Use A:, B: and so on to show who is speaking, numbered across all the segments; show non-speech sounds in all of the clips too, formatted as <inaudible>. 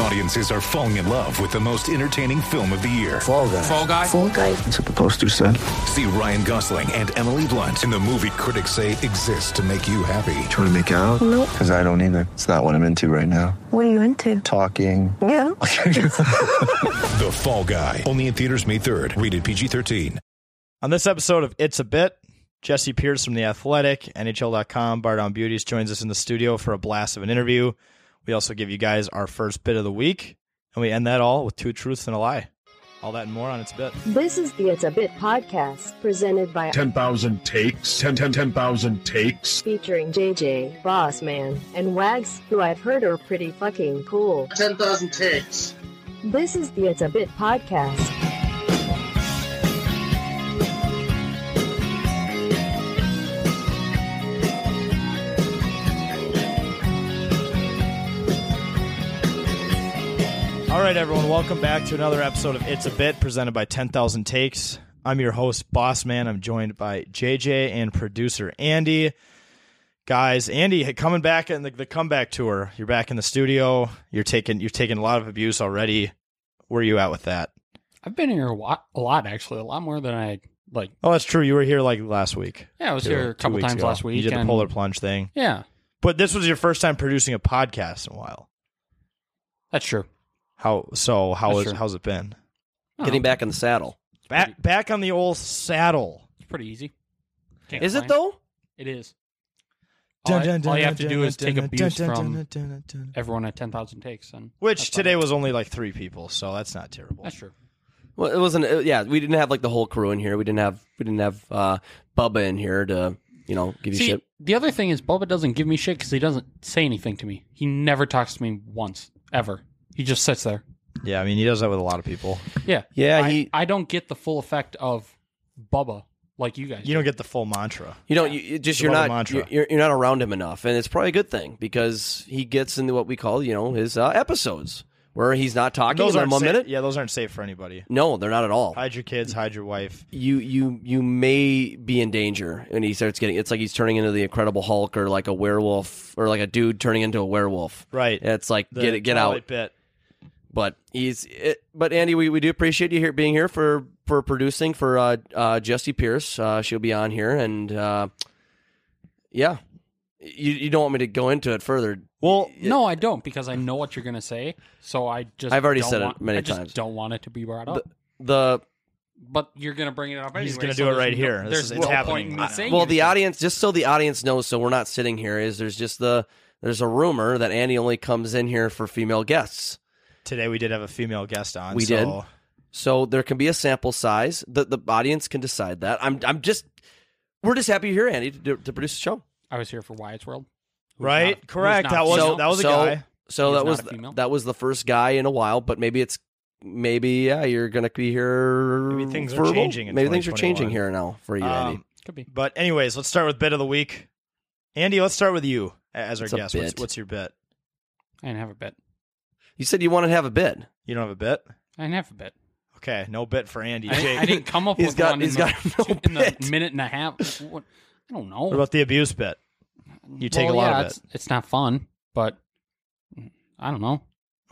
A: Audiences are falling in love with the most entertaining film of the year.
B: Fall guy.
C: Fall guy.
D: Fall guy.
B: That's what the poster said.
A: See Ryan Gosling and Emily Blunt in the movie critics say exists to make you happy.
B: Trying to make it out? No. Because I don't either. It's not what I'm into right now.
E: What are you into?
B: Talking.
E: Yeah.
A: The Fall Guy. Only in theaters May 3rd. Rated PG-13.
F: On this episode of It's a Bit, Jesse Pierce from The Athletic, NHL.com, Bard on Beauties joins us in the studio for a blast of an interview. We also give you guys our first bit of the week, and we end that all with two truths and a lie. All that and more on It's a Bit.
G: This is the It's a Bit podcast presented by
H: 10,000 takes, 10, 10, 10,000 takes.
G: featuring JJ, Bossman, and Wags, who I've heard are pretty fucking cool.
I: 10,000 takes.
G: This is the It's a Bit podcast.
F: All right, everyone, welcome back to another episode of It's a Bit presented by 10,000 Takes. I'm your host, Boss Man. I'm joined by JJ and producer Andy. Guys, Andy, coming back in the, the comeback tour. You're back in the studio. You're taking you're taking a lot of abuse already. Where are you at with that?
C: I've been here a lot, a lot actually, a lot more than I like.
F: Oh, that's true. You were here like last week.
C: Yeah, I was
F: Two-
C: here
F: two
C: a couple
F: weeks
C: times
F: ago.
C: last week.
F: You did the
C: and-
F: polar plunge thing,
C: Yeah,
F: but this was your first time producing a podcast in a while.
C: that's true.
F: How so? How is
C: That's true.
F: how's it been?
J: Getting back in the saddle.
F: Back back on the old saddle.
C: It's pretty easy. Can't
J: Is it
C: complain.
J: though?
C: It is. All, I, all you have to do is take abuse from everyone at 10,000 takes. and
F: Which
C: that's
F: today
C: fine.
F: was only like three people, so that's not terrible.
C: That's true.
J: Well, it wasn't. uh, yeah, we didn't have like the whole crew in here. We didn't have we didn't have uh, Bubba in here to you know give you
C: See,
J: shit.
C: the other thing is Bubba doesn't give me shit because he doesn't say anything to me. He never talks to me once, ever. He just sits there.
F: Yeah, I mean he does that with a lot of people.
C: Yeah.
J: Yeah,
C: I,
J: he-
C: I don't get the full effect of Bubba like you guys.
F: You don't get the full mantra.
J: You know, you, you just
F: It's
J: you're
F: about the
J: not
F: mantra.
J: you're, you're- you're not around him enough, and it's probably a good thing because he gets into what we call you know his uh, episodes where he's not talking.
F: Those
J: Those
F: aren't
J: him a
F: safe.
J: minute.
F: Yeah, those aren't safe for anybody.
J: No, they're not at all.
F: Hide your kids, hide your wife.
J: you you you may be in danger and he starts getting it's like he's turning into the incredible hulk or like a werewolf or like a dude turning into a werewolf
F: Right.
J: it's like
F: The
J: get it get
F: Twilight
J: out
F: Bit.
J: but he's it, but andy we, we do appreciate you here being here for for producing for uh uh jesse pierce uh she'll be on here and uh yeah you you don't want me to go into it further
F: Well,
C: No, I don't because I know what you're gonna say. So I just
J: I've already
C: don't
J: said it
C: want-
J: many
C: I just
J: times.
C: Don't want it to be brought up.
J: the
C: but you're gonna bring it up. Anyway,
F: He's gonna
C: so
F: do it
C: there's
F: right
C: no-
F: here. This
C: There's
F: is-
C: no
F: it's happening.
C: point in me
F: Uh,
C: saying
J: well the
C: anything.
J: audience just so the audience knows so we're not sitting here is there's just the there's a rumor that andy only comes in here for female guests
F: today we did have a female guest on.
J: We
F: so
J: did. So there can be a sample size. The the audience can decide that. I'm I'm just we're just happy you're here, Andy, to, to produce the show.
C: I was here for Wyatt's World. Who's
F: Right?
C: not- who's
F: Correct.
C: not
F: That was
C: female.
F: that was a
J: so-
F: guy.
J: So
C: He was
J: that
C: not
J: was
C: a female?
J: that was the first guy in a while, but maybe it's maybe yeah you're gonna be here.
F: Maybe things are
J: for a little-
F: changing in
J: Maybe things are
F: 2021.
J: changing here now for you, Andy.
F: Um,
C: could be.
F: but anyways, let's start with bit of the week. Andy, let's start with you a- as our
J: It's a
F: guest. What's,
J: bit.
F: what's your bit?
C: I didn't have a bit.
J: You said you wanted to have a bid.
F: You don't have a bit?
C: I didn't have a bit.
F: Okay, no bit for Andy.
C: I, didn't-
F: Jake,
C: I didn't come
J: <laughs>
C: up
J: He's
C: with
J: got-
C: one.
J: he's
C: in
J: got
C: the,
J: no
C: in the
J: bit.
C: minute and a half. What, I don't know.
F: what about the abuse bit? You take
C: Well,
F: a lot
C: yeah,
F: of it.
C: It's, it's not fun, but I don't know.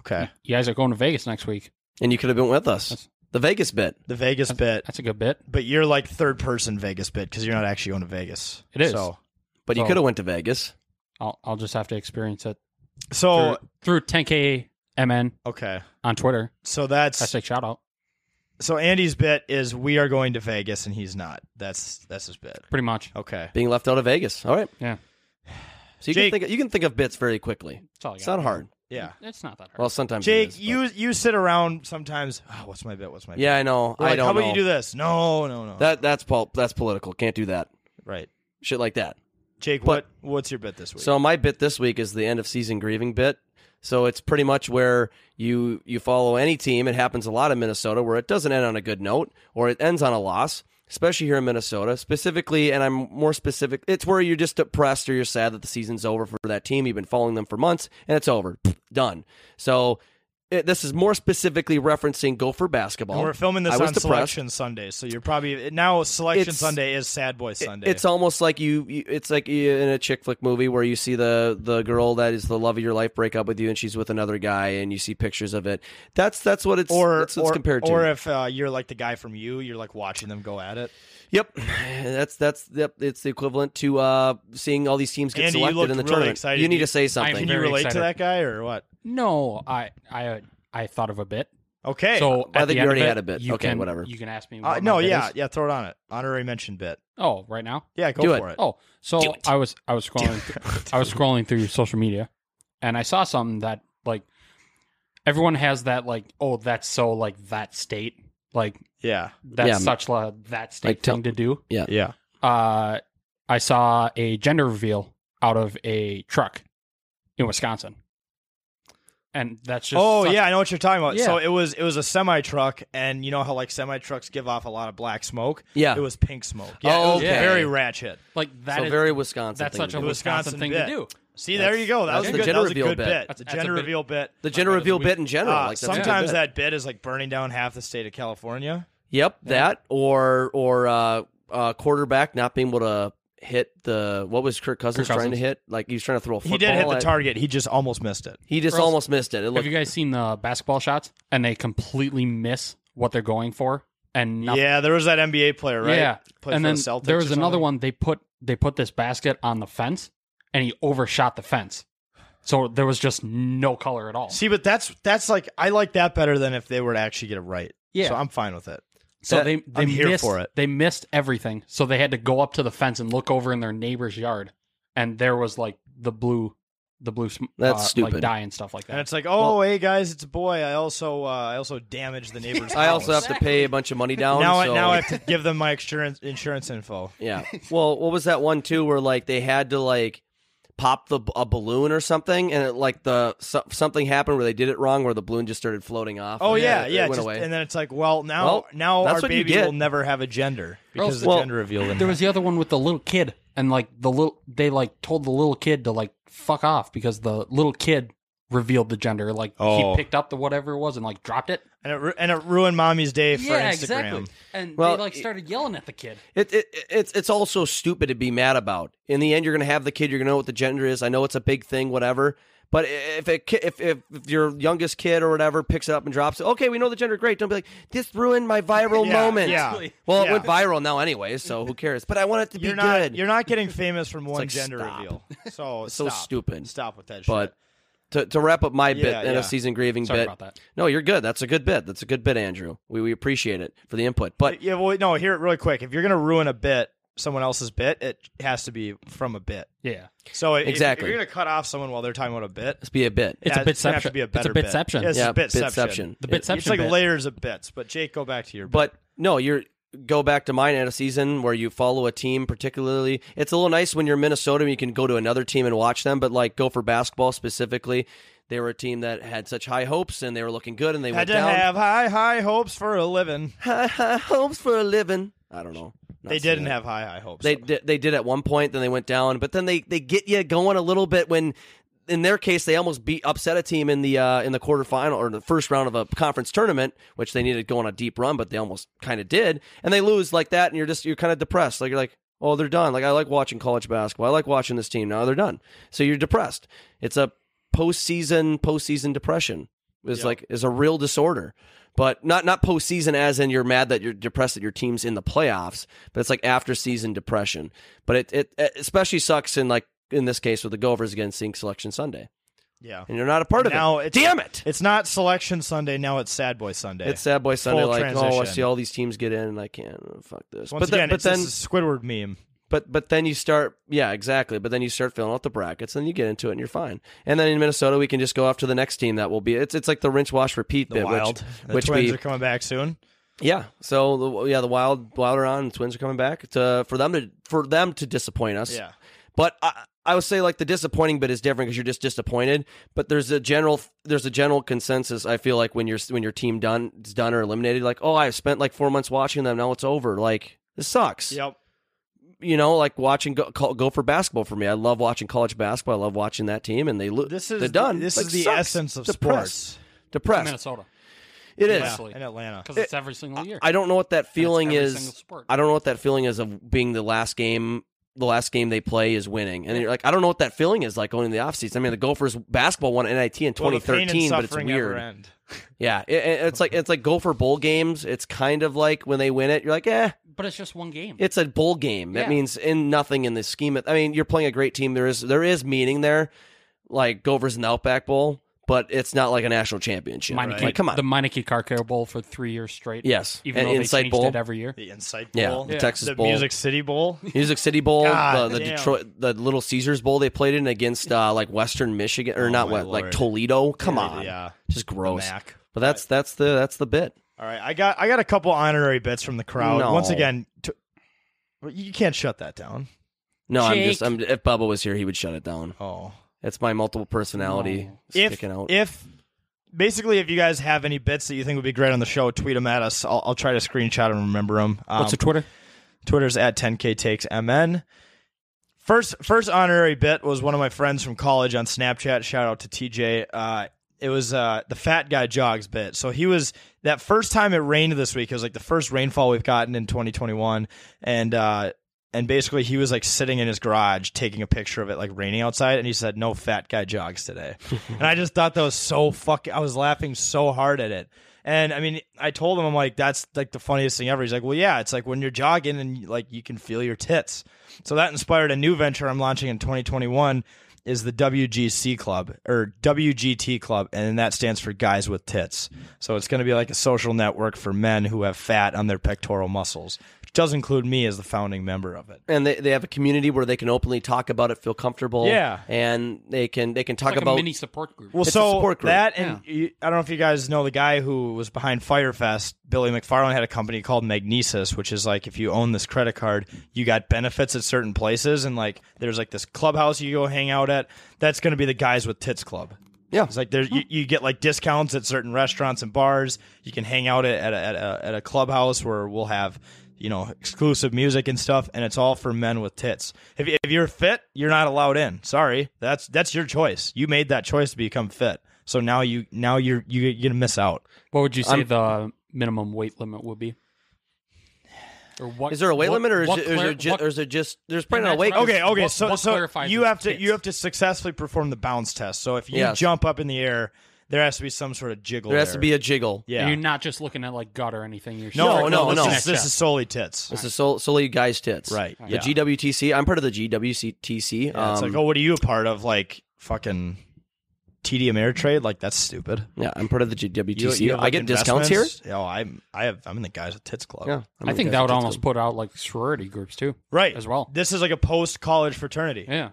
F: Okay.
C: You guys are going to Vegas next week.
J: And you could have been with us.
C: That's-
J: the Vegas bit.
F: The Vegas bit,
C: That's a good bit.
F: but you're like third person Vegas bit because you're not actually going to Vegas.
C: It is.
F: So,
J: But you
C: So-
J: could have went to Vegas.
C: I'll I'll just have to experience it
F: so
C: through 10k mn
F: okay.
C: on Twitter.
F: So that's
C: Hashtag shout out.
F: so Andy's bit is we are going to Vegas and he's not. That's that's his bit.
C: Pretty much.
F: Okay.
J: Being left out of Vegas. All right.
C: Yeah.
J: So you
F: Jake-
J: can think you can think of bits very quickly.
C: That's all I
J: It's
C: got.
J: not hard.
F: Yeah.
C: It's not that hard.
J: Well, sometimes it
F: Jake,
J: is, but-
F: you you sit around sometimes. Oh, what's my bit? What's my
J: Yeah, I know.
F: Bit? We're
J: I
F: like,
J: don't
F: How about
J: know.
F: you do this? No, no, no.
J: That that's pol- that's political. Can't do that.
F: right.
J: Shit like that.
F: Jake,
J: But-
F: what what's your bit this week?
J: So my bit this week is the end of season grieving bit. So it's pretty much where you you follow any team. It happens a lot in Minnesota where it doesn't end on a good note or it ends on a loss, especially here in Minnesota. Specifically, and I'm more specific. It's where you're just depressed or you're sad that the season's over for that team. You've been following them for months and it's over, Pfft, done. So it, this is more specifically referencing Gopher basketball.
F: And we're filming this
J: I was
F: on
J: depressed.
F: Selection Sunday, so you're probably now Selection
J: It's-
F: Sunday is Sad Boy
J: It-
F: Sunday.
J: It's almost like you, you. It's like you- in a chick flick movie where you see the the girl that is the love of your life break up with you, and she's with another guy, and you see pictures of it. That's that's what it's
F: or
J: that's what it's
F: or,
J: compared to.
F: or if uh, you're like the guy from You, you're like watching them go at it.
J: yep, <sighs> that's that's yep. It's the equivalent to uh, seeing all these teams get
F: Andy, you
J: selected
F: looked
J: in the
F: really
J: tournament.
F: excited.
J: You need
F: You-
J: to say something.
F: Can you
C: Very
F: relate to
C: excited.
F: that guy or what?
C: No, I I I thought of a bit.
F: Okay.
J: I
C: so at
J: think
C: the
J: you
C: end of
J: already
C: it,
J: had a bit.
C: you
J: Okay,
C: can-
J: whatever.
C: You can ask me.
F: uh,
C: what my
F: no,
C: bit
F: yeah,
C: is.
F: yeah. Throw it on it. Honorary mention bit.
C: Oh, right now.
F: Yeah, go
J: Do
F: for it.
J: it.
C: Oh, so I was
J: <laughs>
C: I was scrolling th- I was scrolling through social media, and I saw something that like everyone has that like oh that's so like that state like
F: Yeah,
C: that's
J: Yeah,
C: such a that state
J: like,
C: thing
J: tell-
C: to do.
F: yeah.
C: Uh, I saw a gender reveal out of a truck in Wisconsin, and that's just
F: oh
C: such-
F: yeah, I know what you're talking about.
C: Yeah.
F: So it was it was a semi truck, and you know how like semi trucks give off a lot of black smoke.
J: Yeah.
F: it was pink smoke. Yeah,
J: Oh,
F: it was
J: okay.
F: very ratchet.
C: like that
J: so
C: is-
J: very Wisconsin.
C: that's
J: thing
C: such
J: to
C: a
J: do.
C: Wisconsin,
F: Wisconsin
C: thing
F: bit.
C: to do.
F: See, there you go. That was
J: that's
F: a
J: the
F: good.
J: gender
F: that was a
J: reveal
F: good
J: bit.
F: bit.
C: That's-
F: The
C: that's a
F: gender
C: bit-
F: reveal bit.
J: the gender
C: that's
J: reveal
C: weird.
J: bit in general.
F: Uh,
J: like, that's a good
F: sometimes
J: bit.
F: that bit is like burning down half the state of California.
J: Yep, that or or uh, uh, quarterback not being able to hit the what was Kirk Cousins,
C: Kirk
J: trying to
C: Cousins.
J: hit? Like he was trying to throw a football.
F: He did hit the
J: at-
F: target. He just almost missed it.
J: He just
C: Girls,
J: almost missed it. It
C: Have
J: looked
C: you guys seen the basketball shots and they completely miss what they're going for and nothing?
F: Yeah, there was that NBA player, right?
C: Yeah,
F: Played
C: and
F: for
C: then
F: the Celtics
C: there was
F: or
C: another
F: something.
C: one. They put they put this basket on the fence, and he overshot the fence, so there was just no color at all.
F: See, but that's that's like I like that better than if they were to actually get it right.
C: Yeah.
F: so I'm fine with it.
C: so
J: that-
C: they they
F: I'm here
C: missed
F: for it.
C: they missed everything. So they had to go up to the fence and look over in their neighbor's yard, and there was like the blue, the blue sm-
J: That's
C: uh,
J: stupid.
C: like dye and stuff like
F: And
C: that.
F: it's like, oh hey guys, it's a boy. I also uh, I also damaged
J: <laughs>
F: the neighbor's.
J: I also
F: house.
J: have to pay a bunch of money down.
F: now
J: so-
F: I now I have to give them my insurance insurance info.
J: <laughs> yeah. Well, what was that one too? Where like they had to like pop the a balloon or something, and it, like the so, something happened where they did it wrong, where the balloon just started floating off.
F: Oh
J: and
F: yeah,
J: it,
F: yeah.
J: it went
F: just-
J: away.
F: And then it's like, well now
J: Well,
F: now
J: that's
F: our
J: what you
F: baby
J: get.
F: will never have a gender because the
J: Well,
F: gender reveal. didn't
C: there was the other one with the little kid, and like the little they like told the little kid to like fuck off because the little kid revealed the gender. Like
F: Oh.
C: he picked up the whatever it was and like dropped it.
F: and it, ru- and it ruined mommy's day for Instagram.
C: And
J: Well,
C: they like
J: it-
C: started yelling at the kid.
J: It, it it's it's also stupid to be mad about. In the end, you're gonna have the kid. You're gonna know what the gender is. I know it's a big thing, whatever. But if it, if if if your youngest kid or whatever picks it up and drops it, okay, we know the gender. Great. Don't be like this ruined my viral
F: Yeah,
J: moment.
F: yeah,
J: Well, it
F: yeah.
J: went viral now anyway, so who cares? But I want it to be
F: You're not
J: good.
F: you're
J: <laughs>
F: not getting famous from one
J: like,
F: gender
J: stop. <laughs>
F: reveal. So
J: so
F: stop.
J: stupid.
F: Stop with that.
J: But
F: shit.
J: to to wrap up my bit
F: Yeah,
J: and
F: yeah.
J: a season grieving
C: Sorry
J: bit.
C: about that.
J: No, you're good. That's a good bit. That's a good bit, Andrew. We we appreciate it for the input. But
F: Yeah, well, no, hear it really quick. If you're gonna ruin a bit, someone else's bit, it has to be from a bit.
C: Yeah.
F: So if- if
J: Exactly.
F: you're gonna cut off someone while they're talking about a bit,
J: let's be a bit.
C: It's
F: yeah,
C: a
F: it's gonna have to
C: bitception.
F: be a
C: It's
F: better
C: a
F: bit.
C: bitception.
F: Yeah, it's
J: yeah,
F: a bitception.
C: The
J: It-
C: bitception
F: It's like
C: bit.
F: layers of bits. But Jake, go back to your.
J: But no, you're go back to mine at a season where you follow a team particularly. It's a little nice when you're Minnesota and you can go to another team and watch them, but like go for basketball specifically. They were a team that had such high hopes and they were looking good and they
F: had
J: went
F: to
J: down.
F: have high, high hopes for a living.
J: high, high hopes for a living. I don't know. Not
F: They
J: saying
F: didn't
J: that.
F: have high, high hopes.
J: They
F: though.
J: did, they did at one point, then they went down, but then they they get you going a little bit when. In their case, they almost beat upset a team in the uh, in the quarterfinal or the first round of a conference tournament, which they needed to go on a deep run, but they almost kind of did, and they lose like that, and you're just you're kind of depressed. Like you're like, oh, they're done. Like I like watching college basketball. I like watching this team. Now they're done, so you're depressed. It's a postseason postseason depression is like is a real disorder. But not not postseason as in you're mad that you're depressed that your team's in the playoffs, but it's like after season depression. But it, it, it especially sucks in like in this case with the Gophers again seeing Selection Sunday,
F: yeah.
J: and you're not a part of
F: Now
J: it.
F: it's-
J: Damn it!
F: It's not Selection Sunday. Now it's Sad Boy Sunday.
J: It's Sad Boy Sunday.
F: Full
J: like oh, I
F: transition.
J: see all these teams get in, and I can't. oh, fuck this.
F: once
J: but then,
F: again,
J: but
F: it's
J: then,
F: this Squidward meme.
J: but but then you start. Yeah, exactly. But then you start filling out the brackets, and you get into it, and you're fine. And then in Minnesota, we can just go off to the next team that will be. It's it's like the rinse, wash, repeat
F: The
J: bit,
F: Wild.
J: which, which
F: the Twins
J: we
F: are coming back soon.
J: Yeah. So the, yeah, the Wild Wild are on. and Twins are coming back to for them to for them to disappoint us.
F: Yeah.
J: But I I would say like the disappointing bit is different because you're just disappointed. But there's a general there's a general consensus. I feel like when your when your team done is done or eliminated, like oh I've spent like four months watching them. Now it's over. Like this sucks.
F: Yep.
J: You know, like watching go, call, go for basketball for me. I love watching college basketball. I love watching that team, and they lose.
F: This is
J: they're done.
F: This
J: Like,
F: is the
J: sucks.
F: essence of
J: Depressed.
F: sports.
J: depressed.
C: Minnesota.
J: It is.
C: Honestly.
F: in Atlanta.
C: Because it's every single year.
J: I don't know what that feeling
C: every
J: is.
C: single sport.
J: I don't know what that feeling is of being the last game. The last game they play is winning, and you're like, I don't know what that feeling is like going into the offseason. I mean, the Gophers basketball won NIT in
F: Well, the pain and
J: 2013, but it's
F: suffering never
J: weird.
F: end.
J: Yeah, it- it- it's like it's like Gopher bowl games. It's kind of like when they win it, you're like, eh,
C: but it's just one game.
J: it's a bowl game. That
C: Yeah.
J: means in nothing in the scheme. Of, I mean, you're playing a great team. There is there is meaning there, like Gophers in the Outback Bowl, but it's not like a national championship.
C: Meineke,
J: Like, come on,
C: The Meineke Carcare Bowl for three years straight.
J: Yes.
C: Even
J: And
C: though
J: Insight
C: they changed
J: Bowl.
C: it every year.
F: The Insight
J: yeah,
F: Bowl,
J: the
C: Yeah.
J: Texas
F: the
J: Bowl,
F: Music City Bowl.
J: Music City Bowl,
F: God
J: the, the
F: damn.
J: Detroit, the Little Caesars Bowl they played in against uh, like Western Michigan or
F: Oh,
J: not
F: my
J: what like
F: Lord.
J: Toledo. Come on,
F: yeah.
J: just gross.
F: Mac.
J: But that's that's the that's the bit.
F: All right, I got I got a couple honorary bits from the crowd.
J: No.
F: Once again, t- well, you can't shut that down.
J: No,
C: Jake.
J: I'm just I'm, if Bubba was here, he would shut it down.
F: Oh,
J: That's my multiple personality
F: if
J: sticking out.
F: if basically if you guys have any bits that you think would be great on the show, tweet them at us. I'll, I'll try to screenshot and remember them. Um,
C: What's the Twitter?
F: Twitter's at 10k takes mn. First first honorary bit was one of my friends from college on Snapchat. Shout out to TJ. Uh, it was uh, the fat guy jogs bit. So he was that first time it rained this week. It was like the first rainfall we've gotten in 2021, and uh, and basically he was like sitting in his garage taking a picture of it like raining outside, and he said, "No fat guy jogs today," and I just thought that was so fucking. I was laughing so hard at it. And I mean, I told him, I'm like, that's like the funniest thing ever. He's like, well, yeah, it's like when you're jogging and like you can feel your tits. So that inspired a new venture I'm launching in 2021 is the WGC Club or WGT Club, and that stands for Guys with Tits. So it's going to be like a social network for men who have fat on their pectoral muscles, which does include me as the founding member of it.
J: and they, they have a community where they can openly talk about it, feel comfortable.
F: Yeah.
J: and they can they can talk
C: Like
J: about
C: a mini support group.
F: Well,
J: It's a
F: so
J: support group.
F: that and you, I don't know if you guys know the guy who was behind Firefest. Billy McFarland had a company called Magnesis, which is like if you own this credit card, you got benefits at certain places, and like there's like this clubhouse you go hang out at. That's going to be the guys with tits club.
J: Yeah.
F: it's like there you, you get like discounts at certain restaurants and bars. You can hang out at at a, at a, at a clubhouse where we'll have. You know, exclusive music and stuff, and it's all for men with tits. If, if you're fit, you're not allowed in. Sorry, that's that's your choice. You made that choice to become fit, so now you now you're you, you're gonna miss out.
C: what would you say the minimum weight limit would be? Or what,
J: Is there a weight
C: what-
J: limit, or is,
C: what
J: it, or is
C: clar-
J: there ju-
C: what-
J: or is it just there's probably not a
C: that's
J: weight?
C: what I was-
F: Okay, okay.
C: What-
F: so
C: what
F: so
C: clarifies
F: you
C: is
F: have to
C: tits.
F: you have to successfully perform the bounce test. So if you
J: Yes.
F: jump up in the air, there has to be some sort of jiggle.
J: There has to be a jiggle.
F: yeah.
C: You're not just looking at like gut or anything. You're
F: no,
C: strictly
J: no,
F: no, no.
C: looking
J: no.
C: at
F: This, is, this is
C: chest.
F: solely tits.
J: This is sol- solely guys' tits.
F: Right,
J: The
F: yeah.
J: GWTC. I'm part of the GWTC.
F: Yeah, it's
J: um,
F: like, oh, what are you a part of? Like fucking TD Ameritrade? Like that's stupid.
J: yeah, I'm part of the GWTC.
F: You- you have,
J: I
F: like,
J: get discounts here.
F: investments? Oh, I'm I have I'm in the guys with tits club.
J: Yeah, I'm
C: I
J: a
C: think
J: guys
C: that would
J: with tits
C: almost
J: club.
C: put out like sorority groups too.
F: Right.
C: As well.
F: This is like a post college fraternity.
C: Yeah.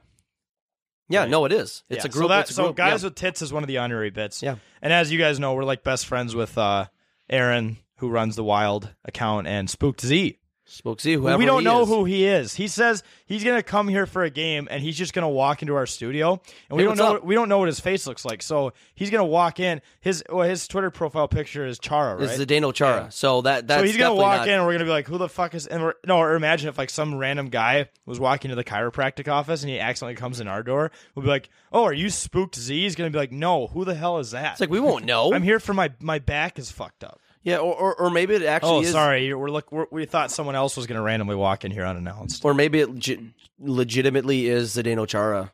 J: Yeah, no, it is. It's
F: Yeah,
J: a group.
F: So, that,
J: it's a
F: so
J: group,
F: guys
J: yeah.
F: with tits is one of the honorary bits.
J: Yeah.
F: And as you guys know, we're like best friends with uh, Aaron, who runs the Wild account, and Spooked Z.
J: Spoke Z,
F: who
J: whoever
F: we don't
J: he
F: know
J: is.
F: who he is. He says he's gonna come here for a game, and he's just gonna walk into our studio, and
J: Hey,
F: we don't
J: what's
F: know
J: up?
F: we don't know what his face looks like. So he's gonna walk in. His well, his Twitter profile picture is Chara, right?
J: is the Daniel Chara. So that that's
F: so he's gonna
J: definitely
F: walk
J: not-
F: in, and we're gonna be like, "Who the fuck is?" And we're, no, or imagine if like some random guy was walking to the chiropractic office and he accidentally comes in our door. We'll be like, "Oh, are you spooked Z?" He's gonna be like, "No, who the hell is that?"
J: It's like we won't know.
F: I'm here for my my back is fucked up.
J: Yeah, or, or or maybe it actually
F: Oh,
J: is.
F: sorry, you're- we're look we're, we thought someone else was gonna randomly walk in here unannounced.
J: Or maybe it legi- legitimately is Zdeno Chara.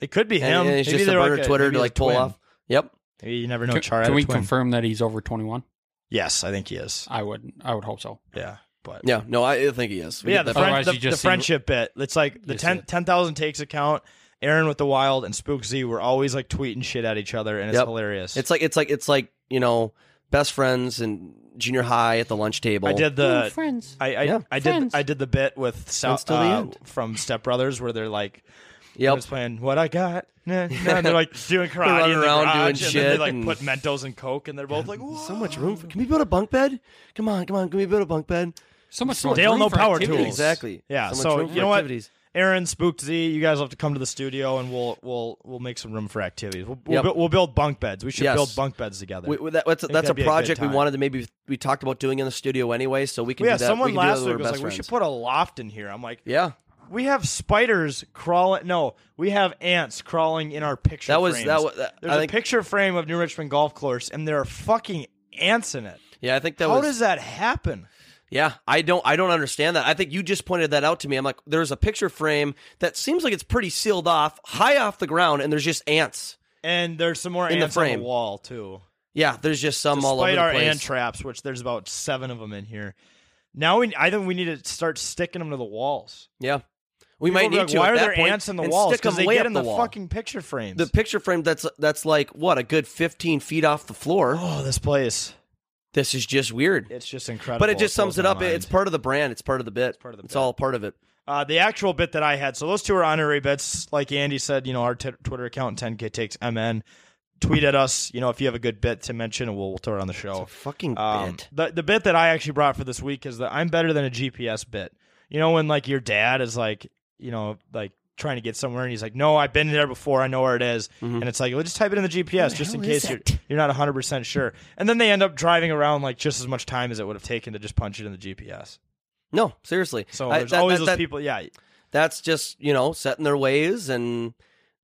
F: It could be him.
J: And, and it's
F: Maybe
J: just a
F: they're,
J: burner
F: like
J: Twitter
F: maybe
J: to
F: he's a
J: like pull
F: twin.
J: off. Yep.
F: Maybe you never know.
C: Can,
F: Chara
C: can
F: had a
C: we
F: twin.
C: confirm that he's over 21?
F: Yes, I think he is.
C: I would. I would hope so.
F: Yeah, but
J: Yeah. No, I I think he is.
F: But
J: We
F: yeah,
J: get
F: the,
J: that.
F: friend,
C: Otherwise
F: the,
C: you just
F: the
C: see-
F: friendship bit. It's like the
C: You see
F: 10
C: it.
F: 10,000 takes account. Aaron with the Wild and Spook Z were always like tweeting shit at each other, and it's
J: Yep.
F: hilarious.
J: It's like it's like it's like you know best friends and junior high at the lunch table.
F: I did the
C: friends.
F: I I,
J: Yeah.
F: I did I did the bit with Sal,
J: Friends till the
F: uh,
J: end.
F: from Step Brothers where they're like
J: Yep.
F: just playing what I got. Nah, nah, and
J: <laughs>
F: they're like doing karate
J: running
F: in the
J: around
F: garage,
J: doing
F: and then
J: shit
F: they like
J: and-
F: put Mentos and Coke, and they're both like Whoa.
J: So much room. For, can we build a bunk bed? Come on, come on. Can we build a bunk bed?
C: So much.
F: Dale,
C: room
F: no
C: for
F: power
C: activities.
F: tools.
J: Exactly.
F: Yeah.
J: So much
F: So,
J: room for
F: you know what,
J: activities.
F: Aaron, Spooked Z, you guys will have to come to the studio, and we'll we'll we'll make some room for activities. We'll we'll,
J: Yep.
F: bu- we'll build bunk beds. We should
J: Yes.
F: build bunk beds together.
J: We, we- that, that's a,
F: Think
J: that's a
F: that'd be a good
J: project we
F: time.
J: wanted to maybe we talked about doing in the studio anyway, so we can
F: yeah.
J: do that.
F: Someone
J: we can do that
F: last
J: with
F: week
J: our
F: was like,
J: best
F: we
J: friends.
F: should put a loft in here. I'm like,
J: yeah.
F: we have spiders crawling. No, we have ants crawling in our picture.
J: That was-
F: frames.
J: that wa- that-
F: There's
J: I
F: a
J: think-
F: picture frame of New Richmond Golf Course, and there are fucking ants in it.
J: Yeah, I think that
F: How
J: was.
F: does that happen?
J: yeah, I don't. I don't understand that. I think you just pointed that out to me. I'm like, there's a picture frame that seems like it's pretty sealed off, high off the ground, and there's just ants.
F: And there's some more
J: In the
F: ants on
J: frame.
F: the wall too.
J: Yeah, there's just some all over
F: Despite
J: the
F: our
J: place.
F: ant traps, which there's about seven of them in here. Now we, I think we need to start sticking them to the walls.
J: yeah, we
F: People
J: might
F: be
J: need
F: like,
J: to.
F: Why
J: at
F: are
J: that
F: there
J: point
F: ants in the
J: and
F: walls?
J: Stick them
F: they
J: way
F: get
J: up
F: in
J: the,
F: the,
J: wall.
F: fucking picture frames.
J: The picture frame that's that's like what a good 15 feet off the floor.
F: oh, this place.
J: This is just weird.
F: It's just incredible.
J: but it just sums
F: blows
J: it
F: my
J: up. It-
F: mind.
J: It's part of the brand. It's part of the bit. It's,
F: part of the bit.
J: all part of it.
F: Uh, the actual bit that I had. So those two are honorary bits. Like Andy said, you know, our t- Twitter account 10K takes MN. Tweet at us, you know, if you have a good bit to mention, and we'll, we'll throw it on the show.
J: Fucking
F: Um,
J: bit.
F: the the bit that I actually brought for this week is that I'm better than a GPS bit. You know, when like your dad is like, you know, like trying to get somewhere, and he's like, "No, I've been there before. I know where it is."
J: Mm-hmm.
F: And it's like, "Well, just type it in the GPS, just in case you're you're not 100 percent sure." And then they end up driving around like just as much time as it would have taken to just punch it in the GPS.
J: No, seriously.
F: So
J: I-
F: there's
J: that-
F: always
J: that-
F: those
J: that-
F: people. Yeah,
J: That's just you know set in their ways, and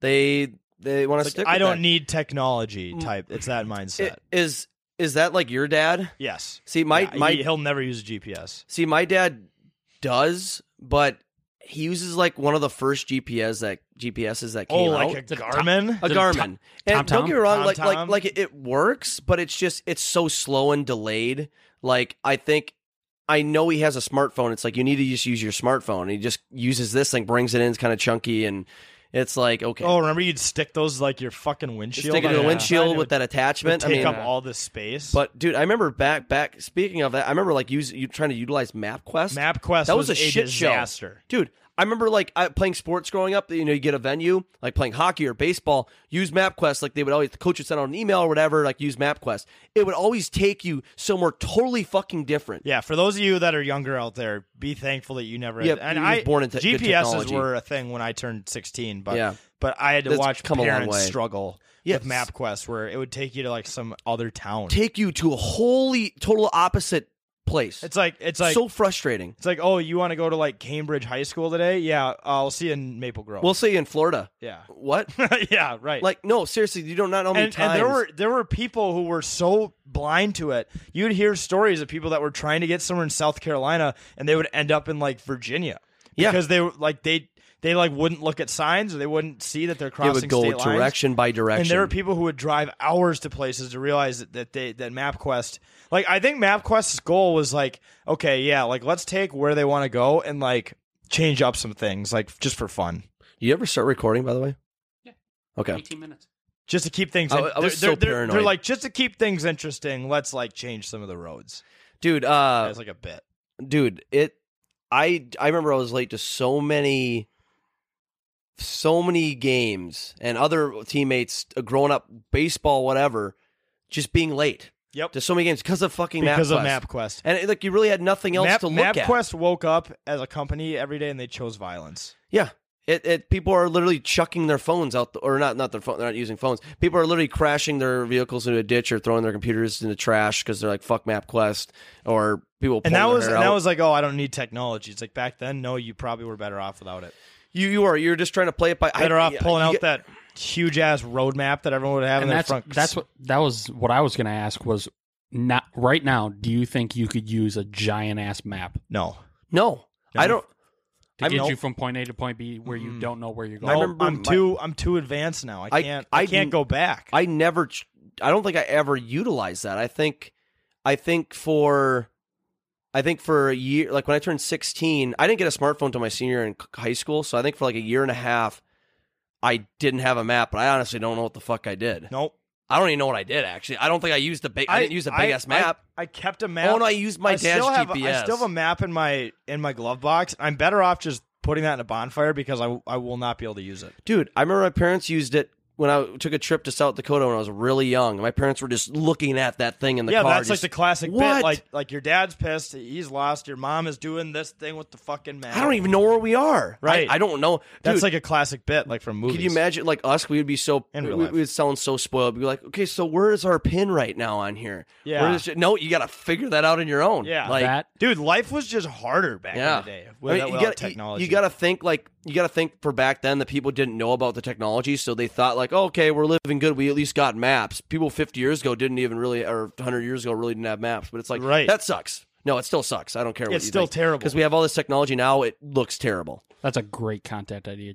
J: they they want to
F: Like,
J: stick.
F: I
J: with
F: don't
J: that. Mm.
F: need technology type. It's that mindset.
J: I- Is is that like your dad?
F: yes.
J: See, my
F: Yeah,
J: my
F: he, will never use a GPS.
J: see my dad does, but he uses like one of the first GPS that GPSs that came
F: Oh,
J: out.
F: like a Garmin.
J: a
C: Is it
J: Garmin.
C: Tom-
J: and
C: TomTom?
J: don't get me wrong, like
F: TomTom?
J: like like it- it works, but it's just it's so slow and delayed. Like I think I know he has a smartphone. It's like you need to just use your smartphone. He just uses this thing, brings it in, it's kind of chunky, and it's like okay,
F: Oh, remember you'd stick those like your fucking
J: just
F: windshield.
J: stick it
F: on
J: to the
F: outside,
J: windshield
F: it
J: with
F: would
J: that attachment. I
F: Take
J: mean,
F: up all this space.
J: but dude, I remember back back. Speaking of that, I remember like use you trying to utilize MapQuest.
F: MapQuest
J: that was,
F: was
J: a,
F: a
J: shit
F: disaster.
J: show, dude. I remember like I, playing sports growing up. You know, you get a venue like playing hockey or baseball. Use MapQuest. Like they would always the coach would send out an email or whatever. Like use MapQuest. It would always take you somewhere totally fucking different.
F: yeah, for those of you that are younger out there, be thankful that you never.
J: Yep,
F: and
J: you
F: I
J: was born into good
F: GPSs
J: technology.
F: were a thing when I turned sixteen, but
J: Yeah.
F: but I had to
J: That's
F: watch
J: come a long
F: parents
J: way.
F: struggle
J: Yes.
F: with MapQuest, where it would take you to like some other town.
J: Take you to a wholly total opposite place.
F: it's like it's like
J: so frustrating.
F: It's like, oh, you want to go to like Cambridge High School today? Yeah, I'll see you in Maple Grove.
J: We'll see you in Florida.
F: yeah, <laughs>
J: What?
F: yeah, right.
J: like no, seriously, you don't not know how many
F: and,
J: times.
F: and there were there were people who were so blind to it. You'd hear stories of people that were trying to get somewhere in South Carolina, and they would end up in like Virginia,
J: Yeah.
F: because they were like they they like wouldn't look at signs or they wouldn't see that they're
J: it
F: crossing
J: would go
F: state lines.
J: direction by direction.
F: And there were people who would drive hours to places to realize that, that they that MapQuest like I think MapQuest's goal was like, okay, yeah, like let's take where they want to go and like change up some things, like just for fun.
J: you ever start recording? By the way. Yeah. Okay.
C: 18 minutes.
F: Just to keep things.
J: I-
F: in-
J: I was
F: they're,
J: so
F: they're- they're-
J: paranoid.
F: They're like just to keep things interesting. Let's like change some of the roads
J: Dude,
F: It's
J: uh,
F: as like a bit.
J: dude it i i remember i was late to so many so many games and other teammates uh, growing up baseball whatever just being late
F: Yep.
J: to so many games because of fucking
F: because
J: MapQuest.
F: of MapQuest.
J: and it, like you really had nothing else
F: Map,
J: to look at
F: MapQuest woke up as a company every day and they chose violence.
J: yeah it, it people are literally chucking their phones out the, or not not their phone they're not using phones people are literally crashing their vehicles into a ditch or throwing their computers in the trash because they're like fuck MapQuest or people pulling
F: And that
J: their
F: was
J: hair
F: and that
J: out.
F: was like, oh, I don't need technology. It's like back then, no, you probably were better off without it.
J: you you are you're just trying to play it by I-
F: better off
J: yeah,
F: pulling
J: you
F: out
J: get-
F: that huge ass roadmap that everyone would have
C: And
F: in their
C: that's
F: front.
C: that's what that was what I was going to ask was not right now, do you think you could use a giant ass map
F: no.
J: no I
F: No.
J: don't
C: to
J: I
C: get
J: mean-
C: you from point A to point B where
F: Mm-hmm.
C: you don't know where you're
F: No,
C: going?
J: remember
F: I'm
J: my-
F: too I'm too advanced now. I
J: I-
F: can't I,
J: I
F: can't
J: didn't-
F: go back.
J: I never. ch- I don't think I ever utilized that. I think, I think for, I think for a year, like when I turned sixteen, I didn't get a smartphone till my senior in c- high school. So I think for like a year and a half, I didn't have a map. But I honestly don't know what the fuck I did.
F: nope.
J: I don't even know what I did actually. I don't think I used the big. I, didn't use the big ass
F: I-
J: map.
F: I, kept a map.
J: Oh, no, I used my dad's
F: still have,
J: GPS.
F: I still have a map in my in my glove box. I'm better off just putting that in a bonfire because I I will not be able to use it.
J: Dude, I remember my parents used it when I took a trip to South Dakota when I was really young. My parents were just looking at that thing in the
F: yeah,
J: car.
F: that's like
J: just,
F: the classic
J: What?
F: bit. Like, like your dad's pissed, he's lost. Your mom is doing this thing with the fucking man.
J: I don't even know where we are. I-
F: Right.
J: I, don't know.
F: That's
J: Dude,
F: like a classic bit, like from movies.
J: Could you imagine, like us, we would be so,
F: In
J: we,
F: real
J: we
F: life.
J: would sound so spoiled. We'd be like, okay, so where is our pin right now on here?
F: Yeah.
J: Where is it? No, you got to figure that out on your own.
F: Yeah.
J: Like,
C: that.
F: Dude, life was just harder back
J: yeah.
F: in the day with
J: I mean,
F: without
J: you gotta,
F: technology.
J: You, got to think, like, you got to think for back then that people didn't know about the technology. So they thought, like, oh, okay, we're living good. We at least got maps. People 50 years ago didn't even really, or 100 years ago really didn't have maps. But it's like,
F: Right.
J: that sucks. No, it still sucks. I don't care what
F: It's still terrible.
J: Because we have all this technology now. It looks terrible.
C: That's a great content idea.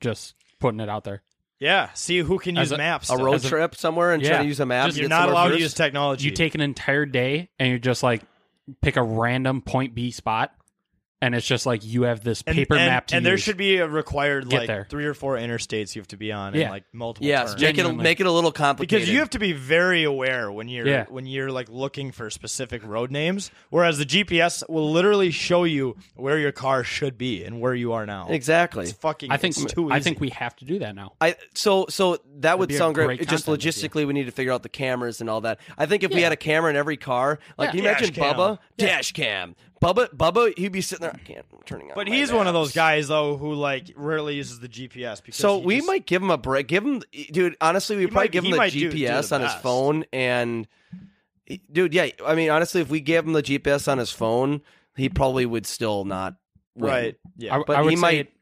C: Just putting it out there.
F: yeah, see who can
C: As
F: use
C: a-
F: maps.
J: A
F: still.
J: road
C: As a-
J: trip somewhere and
C: Yeah.
J: trying to use a map.
C: Just-
J: to
F: You're
J: get
F: not
J: somewhere
F: allowed to
J: first.
F: use technology.
C: You take an entire day and you're just like pick a random point B spot, and it's just like you have this
F: And-
C: paper
F: and,
C: map to
F: and
C: use.
F: there should be a required
C: Get
F: like
C: there.
F: three or four interstates you have to be on,
C: Yeah.
F: and like multiple.
J: Yes,
F: turns.
J: make it
C: Genuinely.
J: make it a little complicated
F: because you have to be very aware when you're
C: Yeah.
F: when you're like looking for specific road names whereas the gps will literally show you where your car should be and where you are now
J: exactly.
F: it's fucking
C: I think
F: it's too easy
C: I think we have to do that now.
J: I so so that would
C: be a
J: sound great.
C: great
J: It just
C: content idea.
J: logistically, we need to figure out the cameras and all that. I think if we had a camera in every car, like can you
F: Dash
J: imagine
F: cam.
J: Bubba dash cam, Bubba Bubba, he'd be sitting there. I can't. I'm turning on.
F: but
J: my
F: he's one of
J: maps.
F: those guys though who like rarely uses the gps because
J: So
F: he
J: we
F: just-
J: might give him a break. Give him, dude. Honestly, we probably
F: might-
J: give him
F: he
J: the
F: might do- do
J: GPS
F: the
J: on his
F: best.
J: phone and, dude. Yeah, I mean, honestly, if we gave him the GPS on his phone, he probably would still not. win.
F: right yeah
C: I,
J: but
C: I would
J: he
C: say
J: might-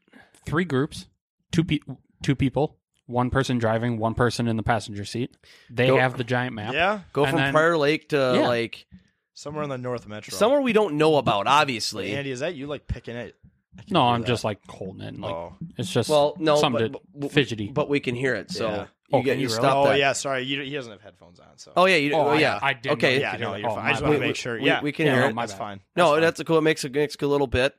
C: three groups, two pe- two people, one person driving, one person in the passenger seat. They
J: Go-
C: have the giant map.
F: yeah
J: Go
C: And
J: from
C: then-
J: Prior Lake to
C: Yeah.
J: like
F: somewhere in the north metro
J: somewhere we don't know about, obviously.
F: andy is that you like picking it
C: No, I'm just like holding it. And, like
F: oh
C: it's just
J: Well, no,
C: something
J: but,
C: to-
J: but-
C: fidgety.
J: but we can hear it. So
F: Yeah.
J: you
C: Oh,
J: get
C: can
J: you
C: you really?
J: stop
F: oh
J: that.
F: yeah sorry you, he doesn't have headphones on so
J: Oh yeah. You, oh,
C: I-
J: yeah.
C: I, did.
J: Okay.
F: yeah no you're
C: oh,
F: fine
C: my
F: i just want to
C: bad.
F: make sure
J: we-
F: yeah
J: we can
F: yeah,
J: hear
F: no,
J: it.
F: that's
C: My bad.
F: fine
J: No,
F: fine.
J: that's a cool. It makes a makes a good little bit.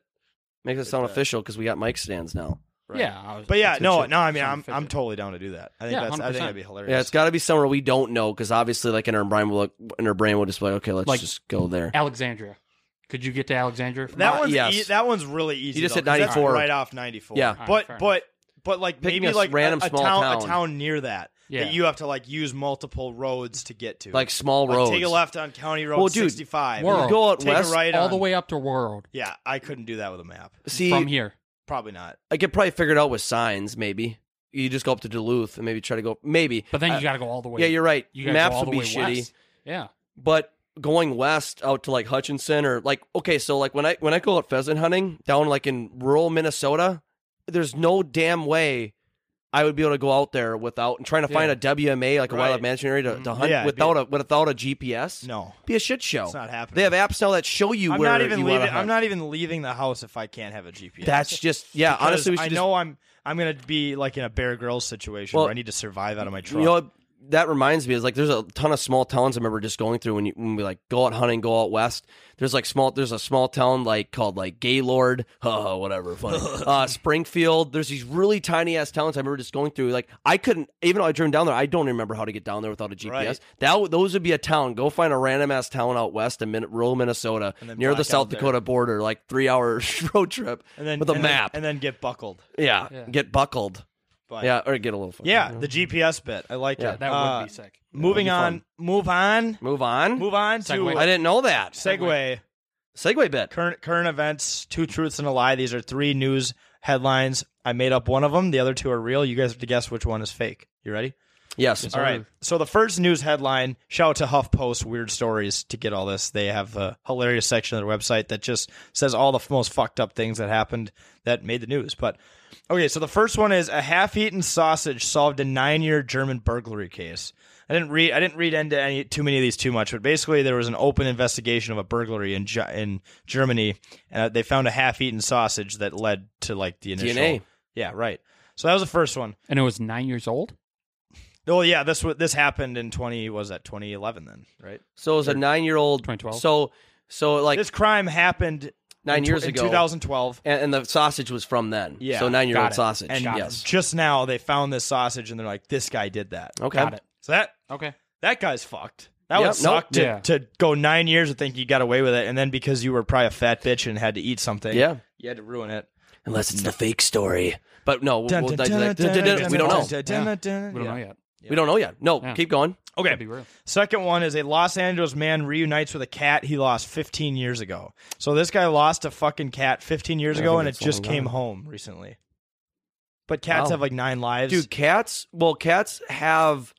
J: Makes it sound
F: that.
J: official because we got mic stands now.
C: Yeah, I was-
F: But yeah,
C: that's
F: no,
C: shit.
F: no. I mean, I'm
C: Something
F: I'm
C: fidgety.
F: totally down to do that. I think that's I
C: Yeah,
F: think
C: 100%.
F: that'd be hilarious.
J: Yeah, it's got to be somewhere we don't know because obviously, like in our brain, we'll in our brain, we'll just be like, okay, let's
C: Like-
J: just go there.
C: Alexandria. Could you get to Alexandria? from-
F: that
J: Uh,
F: one's
J: yes.
F: e- that one's really easy.
J: You just
F: though,
J: hit
F: 'cause that's
J: 94.
F: right off 94.
J: Yeah.
C: right,
F: but
C: fair
F: but but like
J: Picking
F: maybe
J: a
F: like
J: random
F: a, a
J: small
F: town, a
J: town.
F: town near that
C: Yeah.
F: that you have to like use multiple roads to get to.
J: Like small
F: Like,
J: roads.
F: take a left on County Road
J: Well, dude,
F: 65.
C: World.
F: and
J: Go out
F: take
J: west
F: a right
C: all
F: on-
C: the way up to World
F: Yeah, I couldn't do that with a map.
J: See,
C: from here.
F: Probably not.
J: I could probably figure it out with signs. Maybe you just go up to Duluth and maybe try to go. Maybe,
C: But then
J: Uh,
C: you got to go all the way.
J: yeah, you're right.
C: You gotta go
J: Maps
C: all
J: would
C: the
J: be
C: way
J: shitty.
C: west. Yeah,
J: but going west out to like Hutchinson or like okay, so like when I when I go out pheasant hunting down like in rural Minnesota, there's no damn way I would be able to go out there without and trying to find
C: Yeah.
J: a WMA like a
F: Right. Mm-hmm.
J: wildlife management area to, to hunt
F: Yeah, it'd be-
J: without a without a GPS.
F: No,
J: be a shit show.
F: it's not happening.
J: They have apps now that show you
F: I'm
J: where
F: not even
J: you wanna
F: leaving. I'm
J: hunt.
F: not even leaving the house if I can't have a GPS.
J: That's just yeah.
F: Because
J: honestly, we should
F: I
J: just
F: know I'm I'm gonna be like in a Bear Grylls situation
J: Well,
F: where I need to survive out of my truck.
J: You know, what that reminds me is like there's a ton of small towns I remember just going through when you when we like go out hunting, go out west. There's like small there's a small town like called like Gaylord, <laughs> haha, whatever,
F: <laughs>
J: funny. uh, Springfield. There's these really tiny ass towns I remember just going through. Like I couldn't even though I driven down there, I don't remember how to get down there without a GPS.
F: Right.
J: That would- those would be a town. Go find a random ass town out west in Min- rural Minnesota
F: then
J: near the
F: black
J: South
F: out there.
J: Dakota border, like three hour <laughs> road trip
F: and then
J: with a
F: and then-
J: map.
F: and then get buckled.
J: yeah,
C: Yeah.
J: get buckled.
F: But
J: Yeah, or get a little. fucking-
F: yeah, the GPS bit. I like
J: Yeah,
F: it.
C: that
F: Uh,
C: would be sick.
F: Moving
J: That'd be
F: on, move on,
J: Move on.
F: move on to
C: Segway.
J: Mm-hmm. I didn't know that.
F: segue.
J: Segway bit.
F: Current current events, two truths and a lie. These are three news headlines. I made up one of them. The other two are real. You guys have to guess which one is fake. You ready?
J: Yes.
C: Yes,
F: All
C: sir.
F: right. So the first news headline, shout out to HuffPost Weird Stories to get all this. They have a hilarious section of their website that just says all the f- most fucked up things that happened that made the news. But okay, so the first one is a half-eaten sausage solved a 9-year German burglary case. I didn't read I didn't read into any too many of these too much, but basically there was an open investigation of a burglary in Ge- in Germany and uh, they found a half-eaten sausage that led to like the initial
J: DNA.
F: Yeah, right. So that was the first one.
C: And it was nine years old.
F: Oh yeah, this wa- this happened in twenty was that twenty eleven then, right?
J: So it was a nine year old.
C: 2012.
J: So so like
F: this crime happened
J: Nine
F: in tw-
J: years
F: in
J: ago.
F: two thousand twelve,
J: and, and the sausage was from then.
F: Yeah,
J: So nine year
C: got
J: old
C: it.
J: sausage.
F: and
J: yes.
F: just now they found this sausage and they're like, this guy did that.
J: Okay.
C: Got it.
F: So that
C: Okay.
F: that guy's fucked. That
J: Yep,
F: would suck
J: nope.
F: to,
C: Yeah.
F: to go nine years and think you got away with it, and then because you were probably a fat bitch and had to eat something,
J: Yeah.
F: you had to ruin it.
J: unless it's the fake story. But no, we'll-
F: Dun,
J: we'll
F: dun,
J: dissect-
F: dun,
J: dun, dun, dun.
F: dun,
J: we don't
F: dun,
J: know.
F: dun, dun, dun, dun.
C: We don't
F: Yeah.
C: know yet.
J: We don't know yet. No,
C: Yeah.
J: keep going.
C: That'd be
F: Okay.
C: real.
F: Second one is a Los Angeles man reunites with a cat he lost 15 years ago. So this guy lost a fucking cat 15 years
C: Yeah, I
F: ago,
C: think
F: and it
C: that's
F: just
C: long
F: came
C: gone.
F: home recently. But cats
J: Wow.
F: have like nine lives.
J: Dude, cats. Well, cats have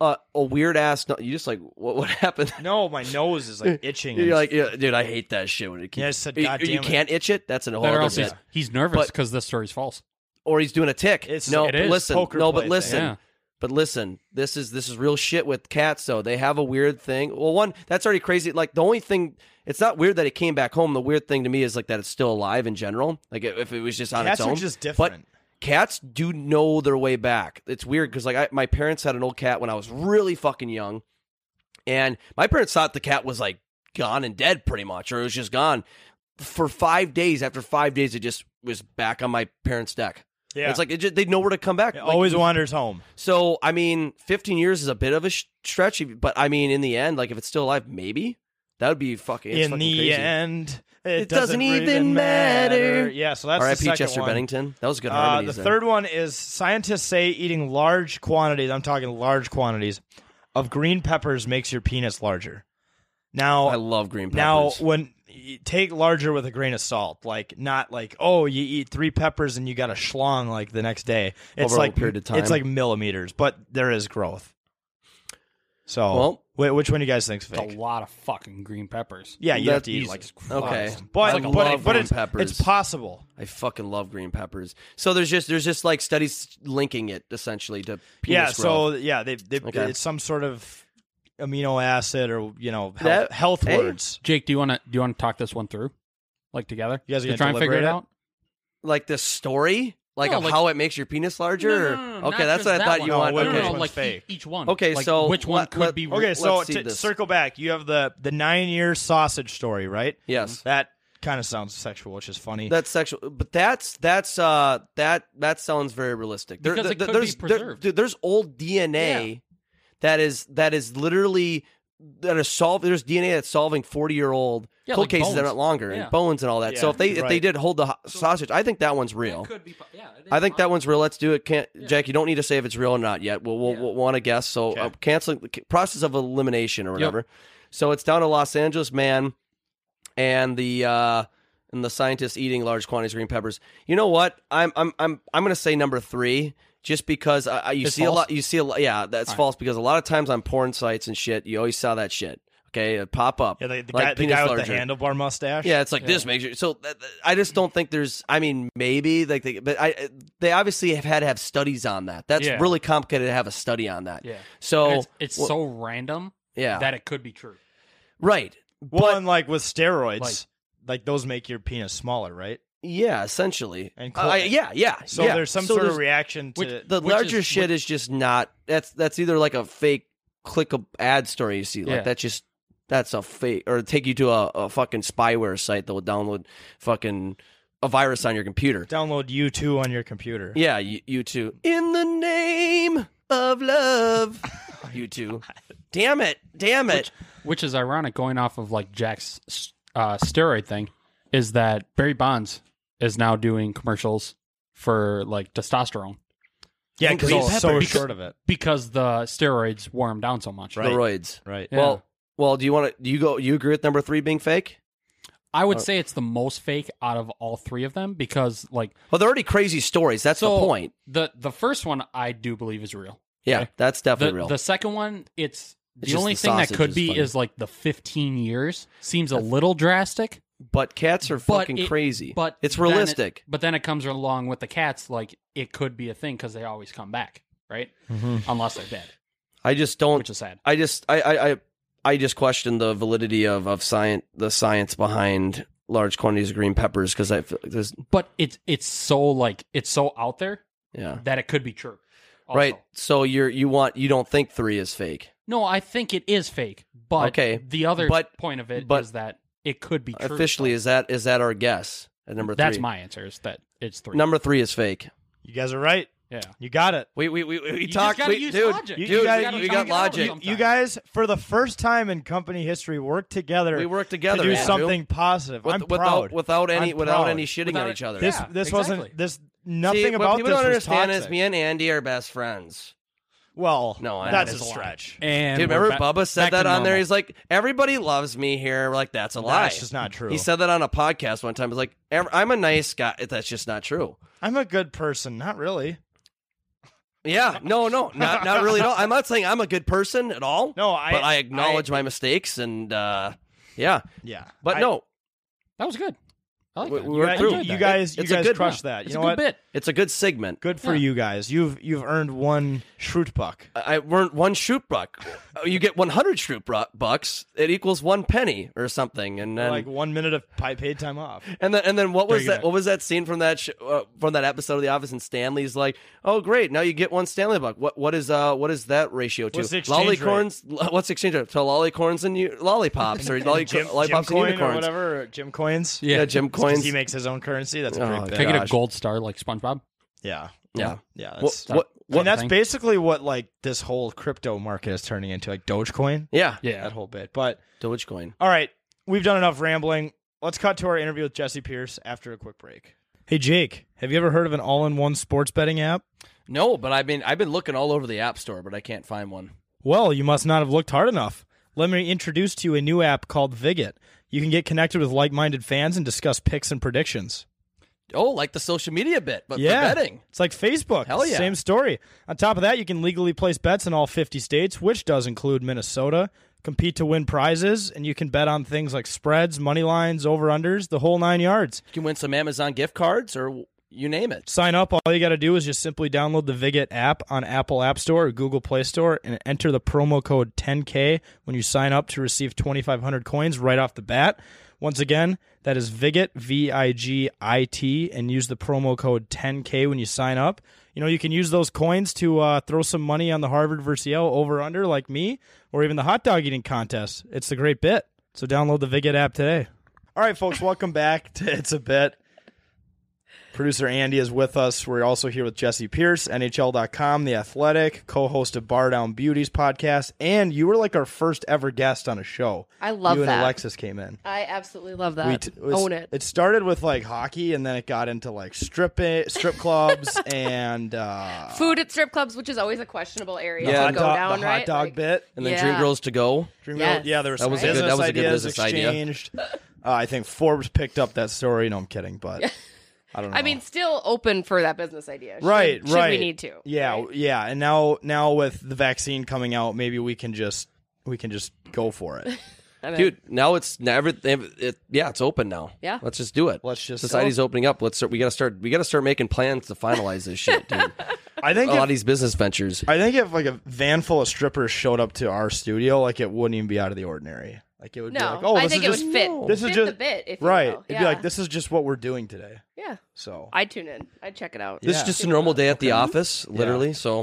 J: a, a weird ass. No, you just like what? What <laughs> happened?
F: No, my nose
J: <laughs>
F: is like itching. and
J: You're like, yeah, dude, I hate that shit when it keeps.
F: Yeah, I said,
J: you,
F: "God
J: you
F: damn it."
J: can't itch it. That's an whole
C: Or
J: other
C: else he's,
J: bit.
C: he's nervous
J: But-
C: because this story's false.
J: Or he's doing a tick.
F: It's-
J: no,
F: it
J: but
F: is.
J: listen.
F: Poker
J: no,
F: play
J: but
F: thing.
J: listen.
C: Yeah.
J: But listen, this is this is real shit with cats. Though they have a weird thing. Well, one that's already crazy. Like the only thing, it's not weird that it came back home. The weird thing to me is like that it's still alive in general. Like if it was just on
F: Cats
J: its
F: are
J: own.
F: just
J: But
F: different.
J: cats do know their way back. It's weird because like I, my parents had an old cat when I was really fucking young, and my parents thought the cat was like gone and dead pretty much, or it was just gone. For five days, after five days, it just was back on my parents' deck.
F: yeah.
J: It's like it just, they know where to come back.
F: it
J: Like,
F: always wanders home.
J: so I mean, 15 years is a bit of a sh- stretch, but I mean, in the end, like if it's still alive, maybe that would be fucking. It's
F: In
J: fucking
F: the
J: crazy.
F: end, it,
J: It doesn't even matter.
F: Yeah, so that's the
J: R.I.P.
F: second
J: Chester
F: one.
J: Bennington. That was good
F: Uh,
J: harmonies.
F: the
J: there.
F: third one is scientists say eating large quantities, I'm talking large quantities, of green peppers makes your penis larger.
J: I
F: Now,
J: love green
F: now
J: peppers.
F: when you take larger with a grain of salt, like not like, oh, you eat three peppers and you got a schlong like the next day. It's
J: Over a
F: like
J: period of time.
F: It's like millimeters, but there is growth. So,
J: Well-
F: wh- which one do you guys think's
C: It's
F: fake?
C: a lot of fucking green peppers.
F: yeah, you have to eat
C: Jesus
F: like,
C: Christ.
J: okay,
F: but
J: I
F: but,
J: love
F: but
J: green
F: it's,
J: peppers.
F: it's possible.
J: I fucking love green peppers. So there's just there's just like studies linking it essentially to penis
F: yeah,
J: growth.
F: so yeah, they, they
J: Okay.
F: it's some sort of amino acid or you know health,
J: That-
F: health
J: hey.
F: words.
C: Jake, do you want to do you want to talk this one through, like together?
F: You guys are
C: to
F: gonna
C: try and figure
F: deliberate
C: it
F: it?
C: out.
J: like the story, like
C: No,
J: of
C: like-
J: how it makes your penis larger.
C: No,
J: or-
C: no, no, no,
J: okay,
C: not
J: that's
C: just
J: what I
C: that
J: thought
C: one.
J: you
F: No,
J: wanted.
F: wait,
C: no,
F: wait,
C: no,
J: okay.
C: no,
F: which
C: like
F: one's fake?
C: e- each one.
J: Okay,
C: Like,
J: so
C: which one
J: let-
C: could
J: let-
C: be?
F: Okay, so
J: Let's see
F: to
J: this.
F: circle back, you have the the nine year sausage story, right?
J: Yes.
F: That kind of sounds sexual, which is funny.
J: That's sexual, but that's that's uh that that sounds very realistic. There,
C: Because it
J: there-
C: could be
J: there's there-
C: preserved.
J: dude, there's old DNA that is that is literally that is solve. There's DNA that's solving forty year old
C: Yeah,
J: cold
C: like
J: cases that
C: bones.
J: are longer
C: Yeah.
J: and bones and all that. so
F: Yeah,
J: if they if they
F: right.
J: did hold the ho- sausage, I think that one's real.
C: Could be. Yeah,
J: I think that one's real. Let's do it. Can't, Jack, you don't need to say if it's real or not yet. We'll, we'll, we'll want to guess. So uh, canceling c- process of elimination or whatever. So it's down to Los Angeles man and the uh, and the scientist eating large quantities of green peppers. You know what? I'm I'm I'm I'm going to say number three. Just because I, I, you
C: It's
J: see a
C: false?
J: lot, you see a lot. Yeah, that's false because a lot of times on porn sites and shit, you always saw that shit. Okay, it pop up.
F: yeah, the, the
J: like
F: guy, the
J: penis
F: guy with
J: larger.
F: the handlebar mustache.
J: Yeah, it's like this makes you. So th- th- I just don't think there's. I mean, maybe like they, but I they obviously have had to have studies on that. That's
C: Yeah.
J: really complicated to have a study on that.
C: Yeah.
J: So
C: it's, it's
J: well,
C: so random
J: yeah
C: that it could be true.
J: right.
F: Well,
J: but
F: and like with steroids,
C: Like-
F: like, those make your penis smaller, right?
J: yeah, essentially.
F: And
J: Uh, I-
F: col-
J: yeah, yeah.
F: So
J: yeah.
F: there's some
J: So
F: sort of
J: there's-
F: reaction to
C: which-
J: The
C: which
J: larger
C: is-
J: shit is just not. That's that's either like a fake click a ad story you see like
C: Yeah.
J: that just. That's a fake, or take you to a, a fucking spyware site that will download fucking a virus on your computer.
F: download U two on your computer.
J: <laughs> Yeah, you, you too. In the name of <laughs> love, you too. Damn it! Damn it!
C: Which is ironic, going off of like Jack's uh, steroid thing, is that Barry Bonds is now doing commercials for like testosterone
F: yeah, because
J: Green
F: he's so
C: peppers.
F: short of it.
C: because the steroids wore him down so much.
J: The roids.
F: Right.
C: Yeah.
J: Well, well. Do you want to? Do you go? You agree with number three being fake?
C: I would say it's the most fake out of all three of them because like
J: Well, they're already crazy stories. That's
C: so
J: the point.
C: The the first one I do believe is real.
J: Yeah,
C: okay.
J: that's
C: The,
J: definitely real.
C: the second one, it's the
J: just
C: only
J: the
C: thing that
J: sausage
C: could
J: is
C: be
J: funny.
C: is like the 15 years seems a little drastic.
J: but cats are
C: but
J: fucking
C: it-
J: crazy.
C: But
J: it's
C: then it-
J: realistic.
C: but then it comes along with the cats, like it could be a thing because they always come back, right? Unless they're dead,
J: I just don't.
C: which is sad.
J: I just I I I, I just question the validity of of science the science behind large quantities of green peppers because I feel like there's
C: But it's it's so like it's so out there
J: yeah
C: that it could be true. also.
J: right. So you're you want you don't think three is fake.
C: No, I think it is fake. But
J: Okay,
C: the other
J: but-
C: point of it is
J: but-
C: that it could be true.
J: officially
C: so.
J: is that is that our guess at number three
C: that's my answer is that it's three.
J: number three is fake
F: You guys are right.
C: Yeah.
F: You got it.
J: We we we, we
C: just
J: talked.
C: gotta
J: We,
C: use
J: dude, dude,
C: logic. You-
F: you gotta-
J: we
F: you
J: got
C: gotta get
J: logic.
C: over
F: You guys, for the first time in company history, worked together.
J: We worked together,
F: to do
J: Andrew.
F: something positive.
J: With-
F: I'm
J: without-
F: proud.
J: without any-
F: I'm
J: without
F: proud.
J: any shitting
C: Without
J: on
C: it-
J: each other.
F: This
C: Yeah,
F: this
C: exactly.
F: wasn't this nothing
J: See, what
F: about
J: people
F: this
J: don't
F: was
J: understand
F: toxic.
J: is me and Andy are best friends.
F: well,
J: No, I-
F: that's
J: that
F: a
J: is a lie.
F: stretch.
C: And
J: Dude,
C: we're
J: remember
C: back-
J: Bubba said
C: back to
J: that on there?
C: normal.
J: He's like, everybody loves me here. We're like, that's a lie.
F: That's just not true.
J: He said that on a podcast one time. He's like, "Ev- I'm a nice guy. That's just not true.
F: I'm a good person. Not really.
J: Yeah, no, no, not not really. No, I'm not saying I'm a good person at all.
F: No, I-
J: but I acknowledge my mistakes and uh, yeah.
F: Yeah,
J: But
F: I-
J: no,
C: that was good. I like
J: We-
C: that.
J: we were
C: I
J: through.
C: enjoyed
F: You
C: that.
F: guys, you
J: It's a
F: guys
J: good-
F: crushed
J: yeah.
F: that. you
C: It's
F: know
C: a good
F: what?
C: bit.
J: it's a good segment.
F: Good for you guys. You've you've earned one Schrutbuck.
J: I I weren't one shoot buck. Uh, You get 100 shoot bru- bucks. It equals one penny or something. And then
F: like one minute of pi- paid time off.
J: And then, and then, what was
F: Bring it
J: that?
F: back.
J: What was that scene from that sh- uh, from that episode of The Office? And Stanley's like, "Oh, great! Now you get one Stanley buck. What what is uh what is that ratio to
F: What's the exchange rate?
J: lollycorns? lo- What's the exchange rate to lollycorns and u- lollipops or lolly-
F: <laughs> Jim, Jim
J: lollipops and
F: coin or
J: unicorns?
F: whatever, or Jim coins.
J: Yeah,
C: Yeah.
J: Jim
F: It's 'cause
J: coins.
F: He makes his own currency. That's a
J: Oh,
F: great
J: okay.
F: pick.
C: Can I get a
J: Gosh.
C: gold star like SpongeBob?
F: Yeah,
J: Yeah.
F: yeah.
J: What,
F: That's,
J: what,
F: I mean,
J: what,
F: that's
C: thing?
F: basically what like this whole crypto market is turning into, like Dogecoin.
J: yeah,
C: Yeah.
F: That whole bit. But
J: Dogecoin.
F: all right, we've done enough rambling. Let's cut to our interview with Jesse Pierce after a quick break. Hey Jake, have you ever heard of an all-in-one sports betting app?
J: No, but I've been I've been looking all over the app store, but I can't find one.
F: Well, you must not have looked hard enough. Let me introduce to you a new app called Viget. You can get connected with like-minded fans and discuss picks and predictions.
J: Oh, like the social media bit, but for betting.
F: It's like Facebook.
J: Hell
F: It's the
J: yeah.
F: Same story. On top of that, you can legally place bets in all 50 states, which does include Minnesota. Compete to win prizes, and you can bet on things like spreads, money lines, over unders, the whole nine yards.
J: You can win some Amazon gift cards or you name it.
F: Sign up. All you got to do is just simply download the Viget app on Apple App Store or Google Play Store and enter the promo code 10K when you sign up to receive 2,500 coins right off the bat. Once again, that is Viget, V I G I T, and use the promo code 10K when you sign up. You know, you can use those coins to uh, throw some money on the Harvard versus Yale over under, like me, or even the hot dog eating contest. It's a great bit. So download the Viget app today. All right, folks, welcome back to It's a Bit. Producer Andy is with us. We're also here with Jesse Pierce, NHL.com, The Athletic, co host of Bar Down Beauties podcast. And you were like our first ever guest on a show.
I: I love
F: You and
I: that.
F: Alexis came in.
I: I absolutely love that.
F: We t- was-
I: Own it.
F: It started with like hockey and then it got into like stripping, strip clubs <laughs> and uh,
I: Food at strip clubs, which is always a questionable area
J: Yeah,
I: to
F: hot
I: go
F: dog,
I: down,
F: the hot
I: right?
F: dog
I: Like,
F: bit.
J: And then
I: Yeah.
J: Dream Girls to go.
F: Dream
I: Yes.
F: Girl- yeah, there was
J: That was a
F: business
J: good- that was a good
F: ideas
J: business idea.
F: exchanged. Uh, I think Forbes picked up that story. No, I'm kidding, but I don't know.
I: I mean, still open for that business idea. Should-
F: right,
I: should
F: right.
I: we need to?
F: Yeah,
I: right?
F: yeah. And now, now with the vaccine coming out, maybe we can just we can just go
I: <laughs>
F: for it.
I: I mean,
J: Dude, now it's never. It, yeah, it's open now.
I: Yeah.
J: let's just do it.
F: Let's just-
J: society's opening up. Let's start, we gotta start. We gotta start making plans to finalize this
I: <laughs>
J: shit, dude.
F: I think
J: a
I: e-
J: lot of
F: if,
J: these business ventures.
F: I think if like a van full of strippers showed up to our studio, like it wouldn't even be out of the ordinary. Like it would be
I: no,
F: like, oh,
I: I
F: this
I: think
F: is
I: it
F: just
I: would fit.
F: this
I: fit
F: is just
I: the bit, if you
F: right.
I: will.
F: It'd
I: yeah.
F: be like this is just what we're doing today.
I: Yeah,
F: So
I: I tune in. I check it out.
J: This is just a normal day at the office, literally. <laughs> So,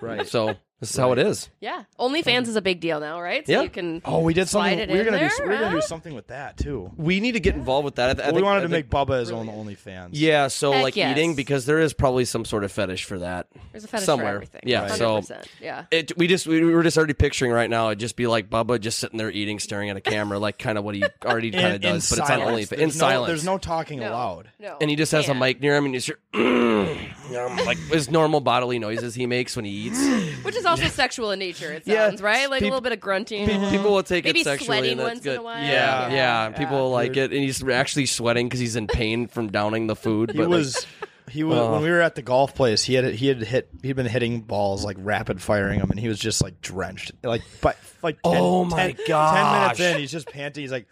F: right.
J: so this is how it is.
I: yeah. OnlyFans is a big deal now, right? So
J: Yeah.
I: you can.
F: oh, we did
I: slide it
F: something. We were
I: in
F: gonna do.
I: there,
F: We were gonna do
I: huh?
F: something with that too.
J: We need to get involved with that. I, th- I
F: Well, we
J: think-
F: wanted
J: I
F: to
J: think-
F: make Bubba his own OnlyFans.
J: Yeah, so
I: Heck
J: like
I: yes.
J: eating because there is probably some sort of fetish for that.
I: There's a fetish
J: somewhere.
I: for everything.
J: Yeah, so
I: 100%. yeah.
J: it we just we were just already picturing right now. It'd just be like Bubba just sitting there eating, staring at a camera, like kind of what he already kind of
F: In, in
J: does, but it's on
F: silence.
J: only in
F: There's no-
J: silence.
F: There's no talking
I: No,
F: allowed.
I: No,
J: and he just has a
I: can't.
J: mic near him, and he's just, <clears throat> um, like his normal bodily noises he makes when he eats.
I: which is also sexual in nature. It
J: Yeah.
I: sounds right, like
J: Peop-
I: a little bit of grunting.
J: People will take
I: Maybe
J: it sexually,
I: sweating
J: and that's
I: once
J: good.
I: in a while.
J: Yeah, yeah,
I: Yeah.
J: and people like it, and he's actually sweating because he's in pain from downing the food.
F: He
J: but
F: was he was when we were at the golf place. He had he had hit he'd been hitting balls like rapid firing them, and he was just like drenched. Like but like 10,
J: Oh my
F: 10
J: gosh.
F: ten minutes in, he's just panting. He's like.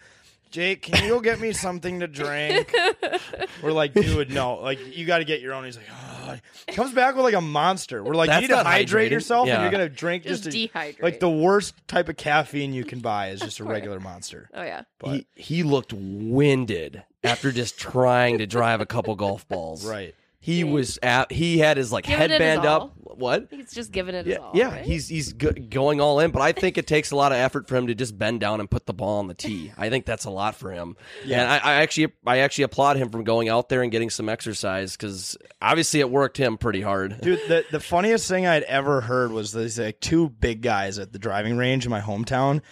F: Jake, can you go get me something
J: <laughs>
F: to drink? We're like, dude, no. Like, you got to get your own. He's like, oh. He comes back with like a monster. We're like,
J: That's
F: you need
J: not
F: to hydrate
J: hydrating.
F: yourself,
J: Yeah.
F: and you're gonna drink just,
I: Just
F: a-
I: dehydrate.
F: Like the worst type of caffeine you can buy is just a regular monster.
I: Oh yeah.
J: like, he, he looked winded after just
F: <laughs>
J: trying to drive a couple golf balls.
F: Right.
J: He was at. He had his like
I: Giving it his
J: headband
I: all.
J: up, what?
I: He's just giving it his
J: Yeah,
I: all.
J: yeah.
I: right?
J: He's he's go- going all in, but I think it takes a lot of effort for him to just bend down and put the ball on the tee. I think that's a lot for him. Yeah, and I, I actually I actually applaud him from going out there and getting some exercise because obviously it worked him pretty hard.
F: Dude, the, the funniest thing I'd ever heard was these like two big guys at the driving range in my hometown,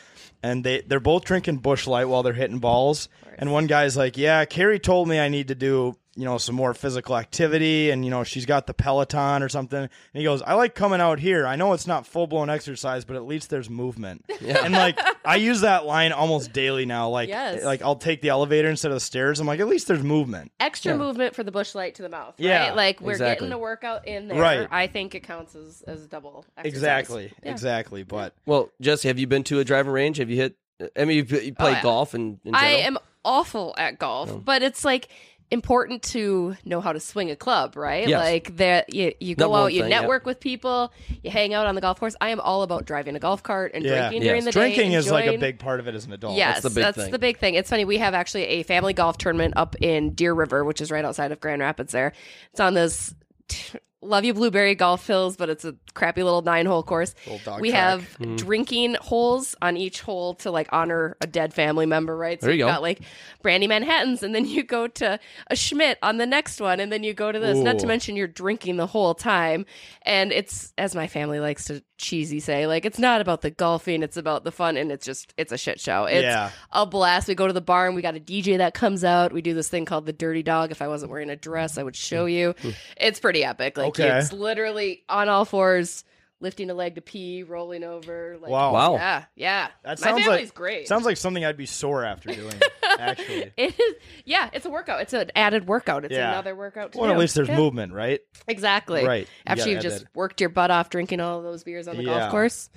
F: and they they're both drinking Bush Light while they're hitting balls. And one guy's like, "Yeah, Carrie told me I need to do you know some more physical activity, and you know she's got the Peloton or something." And he goes, "I like coming out here. I know it's not full blown exercise, but at least there's movement." And like I use that line almost daily now. Like
I: Yes.
F: like I'll take the elevator instead of the stairs. I'm like, at least there's movement.
I: Extra movement for the bush light to the mouth.
F: Yeah,
I: Right? Like we're
J: exactly.
I: getting a workout in there.
F: Right.
I: I think it counts as, as double. Exercise.
F: Exactly,
I: Yeah.
F: exactly. But
J: Well, Jesse, have you been to a driving range? Have you hit? I mean, you play played
I: Oh, yeah.
J: golf and in
I: I
J: general? Oh.
I: am awful at golf, but it's like important to know how to swing a club, right?
J: Yes.
I: Like that you you go
J: Number one
I: out, you
J: thing, yeah.
I: network with people, you hang out on the golf course. I am all about driving a golf cart and
F: Yeah.
I: drinking
J: Yes.
I: during the day.
F: drinking is like a
I: enjoying-
F: big part of it as an adult.
I: Yes,
J: the big thing.
I: thing. It's funny. We have actually a family golf tournament up in Deer River, which is right outside of Grand Rapids. There, it's on this love you blueberry golf hills, but it's a crappy little nine hole course.
F: dog
I: We
F: track.
I: have
J: Hmm.
I: drinking holes on each hole to like honor a dead family member, right? So
J: There you
I: have
J: go.
I: got like brandy Manhattans, and then you go to a Schmidt on the next one, and then you go to this. Not to mention you're drinking the whole time, and it's as my family likes to cheesy say, like it's not about the golfing, it's about the fun, and it's just it's a shit show. It's
F: Yeah.
I: a blast. We go to the barn. We got a DJ that comes out. We do this thing called the Dirty Dog. If I wasn't wearing a dress, I would show you. It's pretty epic. Like
F: Okay.
I: it's literally on all fours, lifting a leg to pee, rolling over. Like,
F: Wow.
J: Wow.
I: Yeah, yeah.
F: That
I: My
F: sounds
I: family's
F: like
I: great.
F: Sounds like something I'd be sore after doing. actually,
I: <laughs> it is, yeah, it's a workout. It's an added workout. It's
F: Yeah.
I: another workout. To
F: well, at
I: do.
F: least there's
I: Yeah.
F: movement, right?
I: Exactly.
F: Right. You
I: After
F: gotta
I: you've
F: add
I: just
F: that.
I: worked your butt off drinking all those beers on the
F: Yeah.
I: golf course,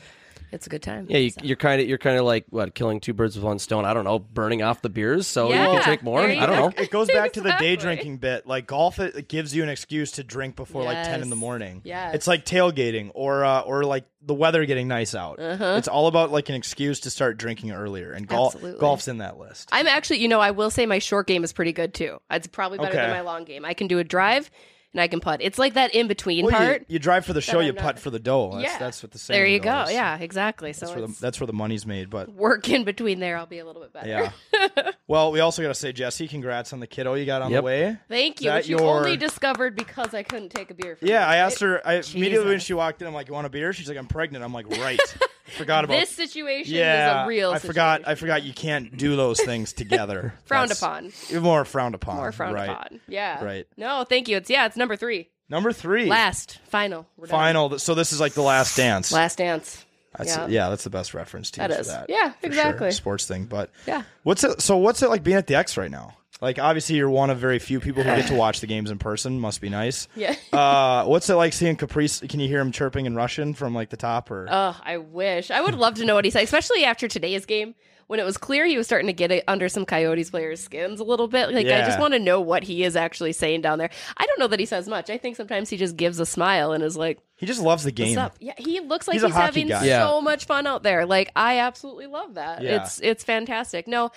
I: it's a good time.
J: Yeah, you,
I: So.
J: you're kind of you're kind of like what killing two birds with one stone. I don't know, burning off the beers so you
I: Yeah,
J: can drink more.
I: there you
J: I don't
I: go.
J: know.
F: It goes back to the day
I: Exactly.
F: drinking bit. Like golf, it, it gives you an excuse to drink before like ten in the
I: Yes.
F: morning.
I: Yes.
F: it's like tailgating or uh, or like the weather getting nice out.
I: Uh-huh.
F: It's all about like an excuse to start drinking earlier, and golf
I: Absolutely.
F: golf's in that list.
I: I'm actually, you know, I will say my short game is pretty good too. It's probably better
F: Okay.
I: than my long game. I can do a drive and I can putt. It's like that in between
F: Well, you-
I: part.
F: you, drive for the show,
I: I'm
F: you
I: not-
F: putt for the dough. That's,
I: yeah,
F: that's what the saying
I: there you go.
F: goes.
I: Yeah, exactly. So
F: that's where the,
I: it's
F: that's where the money's made. But
I: work in between there. I'll be a little bit better.
F: yeah. well, we also got to say, Jesse, congrats on the kiddo you got on
J: Yep.
F: the way.
I: <laughs> Thank you.
F: That
I: Which you
F: your-
I: only discovered because I couldn't take a beer. From
F: Yeah,
I: you,
F: I
I: right?
F: asked her I, immediately when
I: Jesus.
F: she walked in. I'm like, "You want a beer?" She's like, "I'm pregnant." I'm like,
I: <laughs>
F: "Right." I forgot about
I: This situation
F: yeah.
I: is a real.
F: I forgot. I
I: situation.
F: forgot you can't do those
I: <laughs>
F: things together.
I: Frowned
F: That's-
I: upon.
F: Even more frowned upon.
I: More frowned
F: right.
I: upon. Yeah.
F: Right.
I: No, thank you. It's yeah. It's number three.
F: Number three.
I: Last. Final. We're done.
F: Final. So this is like the last dance.
I: Last dance.
F: That's,
I: yeah.
F: yeah. that's the best reference to
I: That
F: use for
I: is.
F: that.
I: Yeah,
F: for sure.
I: exactly.
F: Sports thing, but
I: Yeah.
F: What's it? So what's it like being at the X right now? Like obviously you're one of very few people who get to watch the games in person. Must be nice.
I: <laughs> Yeah.
F: uh, what's it like seeing Caprice? Can you hear him chirping in Russian from like the top or?
I: Ugh, I wish. I would love to know what he said, especially after today's game when it was clear he was starting to get it under some Coyotes players' skins a little bit. Like, I
F: Yeah.
I: just want to know what he is actually saying down there. I don't know that he says much. I think sometimes he just gives a smile and is like,
F: he just loves the game.
I: What's up? Yeah, he looks like
F: He's
I: he's,
F: a hockey
I: having
F: guy.
I: so
J: Yeah.
I: much fun out there. Like I absolutely love that.
F: Yeah.
I: It's it's fantastic. No,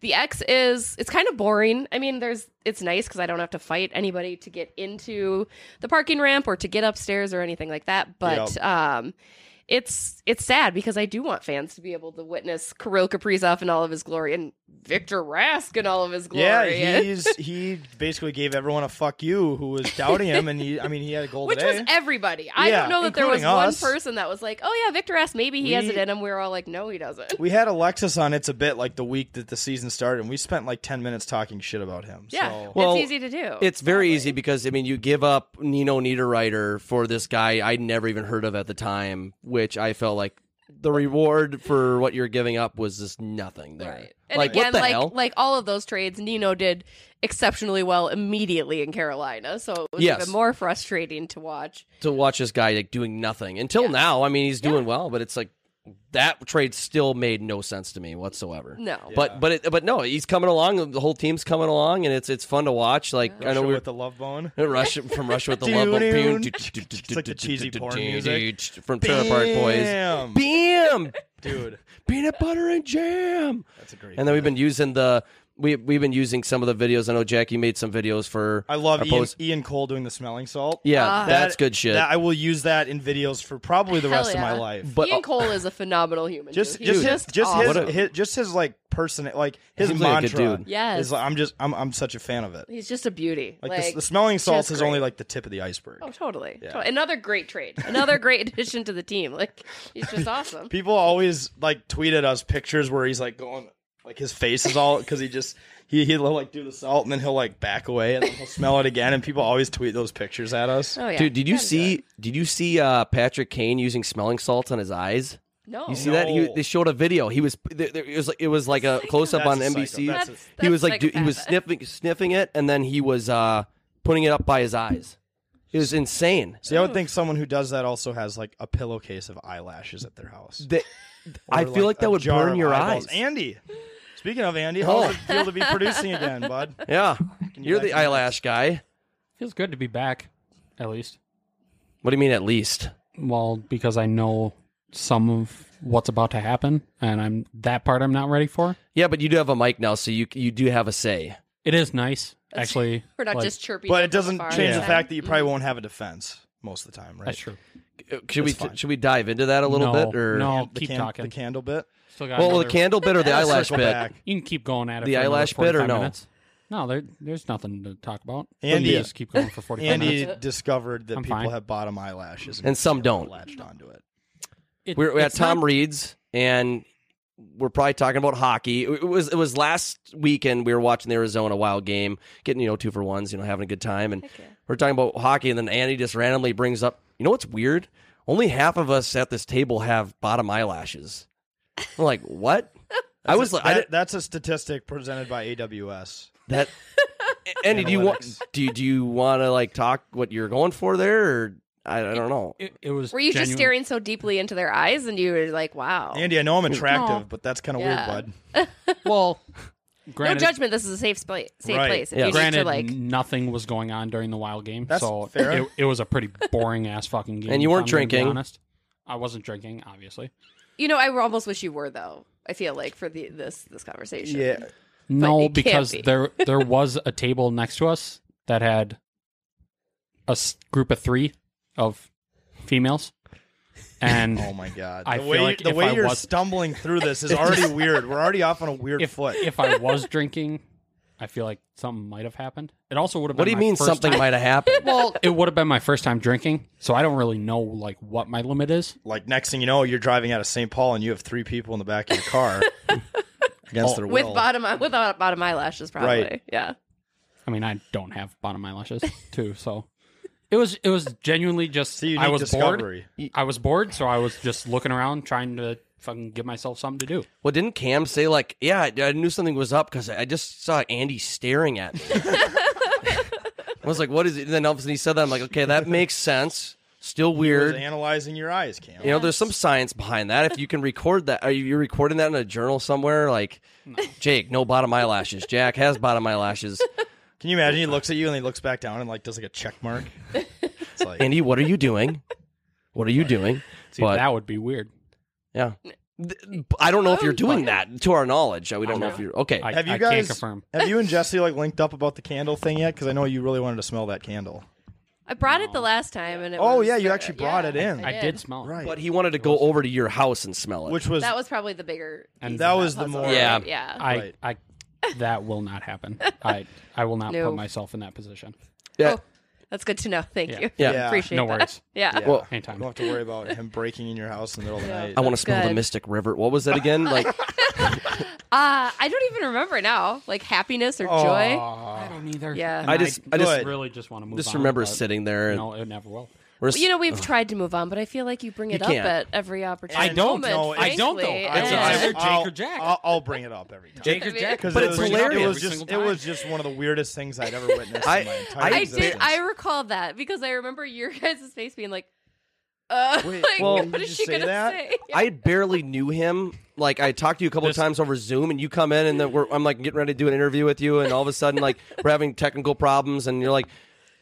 I: the X is it's kind of boring. I mean, there's it's nice because I don't have to fight anybody to get into the parking ramp or to get upstairs or anything like that. But
F: Yep.
I: um it's it's sad because I do want fans to be able to witness Kirill Kaprizov in all of his glory and Victor Rask in all of his glory.
F: Yeah, he's he basically gave everyone a fuck you who was doubting him, and he I mean he had a goal
I: Which
F: today.
I: was everybody. I
F: Yeah,
I: don't know that there was
F: including us.
I: one person that was like, "Oh yeah, Victor Rask, maybe he has
F: We-
I: it in him." We were all like, "No, he doesn't."
F: we had Alexis on it's a bit like the week that the season started, and we spent like ten minutes talking shit about him.
I: Yeah,
F: so.
J: Well,
I: it's easy to do.
J: It's very easy because I mean you give up Nino Niederreiter for this guy I never even heard of at the time, which I felt like the reward for what you're giving up was just nothing there.
I: right. And
J: like
I: again,
J: what the
I: like
J: hell?
I: like all of those trades, Nino did exceptionally well immediately in Carolina, so it was
J: Yes.
I: even more frustrating to watch.
J: to watch this guy like doing nothing until now. I mean, he's doing well, but it's like that trade still made no sense to me whatsoever.
I: No.
J: but but it, but no, he's coming along. The whole team's coming along, and it's it's fun to watch. Like I know
F: Sure,
J: we
F: with the love bone.
J: Russia from Russia with the love of
F: It's like the cheesy porn music.
J: from Trailer Park Boys.
F: Bam,
J: Bam,
F: dude.
J: peanut butter and jam.
F: That's a great.
J: And then we've been using the we we've been using some of the videos. I know Jackie made some videos for.
F: I love
J: our
F: Ian,
J: post-
F: Ian Cole doing the smelling salt.
J: Yeah,
I: Ah.
J: that's
F: That-
J: good shit.
F: that- I will use that in videos for probably the
I: Hell
F: rest of my
I: yeah.
F: life.
J: But- uh,
I: Ian Cole is a phenomenal human.
F: Just,
I: dude.
F: just,
I: He's
F: just,
I: awesome.
J: What
F: his, his, just his like person, like his
J: Seems like a
F: mantra.
J: good dude.
I: Yes.
F: is, like, I'm just, I'm, I'm such a fan of it.
I: He's just a beauty.
F: Like,
I: Like,
F: the- the, smelling salts
I: just
F: is
I: great.
F: only like the tip of the iceberg.
I: Oh, totally.
F: Yeah.
I: To- Another great trade. Another great <laughs> addition to the team. Like he's just awesome.
F: People always like tweet at us pictures where he's like going, like his face is all because he just he he'll like do the salt and then he'll like back away and then he'll smell it again. And people always tweet those pictures
I: <laughs>
F: at us.
I: Oh yeah.
J: Dude, did you
I: Gotta do
J: see?
I: it.
J: Did you see uh, Patrick Kane using smelling salts on his eyes?
I: No.
J: You see that? He,
F: No.
J: they showed a video. He was there, there- it was like it was like a close up
F: That's
J: on
F: a psycho.
J: NBC.
F: That's a-
J: he
I: That's
J: was like do, he was
I: psychopathic.
J: sniffing sniffing it, and then he was uh, putting it up by his eyes. It was insane.
F: See, I would think someone who does that also has like a pillowcase of eyelashes at their house.
J: That- I
F: Or,
J: feel like,
F: a
J: that would
F: jar
J: burn
F: of
J: your
F: eyeballs.
J: eyes.
F: Andy, speaking of Andy, how does it feel to be producing again, bud? <laughs>
J: yeah,
F: you
J: you're the
F: imagine?
J: eyelash guy.
C: Feels good to be back, at least.
J: What do you mean? At least
C: Well, because I know some of what's about to happen, and I'm that part I'm not ready for.
J: yeah, but you do have a mic now, so you you do have a say.
C: It is nice, actually.
I: <laughs> We're not
C: like-
I: just chirpy.
F: But it doesn't change the
C: Yeah.
F: fact that you probably won't have a defense most of the time, right?
C: That's true.
J: Uh, Should
F: That's
J: we
F: fine.
J: should we dive into that a little
C: No,
J: bit or
C: no.
F: The
C: Keep
F: can-
C: talking.
F: The candle bit.
C: Still got
J: well
C: another-
J: the candle bit or the eyelash
F: Circle
J: bit?
F: back.
C: You can keep going at it.
J: The
C: for another
J: eyelash bit or
C: 45
J: no?
C: Minutes. No, there, there's nothing to talk about.
F: Andy-
C: Andy, just keep going for 45
F: Andy
C: minutes.
F: discovered that
C: I'm
F: people
C: fine.
F: have bottom eyelashes,
J: And some don't.
F: Latched onto it.
C: It-
J: We're, we're at
C: it's
J: Tom
C: not-
J: Reed's, and we're probably talking about hockey. It it was it was last weekend we were watching the Arizona Wild game, getting you know two for ones, you know, having a good time, and we're talking about hockey, and then Andy just randomly brings up, you know what's weird? Only half of us at this table have bottom eyelashes. I'm like,
C: <laughs>
J: what? I was like, I
F: That-
J: didn't,
F: that's a statistic presented by AWS.
J: that.
C: <laughs>
J: Andy, do you want
F: Analytics.
J: do you, do you want to like talk what you're going for there, or I, I don't know.
C: It, it was.
I: Were you just
C: genuine-
I: staring so deeply into their eyes and you were like,
J: Oh.
I: wow.
F: Andy, I know I'm attractive,
C: No.
F: but that's kind of
I: Yeah.
F: weird, bud.
C: <laughs> Well,
I: no
C: granted,
I: judgment. This is a safe, spla- safe
F: Right.
I: place. If
J: Yeah.
I: you need
C: Granted,
I: to like,
C: nothing was going on during the wild game,
F: That's
C: so
F: fair.
C: It, it was a pretty boring ass fucking game.
J: And you
C: if
J: weren't
C: I'm gonna be
J: drinking.
C: honest, I wasn't drinking, obviously.
I: you know, I almost wish you were though. I feel like for the this this conversation.
F: Yeah,
C: No,
I: can't
C: because
I: be.
C: there there was a table next to us that had a s- group of three of females, and
F: Oh my god!
C: <laughs> I
F: the
C: feel
F: way,
C: like
F: the
C: if
F: way
C: I
F: you're
C: was-
F: stumbling through this
C: <laughs>
F: is already weird. We're already off on a weird
C: if
F: foot.
C: if I was
F: <laughs>
C: drinking, I feel like something might have happened. It also would have.
J: What do
C: been
J: you
C: my
J: mean
C: first
J: something
C: time-
J: might have happened?
C: <laughs> Well, it would have been my first time drinking, so I don't really know like what my limit is.
F: like next thing you know, you're driving out of St. Paul and you have three people in the back of your
C: <laughs>
F: car against their
I: With
F: will.
I: bottom without bottom eyelashes, probably.
F: Right.
I: Yeah.
C: I mean, I don't have bottom eyelashes too, so it was it was genuinely just
F: So you need
C: I was
F: discovery.
C: bored. I was bored, so I was just looking around trying to fucking give myself something to do.
J: Well, didn't Cam say like, "Yeah, I I knew something was up because I just saw Andy staring at me." I was like, "What is it?" And then all of a sudden he said that. I'm like, "Okay, that makes sense. Still
F: You're
J: weird."
F: analyzing your eyes, Cam.
J: You know, there's some science behind that. If you can record that, are you recording that in a journal somewhere? Like, Jake, no bottom eyelashes. Jack has bottom eyelashes.
F: Can you imagine? He looks at you and he looks back down and like does like a check mark. It's like
J: Andy, what are you doing? What are you doing?
C: See, that would be weird.
J: yeah, Th- I don't know if you're doing that to our knowledge. We don't know if you're okay.
C: I,
F: have you
C: I
F: guys?
C: can't confirm.
F: Have
C: <laughs>
F: you and Jesse like linked up about the candle thing yet? Because I know you really wanted to smell that candle.
I: I brought it the last time and it
F: Oh
I: was-
F: yeah, you actually brought
I: yeah.
F: it in,
C: I did smell it.
F: Right.
J: But he wanted to go over to your house and smell it.
F: which was
I: That was probably the bigger
C: And
I: piece
F: that
I: of
F: was the
I: puzzle,
F: more-
I: right?
J: Yeah.
I: Yeah.
C: I
F: Right.
C: I that will not happen. I I will not
I: No.
C: put myself in that position.
J: yeah.
I: Oh, that's good to know. Thank
C: Yeah.
I: you. <laughs>
J: Yeah.
F: Yeah.
I: Appreciate
C: No
I: that. <laughs>
C: worries.
I: Yeah.
F: Yeah.
J: Well-
F: You
C: Anytime.
F: don't have to worry about him breaking in your house in the middle of the
I: Yeah.
F: night.
J: I want to smell the
I: good.
J: Mystic River. What was that again?
F: <laughs>
J: Like
I: Uh, I don't even remember now. Like happiness or joy.
C: I don't either.
I: Yeah.
C: And
J: I just, I
F: Good.
J: just,
C: really just want to move.
J: just
C: on,
J: remember
C: but
J: sitting there. And
C: No, it never will.
J: we're,
I: You know, we've tried to move on, but I feel like you bring it up
J: can't.
I: at every opportunity.
F: I don't
I: moment,
F: know. I
C: don't, though.
I: frankly,
C: That's
I: and-
C: either Jake
F: I'll-
C: or Jack.
F: I'll, I'll bring it up every time.
C: Jake or Jack?
F: Because
J: But
F: it
J: it's
F: was-
J: hilarious.
F: It was
C: Every
F: just it
C: single
F: was
C: time.
F: just one of the weirdest things I'd ever witnessed
J: I-
F: in my entire
J: I
I: I did.
F: existence. <laughs>
I: I recall that because I remember your <laughs> guys' face being like, uh, <laughs>
F: Wait,
I: like,
F: well,
I: what
F: did
I: is
F: you
I: she
F: say
I: gonna
F: that? <laughs>
I: say? Yeah.
J: I barely knew him. Like I talked to you a couple of times over Zoom, and you come in, and then we're, I'm like getting ready to do an interview with you, and all of a sudden, like <laughs> we're having technical problems, and you're like,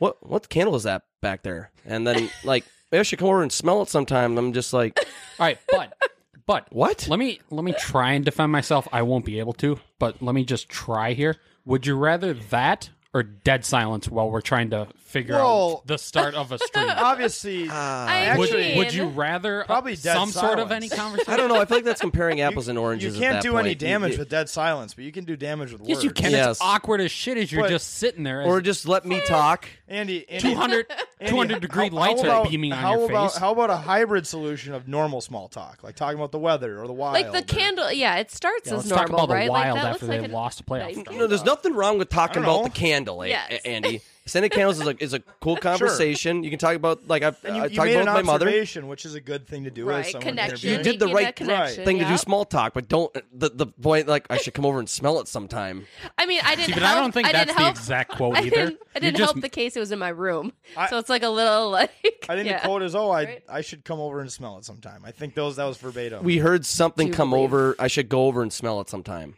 J: "What? What candle is that back there?" And then like, maybe I should come over and smell it sometime. I'm just like,
C: All right, but
F: <laughs>
C: But
J: What?
C: Let me let me try and defend myself. I won't be able to, but let me just try here. Would you rather that or dead silence while we're trying to figure
F: Well-
C: out the start of
F: <laughs>
C: a stream?
F: Obviously,
I: I
C: would,
I: mean,
C: would you rather uh,
F: Probably dead
C: some sort of
F: silence. <laughs>
C: any conversation?
J: I don't know. I feel like that's comparing apples and
F: you
J: oranges. at
F: can't
J: that
F: do any
J: point. You-
F: damage
J: you-
F: with dead silence, but you can do damage with
C: Yes,
F: words.
C: you can.
J: Yes.
C: It's awkward as shit as you're
F: But-
C: just sitting there.
J: Or
C: as
J: just let me talk.
F: Andy, Andy <laughs>
C: 200, 200 degree
F: how-
C: lights
F: how about-
C: are beaming on
F: how
C: your
F: about,
C: face.
F: How about a hybrid solution of normal small talk, like talking about the weather or the wild?
I: like the
F: or-
I: candle? Yeah, it starts
C: Yeah,
I: as
C: let's
I: normal,
C: talk about
I: right?
C: the
I: like
C: wild
I: that
C: after
I: looks
C: they
I: like a
C: lost a
I: nice
C: playoff. round.
J: No, there's nothing wrong with talking
F: I don't
J: about the
F: know.
J: candle, eh,
I: Yes.
J: A- Andy. Sending candles is a, is a
F: <laughs>
J: cool conversation. You can talk about like I've,
F: And uh, you,
J: I
F: you
J: talked
F: made
J: about
F: an
J: my mother.
F: observation, which is a good thing to do. as
I: right
F: someone
I: connection.
F: interviewing.
J: You did the
I: making that
J: right
I: connection,
J: Thing to do
I: yeah.
J: small talk, but don't the the point like I should come over and smell it sometime.
I: I mean, I didn't.
C: See, but
I: help,
C: I don't think
I: didn't
C: that's
I: help, <laughs>
C: the exact quote
I: I
C: either.
I: didn't, I
C: You
I: didn't
C: just-
I: help the case. It was in my room,
F: I-
I: so it's like a little <laughs> like.
F: I think
I: yeah.
F: the quote is, "Oh, I
I: Right.
F: I should come over and smell it sometime." I think those that was verbatim.
J: We heard something
I: Do you
J: come
I: believe-
J: over. I should go over and smell it sometime.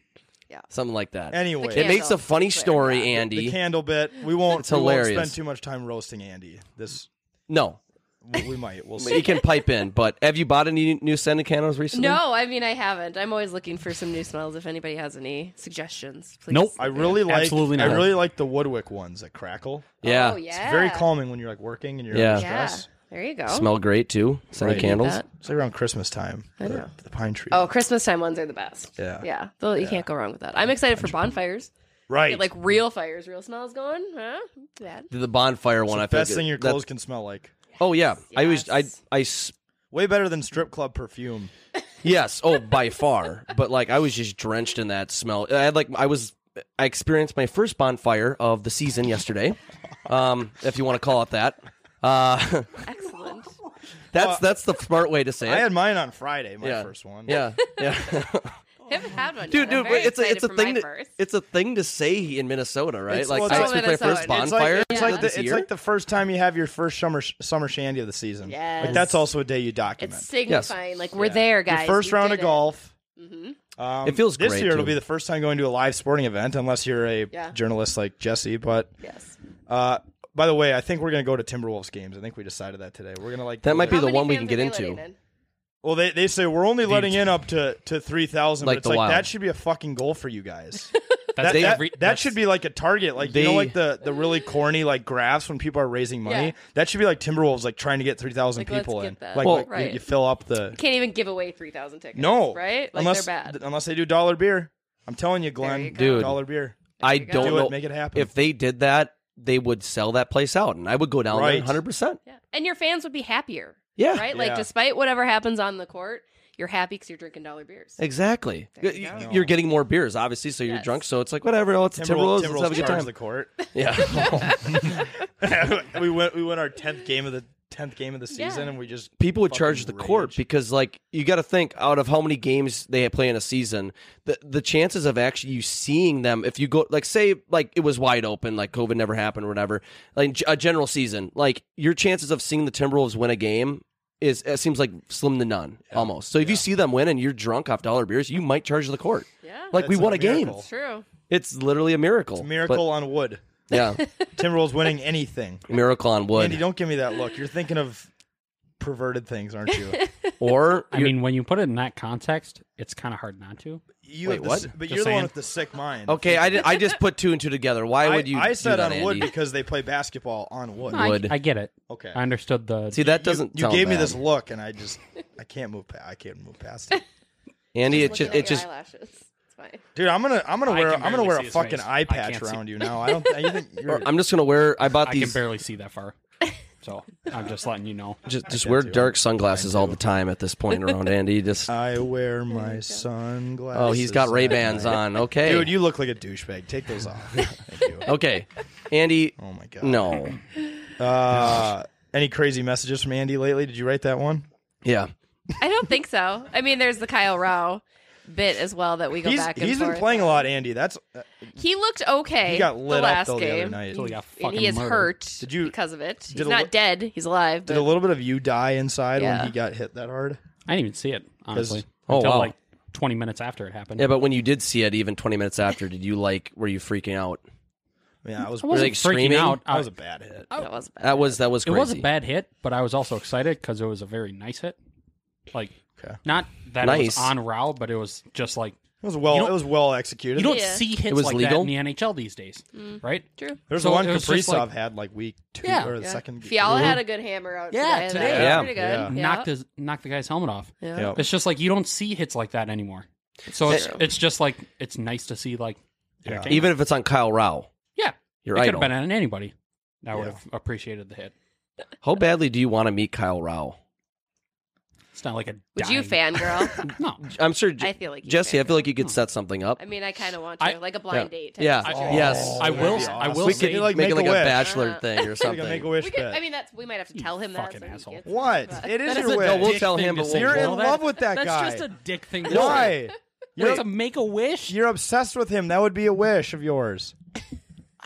I: Yeah.
J: something like that.
F: anyway,
I: The
J: it makes a
I: Candle,
J: funny
I: clear,
J: story,
I: yeah.
F: the
J: Andy.
F: candle bit. We won't.
J: It's
F: we won't
J: hilarious.
F: spend too much time roasting Andy. This
J: no,
F: we we might. We'll
J: you
F: see.
J: can pipe in. But have you bought any new scented candles recently?
I: No, I mean I haven't. I'm always looking for some new smells. If anybody has any suggestions, please.
C: Nope.
F: I really like.
C: Absolutely not.
F: I really like the Woodwick ones that crackle.
J: Yeah.
I: Oh, yeah.
F: It's very calming when you're like working and you're
J: Yeah.
F: under
I: Yeah.
F: stress.
I: There you go.
J: Smell great too. Scented
F: Right.
J: candles.
I: That.
F: It's like around Christmas time. the-
I: know.
F: The, pine tree.
I: Oh, Christmas time ones are the best.
F: Yeah.
I: Yeah. Though you can't go wrong with that. I'm excited for bonfires.
F: right.
I: Get, like real fires, real smells going. Huh?
J: <laughs>
I: Bad.
J: The bonfire one. I feel
F: best
J: like
F: thing your
J: that-
F: clothes can smell like.
J: Oh yeah, I was I
I: Yes.
J: I s-
F: Way better than strip club perfume.
J: yes. Oh, by far. But like I was just drenched in that smell. I had like I was I experienced my first bonfire of the season yesterday, um, if you want to call it that. Uh, <laughs>
I: Excellent.
J: that's that's the smart way to say it.
F: I had mine on Friday. My
J: Yeah.
F: first one.
J: yeah,
F: <laughs>
J: yeah.
I: Haven't had one.
J: dude,
I: yet. I'm
J: dude,
I: very
J: it's a it's
I: excited
J: a
I: for
J: thing
I: mine
J: to,
I: first.
J: it's a thing to say in Minnesota, right?
F: It's-
J: like
F: well,
J: I
I: it's
J: took my
I: Minnesota.
J: first
I: It's like-
F: It's like,
J: bonfire.
F: it's,
I: Yeah.
F: like
J: this
F: the, it's
J: year.
F: like the first time you have your first summer sh- summer shandy of the season. Like
I: Yes.
F: that's also a day you document.
I: It's signifying like we're there, guys.
F: Your first
I: You
F: round
I: did
F: of
I: it.
F: golf.
I: Mhm.
F: Um,
J: It feels
F: this
J: great,
F: year. It'll
J: too.
F: be the first time going to a live sporting event, unless you're a
I: Yeah.
F: journalist like Jesse. But
I: Yes.
F: uh, by the way, I think we're gonna go to Timberwolves games. I think we decided that today. We're gonna like
J: That
F: do
J: might be
I: How
J: the
I: many
J: one we can
I: fans
J: get
I: are they
J: into.
I: letting in?
F: Well, they, they say we're only letting in up to to three thousand.
J: Like
F: but it's
J: the
F: like
J: Wild.
F: that should be a fucking goal for
I: <laughs>
F: you guys. that,
C: That's
F: that-
C: every-
F: that
C: that's-
F: should be like a target. Like you
J: They-
F: know, like the the really corny like graphs when people are raising money.
I: Yeah.
F: That should be like Timberwolves like trying to get three thousand
I: Like, let's
F: people
I: get
F: in.
I: that.
F: Like,
I: Well-
F: like, you-
I: Right.
F: you fill up the
I: Can't even give away three thousand tickets.
F: no
I: right? Like
F: unless
I: they're bad.
F: th- unless they do dollar beer. I'm telling you, Glenn,
I: you go.
J: Dude.
F: dollar beer.
J: I
I: There you
J: don't
I: go.
F: Do
J: know.
F: it, make it happen.
J: if they did that, they would sell that place out, and I would go down there
F: Right.
J: 100. percent
I: Yeah. And your fans would be happier.
J: Yeah.
I: Right? Like
F: Yeah.
I: despite whatever happens on the court, you're happy because you're drinking dollar beers.
J: Exactly.
I: There
J: you
I: you go.
J: are getting more beers, obviously, so you're
I: Yes.
J: drunk. So it's like whatever. Oh, it's a Timberwolves.
F: Timberwolves,
J: Let's have a
F: Timberwolves
J: good
F: charge
J: time. <laughs>
F: the court. <laughs>
J: yeah.
F: we went we went our tenth game of the tenth game of the
I: Yeah.
F: season, and we just
J: People would
F: fucking
J: charge the court
F: rage.
J: because, like, you got to think out of how many games they play in a season. The the chances of actually you seeing them, if you go, like, say, like it was wide open, like COVID never happened or whatever, like g- a general season, like your chances of seeing the Timberwolves win a game is it seems like slim to none almost. So if you see them win and you're drunk off dollar beers, you might charge the court.
I: Yeah.
J: Like we
F: That's a
J: won a game.
F: miracle.
I: True.
J: It's literally a miracle. But-
F: miracle on wood.
I: <laughs>
J: yeah.
F: Timberwolves winning anything.
J: miracle on <laughs> wood.
F: Andy, don't give me that look. You're thinking of perverted things, aren't
J: <laughs>
F: you?
J: or
C: I mean, when you put it in that context, it's kind of hard not to.
F: You
J: Wait,
F: have the
J: what?
F: s- But
C: Just
F: you're the
C: saying.
F: one with the sick mind.
J: Okay, I, did, I just put two and two together. Why
F: I,
J: would you?
F: I
J: do
F: said
J: that,
F: on wood
J: Andy?
F: because they play basketball on wood.
J: I- Wood.
C: I, get it.
F: Okay.
C: I understood the.
J: See, that doesn't.
F: you
J: sound
F: gave me
J: bad.
F: this look, and
J: <laughs>
F: I just I can't move. Pa- I can't move past it,
J: Andy. It
I: Looking
J: just
I: at
J: it
I: your
J: just
I: eyelashes. It's fine.
F: dude. I'm gonna I'm gonna
C: I
F: wear
C: can
F: I'm gonna
C: barely
F: wear
C: see
F: a
C: his
F: fucking
C: face. I
F: eye patch
C: can't see.
F: around you now. I don't.
J: <laughs>
F: You think you're
J: I'm just gonna wear. I bought
C: I can
J: these.
C: barely see that
I: <laughs>
C: far. So I'm just letting you know.
J: Just, just wear dark sunglasses all the time at this point
F: <laughs>
J: around Andy. Just
F: I wear my sunglasses.
J: oh, he's got
F: at
J: Ray Bans
F: night. <laughs>
J: on. Okay,
F: Dude, you look like a douchebag. Take
J: <laughs>
F: those off. Thank you.
J: okay, Andy.
F: <laughs> Oh my god.
J: No,
F: Uh, any crazy messages from Andy lately? Did you write that one?
J: yeah,
I: I don't think so. I mean, there's the Kyle Rao bit as well that we go
F: He's
I: back and
F: he's been
I: forth
F: playing a
I: on.
F: lot, Andy. That's uh,
I: He looked okay.
F: He got lit
I: the
F: up,
I: last
F: though, the other
I: game.
F: night.
C: Till he got
I: and
C: fucking
I: he is
C: murdered.
I: hurt
F: Did you-
I: because of it. He's
F: a
I: not
F: li-
I: dead. He's alive.
F: did
I: but-
F: a little bit of you die inside
I: Yeah.
F: when he got hit that hard.
C: I didn't even see it honestly
J: Oh,
C: until
J: wow.
C: like 20 minutes after it happened.
J: yeah. But when you did see it, even twenty minutes after, did you like? Were you freaking out?
F: Yeah, I was.
C: I wasn't
J: like,
C: freaking
J: screaming?
C: out.
F: that
C: I-
F: was a bad hit.
I: that was bad.
J: That was that was
C: it
J: crazy.
C: was a bad hit, but I was also excited because it was a very nice hit. Like, not that it was
J: Nice.
C: on route, but it was just like
F: It was well.
C: You don't-
F: It was well executed.
C: you don't
I: Yeah. Mm.
C: see hits
J: was
C: like
J: legal?
C: that in the NHL these days, right?
I: True.
F: There's
C: So
F: one
C: it was
F: Kaprizov
C: just like-
F: had like week two
C: Yeah.
F: or the
I: Yeah.
F: second.
I: Fiala had a good hammer out.
C: Yeah,
I: today.
C: today.
I: That
J: Yeah.
I: was pretty good. Yeah.
C: Knocked his knocked the guy's helmet off.
I: Yeah.
F: Yep.
C: It's just like you don't see hits like that anymore. So it's,
J: True.
C: it's just like it's nice to see like entertainment.
J: Even if it's on Kyle Rao,
C: yeah,
J: your
C: it could
J: idol.
C: have been on anybody. that would have appreciated the hit.
J: How badly do you want to meet Kyle Rao?
C: It's not like a.
I: Would you
C: dying-
F: <laughs>
I: fangirl?
C: <laughs> No,
J: I'm sure. J-
I: I feel like you
J: Jesse, I
I: fangirl.
J: feel like you
F: Hmm.
J: could set something up.
I: I mean, I kind of want to,
C: I-
I: like a blind date. type
J: Yeah.
I: of
J: I-
I: situation.
J: yes.
C: I will.
F: Oh, That'd be
C: I
F: awesome.
C: will
F: We
C: say
F: could, like,
J: make,
F: make
J: it like
F: a
J: a
F: wish.
J: bachelor
I: Uh-huh.
J: thing or
F: We
J: something.
F: could <laughs> make a wish
I: We could,
F: bet.
I: I mean, that's we might have to
C: You
I: tell him that.
C: fucking
I: so he
C: asshole.
I: gets- <laughs>
F: what? It is
C: That
F: your
C: a
F: wish.
J: No, we'll
C: dick
J: tell
C: thing
J: him,
C: to
J: but
C: say.
J: we'll-
F: You're in
C: Well,
F: love with that
C: that's
F: guy.
C: just a dick thing. To say.
F: Why?
C: You're to make a wish.
F: You're obsessed with him. That would be a wish of yours.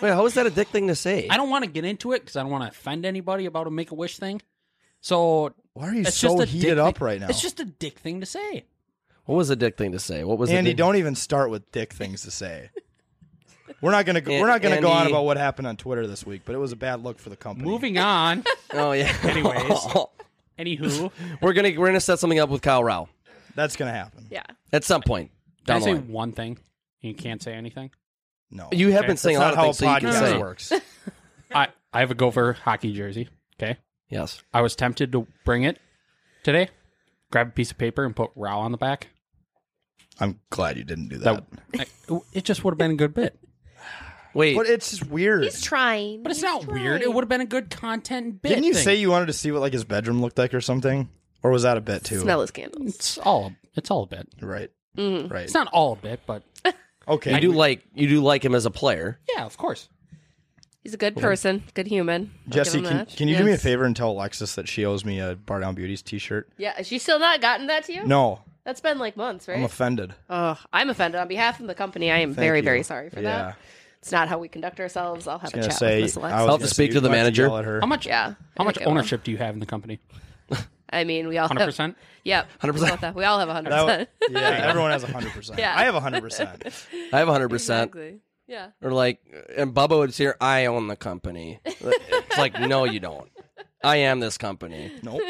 J: Wait, how is that a dick thing to say?
C: I don't want to get into it because I don't want to offend anybody about a make a wish thing. So
F: Why are you
C: it's
F: so
C: just a dick
F: heated
C: thing-
F: up right now?
C: It's just a dick thing to say.
J: What was a dick thing to say? What was the
F: Andy,
J: dick-
F: don't even start with dick things to say. We're not gonna go, we're not gonna go on
J: Andy-
F: about what happened on Twitter this week, but it was a bad look for the company.
C: Moving <laughs> on.
J: Oh
F: <laughs>
J: yeah.
C: Anyways. Anywho,
J: <laughs> we're gonna we're gonna set something up with Kyle Rao
F: That's gonna happen.
I: Yeah.
J: at some point.
C: can I
J: Down the
C: say
J: line.
C: one thing? You can't say anything.
F: No,
J: You have
C: Okay.
J: been saying a lot of
F: that's not how
J: things, so you can
F: podcast
J: say.
F: works.
C: I I have a Gopher hockey jersey. Okay,
J: Yes.
C: I was tempted to bring it today. Grab a piece of paper and put Rao on the back.
F: I'm glad you didn't do that.
C: That I- it just would have been a good bit.
J: Wait.
F: But it's just weird.
I: He's trying.
C: But it's not weird. It would have been a good content bit.
F: Didn't you
C: thing.
F: say you wanted to see what like his bedroom looked like or something? Or was that a bit too?
I: Smell Mm-hmm. his candles.
C: It's all. It's all a bit.
F: Right. Right.
C: It's not all a bit, but
F: okay.
J: you do like you do like him as a player.
C: yeah, of course.
I: He's a good person, good human. I'll give
F: Jesse,
I: him
F: can,
I: that.
F: can you do me a
I: Yes.
F: favor and tell Alexis that she owes me a Bar Down Beauties T-shirt?
I: Yeah, has she still not gotten that to you?
F: No,
I: That's been like months, right?
F: I'm offended.
I: Ugh, I'm offended on behalf of the company. I am
F: Thank
I: very,
F: you.
I: very sorry for
F: Yeah.
I: that. It's not how we conduct ourselves. I'll have a
F: Gonna
I: chat
F: say,
I: with Miss Alexa.
F: I was
J: I'll have to
F: gonna
J: speak
F: say,
J: to the
F: you might
J: manager.
F: yell at her.
C: How much?
I: yeah.
C: How much
I: Okay, well,
C: ownership do you have in the company?
I: I mean, we all
C: Hundred percent.
I: Yeah,
J: 100%.
I: about that. We all have hundred
F: That w-
I: percent.
F: yeah, everyone has hundred
I: <laughs>
F: percent.
I: Yeah.
F: I have hundred percent.
J: I have 100%.
I: <laughs> Exactly. Yeah.
J: Or like and Bubba would say, I own
I: <laughs>
J: the company. it's like no you don't. I am this company.
F: Nope.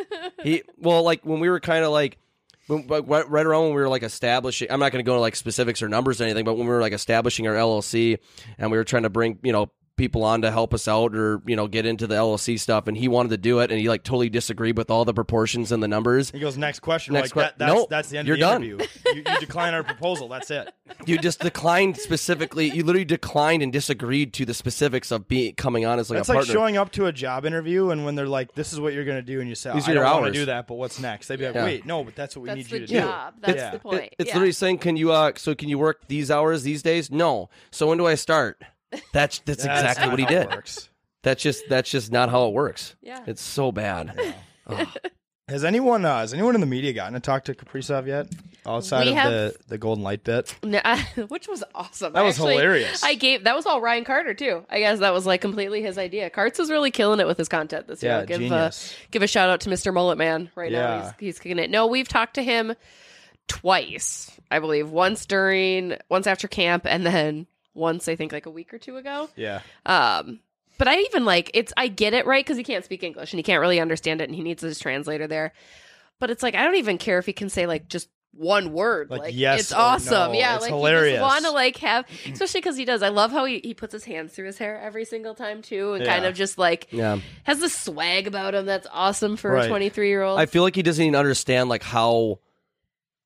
J: He well, like when we were kind of like, when, but right right around when we were like establishing. I'm not going to go into like specifics or numbers or anything, but when we were like establishing our LLC and we were trying to bring you know people on to help us out or you know get into the LLC stuff, and he wanted to do it, and he like totally disagreed with all the proportions and the numbers.
F: He goes, next question. We're
J: Next
F: like,
J: que-
F: that, that's,
J: Nope,
F: that's the end
J: you're
F: of the
J: done.
F: interview. you, you decline our proposal. That's it.
J: <laughs> You just declined specifically. You literally declined and disagreed to the specifics of being coming on as like
F: That's
J: a
F: like
J: partner.
F: showing up to a job interview and when they're like, this is what you're going to do. And you say,
J: These are
F: I
J: your
F: don't want
J: hours.
F: to do that, but what's next? They'd be like,
J: Yeah.
F: wait, no, but that's what we
I: That's
F: need
I: the
F: you to
I: job.
F: do.
I: That's
F: Yeah.
I: the point.
J: It- it's
I: yeah.
J: literally saying, "Can you uh, so can you work these hours these days?" No. So when do I start? That's that's,
F: That's
J: exactly
F: not
J: what he
F: how it
J: did.
F: works.
J: That's just that's just not how it works.
I: Yeah.
J: It's so bad.
F: Has anyone uh, has anyone in the media gotten to talk to Kaprizov yet? Outside
I: We
F: of
I: have-
F: the, the golden light bit,
I: No, <laughs> which was awesome.
F: That was
I: Actually,
F: hilarious.
I: I gave that was all Ryan Carter too. I guess that was like completely his idea. Karts is really killing it with his content this year.
F: Yeah,
I: I'll give
F: genius.
I: Uh, give a shout out to Mr. Mullet Man right now.
F: Yeah.
I: He's, he's kicking it. No, we've talked to him twice, I believe. Once during, once after camp, and then once I think like a week or two ago.
F: yeah,
I: Um, but I even like it's I get it right because he can't speak English and he can't really understand it and he needs his translator there. But it's like I don't even care if he can say like just one word.
F: Like,
I: Like,
F: yes
I: it's
F: or
I: awesome.
F: no.
I: Yeah,
F: It's
I: like
F: hilarious.
I: want to like
F: <clears throat>
I: have, especially because he does. I love how he, he puts his hands through his hair every single time too, and kind
F: Yeah.
I: of just like
J: Yeah.
I: has this swag about him that's awesome for a
F: Right.
I: twenty three year old.
J: I feel like he doesn't even understand like how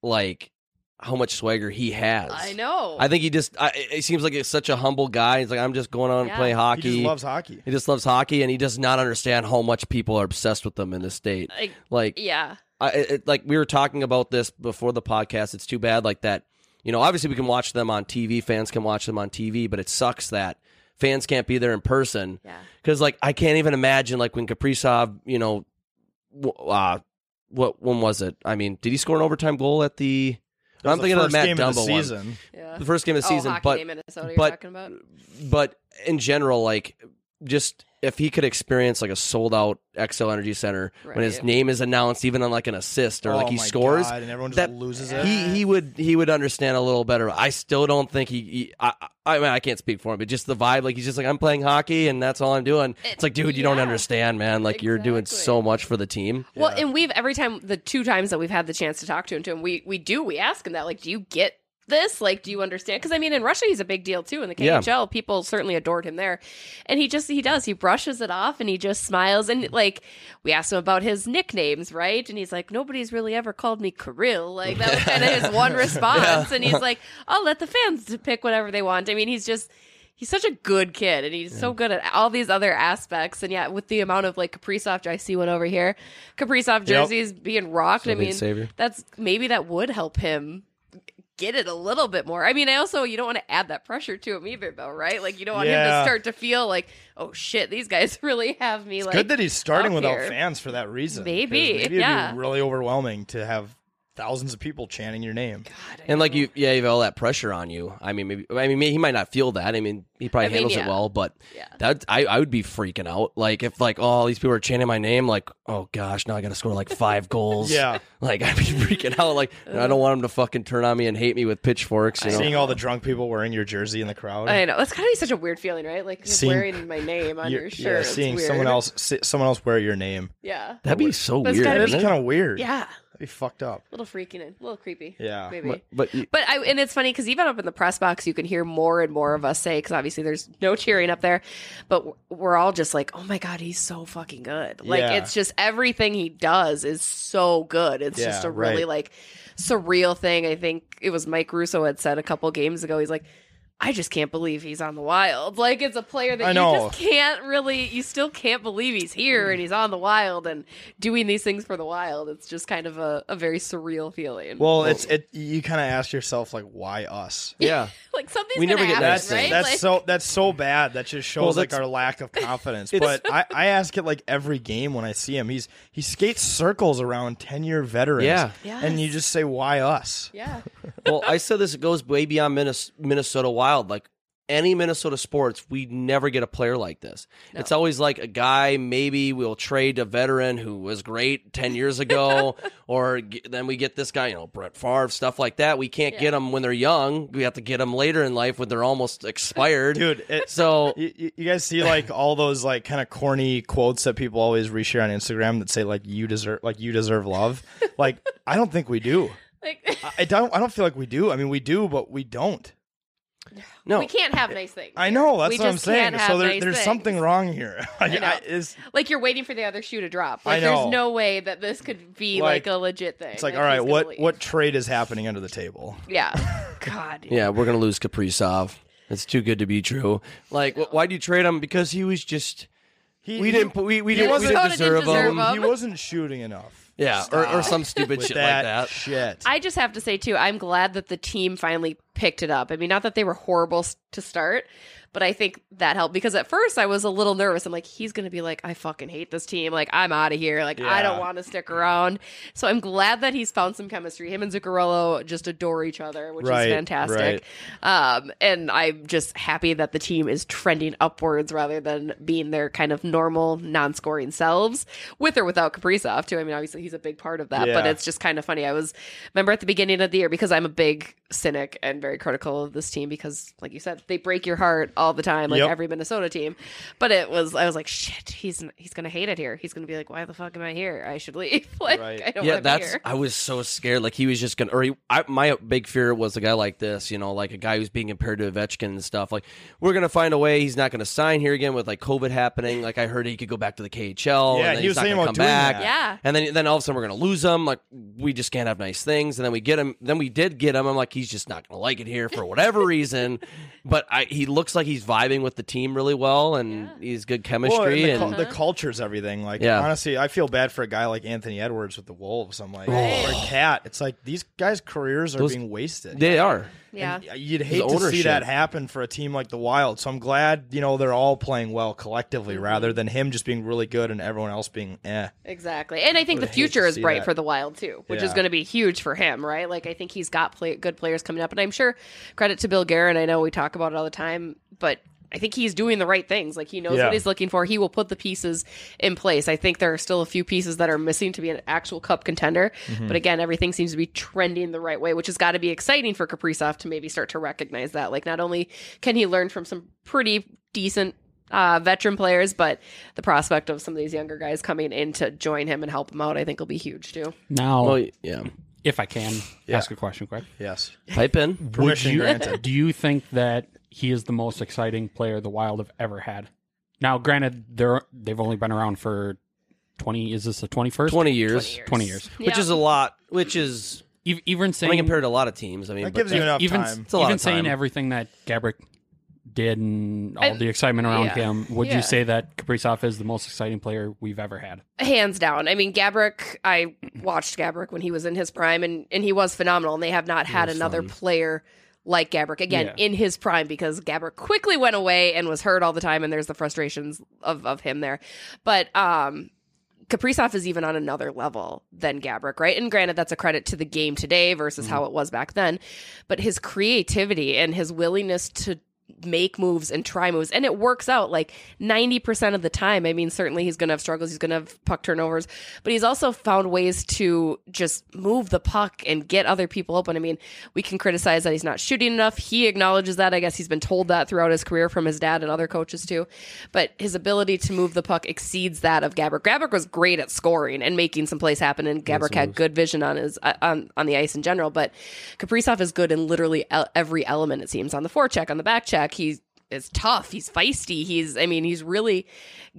J: like how much swagger he has.
I: I know.
J: I think he just I, it seems like he's such a humble guy. He's like I'm just going on
I: Yeah.
J: and playing hockey.
F: he just loves hockey.
J: He just loves hockey and he does not understand how much people are obsessed with them in this state.
I: Like,
J: Like
I: yeah,
J: I it, it- like we were talking about this before the podcast. It's too bad like that. You know, obviously we can watch them on TV. Fans can watch them on TV, but it sucks that fans can't be there in person.
I: Yeah.
J: Because like I can't even imagine like when Kaprizov, you know, w- uh, what when was it? I mean, did he score an overtime goal at the?
F: That was
J: I'm
F: the
J: thinking of
F: first
J: the Matt
F: game
J: Dumba
F: of the
J: one.
F: season.
I: yeah.
J: The first game of the
I: oh,
J: season,
I: hockey
J: but
I: Day Minnesota. You're
J: but-
I: talking about
J: but in general, like just if he could experience like a sold out XL Energy Center when his
I: Right.
J: name is announced, even on like an assist or like
F: Oh
J: he
F: my
J: scores,
F: God, and everyone just
J: that-
F: loses it.
J: He he would he would understand a little better. I still don't think he. he I, I I mean I can't speak for him, but just the vibe, like he's just like I'm playing hockey and that's all I'm doing. It's like, dude, you don't
I: yeah.
J: understand, man. Like you're doing
I: Exactly.
J: so much for the team.
I: Well, and we've every time the two times that we've had the chance to talk to him, to him, we we do we ask him that like, do you get this? Like, do you understand? Because I mean, in Russia, he's a big deal too. In the
J: Yeah.
I: KHL, people certainly adored him there, and he just he does he brushes it off and he just smiles and like we asked him about his nicknames, right? And he's like, nobody's really ever called me Kirill. Like that was kind of his one response, and he's like, I'll let the fans pick whatever they want. I mean, he's just he's such a good kid and he's so good at all these other aspects and yeah with the amount of like kaprizov i see one over here kaprizov jerseys being rocked i
J: Still need
I: mean
J: savior.
I: that's maybe that would help him get it a little bit more i mean i also you don't want to add that pressure to him either though right like you don't want him
F: Yeah.
I: to start to feel like oh shit these guys <laughs> really have me like
F: Good that he's starting
I: up
F: without
I: here.
F: fans for that reason. 'cause
I: Maybe,
F: maybe it'd
I: yeah.
F: be really overwhelming to have thousands of people chanting your name.
J: And like you, yeah, you have all that pressure on you. I mean, maybe I mean he might not feel that. I mean, he probably
I: I mean,
J: handles it
I: yeah.
J: well, but
I: Yeah.
J: that I, I would be freaking out. Like if like all these people are chanting my name, like oh gosh, now I got to score
I: <laughs>
J: like five goals.
F: Yeah.
J: like I'd be freaking out. Like I don't want him to fucking turn on me and hate me with pitchforks. You know?
F: Seeing all the drunk people wearing your jersey in the crowd.
I: i know that's gotta be such a weird feeling right like you're
F: Seeing-
I: wearing my name on
F: You're-
I: your shirt
F: yeah,
I: It's
F: seeing
I: weird.
F: someone else see, someone else wear your name.
I: <laughs> yeah
J: That'd be so
I: That's
J: weird.
I: gotta
F: That is
J: wouldn't it?
F: kind of weird.
I: yeah a
F: That'd be fucked up.
I: little freaking and a little creepy
F: Yeah.
I: maybe
J: But
I: <laughs>
J: you-
I: But I and it's funny because even up in the press box, you can hear more and more of us say because obviously there's no cheering up there, but w- we're all just like, oh my god, he's so fucking good. Like
F: Yeah.
I: it's just everything he does is so good. It's
F: Yeah,
I: just a really
F: right.
I: like surreal thing. I think it was Mike Russo had said a couple games ago. He's like. I just can't believe he's on the wild. <laughs> Like it's a player that
F: I
I: you
F: know.
I: just can't really you still can't believe he's here and he's on the wild and doing these things for the wild. It's just kind of a, a very surreal feeling.
F: Well, it's it. You kind of ask yourself like, why us?
J: yeah,
I: <laughs> like something's
J: We
I: gonna
J: never get
I: happen,
J: nice
I: right?
J: things.
F: That's
I: Like-
F: so that's so bad. That just shows
J: Well,
F: like
J: that's-
F: our lack
J: <laughs>
F: of confidence. but I, I ask it like every game when I see him. He's he skates circles around ten year veterans.
J: Yeah.
F: and you just say why us? <laughs>
I: yeah,
J: well, I said this. It goes way beyond Minnes- Minnesota Wild. Like any Minnesota sports, we never get a player like this. It's always like a guy. Maybe we'll trade a veteran who was great ten years ago, or g- then we get this guy. You know, Brett Favre, stuff like that. We can't get them when they're young. We have to get them later in life when they're almost expired,
F: <laughs> Dude, it-
J: So
F: You, you- you guys see like all those like kind of corny quotes that people always reshare on Instagram that say like you deserve like you
J: <laughs>
F: deserve love. like I don't think we do.
I: like
F: I- I don't. I don't feel like we do. I mean, we do, but we don't.
J: no,
I: we can't have nice things.
F: I know. That's
I: We
F: what I'm
I: just
F: saying.
I: can't have
F: So there,
I: nice
F: there's
I: things.
F: something wrong here. <laughs> Like,
I: I know.
F: I- it's,
I: Like you're waiting for the other shoe to drop.
F: I
I: Like
F: know.
I: there's no way that this could be like,
F: Like,
I: a legit thing.
F: it's like,
I: he's
F: all right,
I: gonna
F: what
I: leave.
F: what trade is happening under the table?
I: Yeah,
F: <laughs>
I: God.
J: yeah, we're gonna lose Kaprizov. It's too good to be true. Like, wh- why do you trade him? Because he was just. we didn't. We, we didn't. We
F: wasn't-
J: didn't
I: Minnesota didn't
J: deserve
I: deserve
J: him.
I: him.
F: He wasn't shooting enough.
J: Yeah, or, or some stupid
F: With
J: shit like
F: that,
J: that.
F: shit.
I: I just have to say too, I'm glad that the team finally picked it up. I mean, not that they were horrible s- to start, but I think that helped because at first I was a little nervous. I'm like, he's gonna be like, I fucking hate this team. Like, I'm out of here. Like, I don't
F: Yeah.
I: want to stick around. So I'm glad that he's found some chemistry. Him and Zuccarello just adore each other, which
F: Right,
I: is fantastic. Um, and I'm just happy that the team is trending upwards rather than being their kind of normal non-scoring selves, with or without Kaprizov too. I mean, obviously he's a big part of that, but
F: Yeah.
I: it's just kind of funny. I was remember at the beginning of the year because I'm a big cynic and very critical of this team because, like you said, they break your heart all the time, like
F: Yep.
I: every Minnesota team. But it was I was like, shit, he's he's gonna hate it here. He's gonna be like, why the fuck am I here? I should leave. <laughs> Like
F: Right.
I: I don't
J: Yeah,
I: want to be
J: that's.
I: here.
J: I was so scared. Like he was just gonna. Or he, I, my big fear was a guy like this. You know, like a guy who's being compared to Ovechkin and stuff. Like we're gonna find a way. He's not gonna sign here again with like COVID happening. Like I heard he could go back to the KHL.
F: Yeah,
J: and then
F: he
J: he's
F: was
J: not
F: saying
J: gonna
F: about
J: come
F: doing
J: back.
F: that.
I: Yeah.
J: And then then all of a sudden we're gonna lose him. Like we just can't have nice things. And then we get him. Then we did get him. I'm like he's just not gonna like it here for
I: <laughs>
J: whatever reason. But I, he looks like he's vibing with the team really well, and he's good
F: Well, and
J: chemistry.
F: the,
J: and
F: cul- the culture's everything. Like,
J: Yeah.
F: honestly, I feel bad for a guy like Anthony Edwards with the Wolves. I'm like, or Cat. It's like these guys' careers are
J: Those-
F: being wasted.
J: they are.
I: yeah.
F: And You'd hate to see
J: ownership.
F: that happen for a team like the Wild. So I'm glad you know they're all playing well collectively,
I: Mm-hmm.
F: rather than him just being really good and everyone else being eh.
I: Exactly. And I think the
F: hate to
I: future is
F: see
I: bright
F: that.
I: for the Wild too, which is
F: Yeah.
I: going to be huge for him, right? Like I think he's got play- good players coming up and I'm sure credit to Bill Guerin, I know we talk about it all the time, but I think he's doing the right things. Like he knows
F: Yeah.
I: what he's looking for. He will put the pieces in place. I think there are still a few pieces that are missing to be an actual cup contender.
J: Mm-hmm.
I: But again, everything seems to be trending the right way, which has got to be exciting for Kaprizov to maybe start to recognize that. Like not only can he learn from some pretty decent uh, veteran players, but the prospect of some of these younger guys coming in to join him and help him out, I think will be huge too.
C: Now,
J: Well, yeah.
C: if I can ask a question quick,
F: Yes.
J: Pipe in.
C: would
F: Permission
J: <laughs>
C: you,
F: granted.
C: do you think that he is the most exciting player the Wild have ever had? Now, granted, they're they've only been around for twenty. Is this the twenty first?
J: 20 years,
C: 20 years.
J: which
I: Yeah.
J: is a lot, which is,
C: Ev- E, Even
J: I mean,
C: saying
J: compared to a lot of teams. I mean,
F: That
J: but
F: gives you enough
C: even
F: time.
J: It's a lot
C: even
J: of time.
C: saying everything that Gabrick did and all
I: I-
C: the excitement around
I: yeah.
C: him, would
I: Yeah.
C: you say that Kaprizov is the most exciting player we've ever had?
I: hands down. I mean, Gabrick, I watched Gabrick when he was in his prime, and, and he was phenomenal. And they have not had another player like Gabrick again
C: Yeah.
I: in his prime because Gabrick quickly went away and was hurt all the time. And there's the frustrations of, of him there. But um, Kaprizov is even on another level than Gabrick, right? And granted, that's a credit to the game today versus how it was back then. But his creativity and his willingness to make moves and try moves, and it works out like 90% of the time. I mean, certainly he's going to have struggles, he's going to have puck turnovers, but he's also found ways to just move the puck and get other people open. I mean, we can criticize that he's not shooting enough. He acknowledges that. I guess he's been told that throughout his career from his dad and other coaches too. But his ability to move the puck exceeds that of Gabrick. Gabrick was great at scoring and making some plays happen, and Gabrick had good vision on his uh, on on the ice in general. But Kaprizov is good in literally el- every element. It seems on the forecheck, on the backcheck, he is tough. He's feisty. He's I mean he's really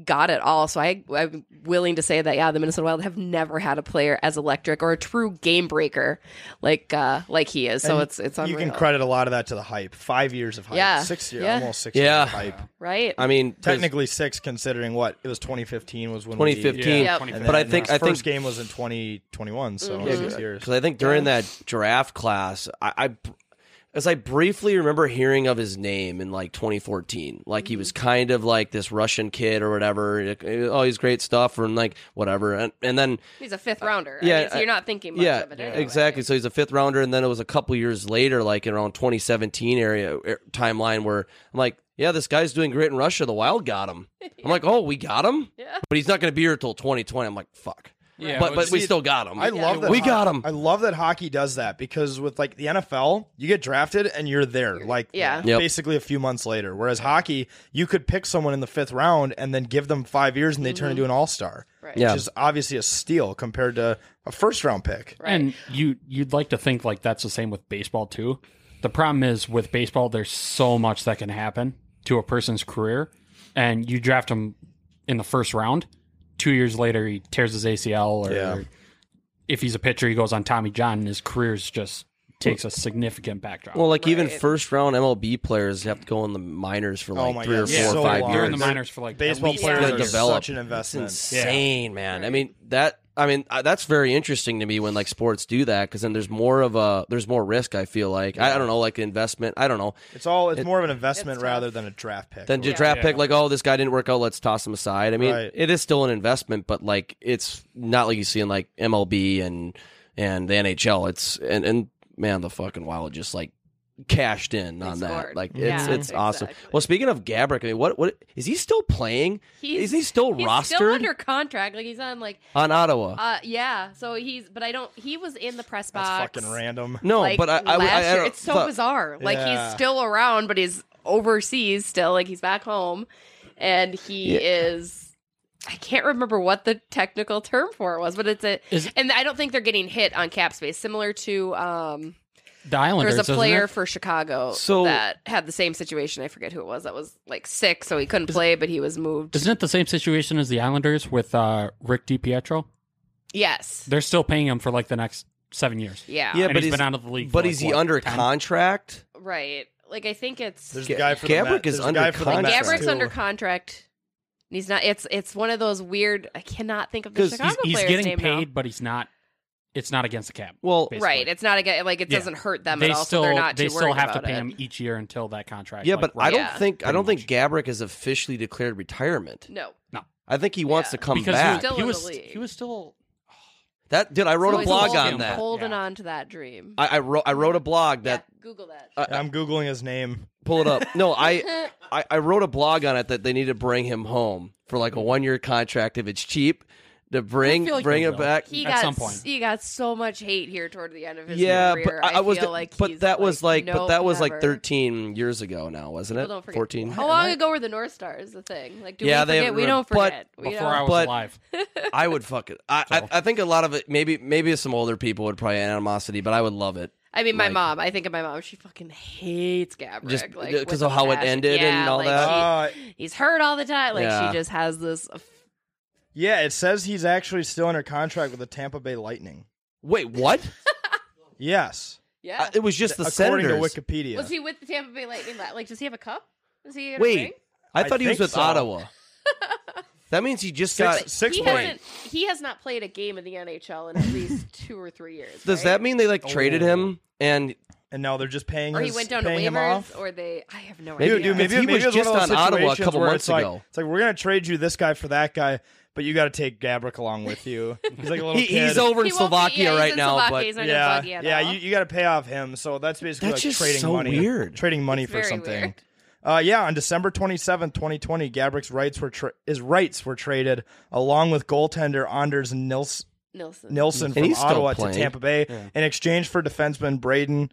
I: got it all. So I I'm willing to say that yeah, the Minnesota Wild have never had a player as electric or a true game breaker like uh like he is. So
F: And
I: it's it's
F: You
I: unreal.
F: can credit a lot of that to the hype. Five years of hype.
I: Yeah.
F: Six years,
I: Yeah.
F: almost six
J: Yeah.
F: years of hype.
I: right?
J: I mean, 'cause
F: Technically six, considering what it was. 2015 was when we-
J: 2015.
I: Yeah.
F: and
J: But I
F: then
J: think-
F: his
J: I think-
F: first game was in 2021, so
I: Mm-hmm.
F: six years.
J: Because I think during that draft class, I, I br- as I briefly remember hearing of his name in like 2014, like he was kind of like this Russian kid or whatever. like, Oh, he's great stuff, and like whatever. And, and then
I: he's a fifth rounder.
J: Uh, yeah,
I: I mean, so you're not thinking much
J: yeah,
I: of it. anyway.
J: exactly. So he's a fifth rounder, and then it was a couple years later, like in around 2017 area er, timeline, where I'm like, yeah, this guy's doing great in Russia. The Wild got him. I'm like, oh, we got him. Yeah. But he's not going to be here till 2020. I'm like, fuck.
C: Yeah,
J: but but we
F: see,
J: still got him.
F: I love that
J: we
F: ho-
J: got him.
F: I love that hockey does that because with like the NFL, you get drafted and you're there, like
I: Yeah.
J: Yep.
F: basically a few months later. Whereas hockey, you could pick someone in the fifth round and then give them five years and they turn into an all star, right.
J: Yeah.
F: which is obviously a steal compared to a first round pick.
I: Right.
C: And you you'd like to think like that's the same with baseball too. The problem is with baseball, there's so much that can happen to a person's career, and you draft him in the first round. Two years later, he tears his ACL, or
F: Yeah.
C: if he's a pitcher, he goes on Tommy John, and his career's just takes a significant backdrop.
J: Well, like even first round MLB players have to go in the minors for like
F: Oh my
J: three
F: God,
J: or four
F: yeah.
J: or
F: So
J: five
F: long.
C: You're
J: years.
C: in the minors for like at
F: Baseball
C: least
F: players
C: five
J: gotta
F: are
C: years.
J: develop.
F: such an investment.
J: It's insane, man. I mean that. I mean uh, that's very interesting to me when like sports do that because then there's more of a there's more risk. I feel like I, I don't know like investment. I don't know.
F: It's all it's more of an investment rather than a draft pick.
J: Then
F: Or-
J: your draft pick like oh this guy didn't work out. Let's toss him aside. I mean
F: Right.
J: it is still an investment, but like it's not like you see in like MLB and and the NHL. It's and and man the fucking wild just like cashed in on that.
I: scored.
J: Like it's
I: Yeah.
J: it's awesome.
I: Exactly.
J: Well, speaking of Gabrick, I mean what what is he still playing? is he still
I: he's
J: rostered
I: Still under contract. Like he's on like
J: on Ottawa?
I: uh yeah. So he's but I don't. He was in the press box.
F: That's fucking random.
J: no,
I: like,
J: but I, I,
I: last
J: I, I
I: year.
J: don't-
I: it's so
J: but-
I: bizarre. Like
F: Yeah.
I: he's still around, but he's overseas still. Like he's back home, and he is. I can't remember what the technical term for it was, but it's a.
C: Is-
I: and I don't think they're getting hit on cap space, similar to um.
C: The Islanders.
I: There's a
C: isn't
I: player
C: Oh, it?
I: for Chicago
J: So-
I: that had the same situation. I forget who it was. That was like sick, so he couldn't play, but he was moved.
C: Isn't it the same situation as the Islanders with uh, Rick DiPietro?
I: yes.
C: They're still paying him for like the next seven years.
I: Yeah.
J: yeah,
C: And
J: but
C: he's
J: is-
C: been out of the league for,
J: But
C: like,
J: is he
C: what,
J: under
C: 10?
J: contract?
I: Right. Like I think it's
F: There's
I: like
F: the
J: Ga-
F: guy for
J: Gabrick
F: the Met-
J: is
F: there's the
J: under
F: guy for the
J: contract.
F: Mets,
I: Gabrick's
F: too.
I: under contract. and He's not. It's it's one of those weird. I cannot think of the
J: 'Cause
I: Chicago
C: He's, he's
I: player's
C: getting
I: name
C: paid, but he's not. It's not against the cap.
J: Well,
I: now.
C: basically.
I: Right. It's not a get- like it
C: Yeah.
I: doesn't hurt them
C: they
I: at all.
C: still
I: so they're not
C: they
I: too
C: still
I: worried
C: have to
I: about
C: pay
I: it.
C: him each year until that contract.
J: yeah,
C: like,
J: but I
C: runs
J: don't
I: Yeah.
J: think I don't
C: Pretty
J: think Gabrick has officially declared retirement.
I: No.
J: I think he wants
I: Yeah.
J: to come
C: because
J: back.
C: he was
I: Still
C: he
I: in
C: was,
I: the league.
C: he was still
J: That dude, I wrote
I: So
J: a
I: he's
J: blog
I: holding-
J: on that.
I: Holding on to that dream.
J: I, I wrote I wrote a blog that
I: yeah, Google that.
F: I'm googling his name.
J: pull it up.
I: <laughs>
J: No, I, I I wrote a blog on it that they need to bring him home for
C: Hmm.
J: like a one year contract if it's cheap to bring
C: I feel like
J: bring
C: they
J: it
C: will.
J: back.
I: he
C: At
I: got
C: some point.
I: he got so much hate here toward the end of his
J: yeah,
I: career.
J: but I, was
I: feel
J: the-
I: like he's
J: but that was like but
I: nope,
J: that was
I: never.
J: like 13 years ago now, wasn't
I: People
J: it?
I: don't forget.
J: 14.
I: How long ago were the North Stars a thing? Like, do
J: Yeah,
I: we
J: they-
I: forget? We don't
J: but
I: forget. We
C: Before
I: don't.
C: I was
J: But-
C: alive,
J: I would fuck it. I, I I think a lot of it maybe maybe some older people would probably animosity, but I would love it.
I: I mean, my
J: Like-
I: mom. I think of my mom. She fucking hates Gabrick,
J: Just
I: like,
J: because
I: with
J: of
I: a
J: how it
I: passion.
J: ended
I: yeah,
J: and all
I: like,
J: that.
I: she-
F: Uh,
I: he's hurt all the time. Like
J: Yeah.
I: she just has this. uh,
F: yeah, it says he's actually still under contract with the Tampa Bay Lightning.
J: Wait, what?
F: Yes,
I: Yeah.
J: Uh, it was just the
F: according
J: Senators.
F: to Wikipedia.
I: was he with the Tampa Bay Lightning? la- Like, does he have a cup? Is he in a ring?
J: Wait, I
F: I
J: thought he was
F: think
J: with
F: so.
J: Ottawa. that means he just got.
F: six, six
I: he
F: point.
I: hasn't. He has not played a game in the NHL in at least two or three years.
J: Does
I: right?
J: that mean they like traded
F: Oh.
J: him and
F: And now they're just paying.
I: Or he
F: his-
I: went down to
F: paying him off.
I: waivers, or they? I have no
J: Maybe-
I: idea.
F: Dude, dude, maybe,
J: He
F: maybe
J: was
F: it one of
J: just
F: those
J: on Ottawa a
F: situations
J: couple
F: where
J: months
F: it's like,
J: ago.
F: It's like we're gonna trade you this guy for that guy, but you got to take Gabrick along
J: <laughs>
F: with you. He's like a little
J: he,
F: kid.
J: he's over
I: He
J: in
I: won't be-
J: Slovakia
I: yeah, he's
J: right
I: in
J: now?
I: Slovakia.
J: But
I: He's not in
F: Yeah,
I: Buggy at
F: yeah,
I: all.
F: you, you got to pay off him. So that's basically
J: That's
F: like
J: just
F: trading
J: so
F: money.
J: weird.
F: Trading money
I: It's
F: for
I: very
F: something.
I: weird.
F: Uh, yeah, on December twenty seventh, 2020, Gabrick's rights were tra- his rights were traded along with goaltender Anders Nils-
I: Nilsson.
F: Nilsson from
J: he's still
F: Ottawa to
J: playing.
F: Tampa Bay in exchange for defenseman Braden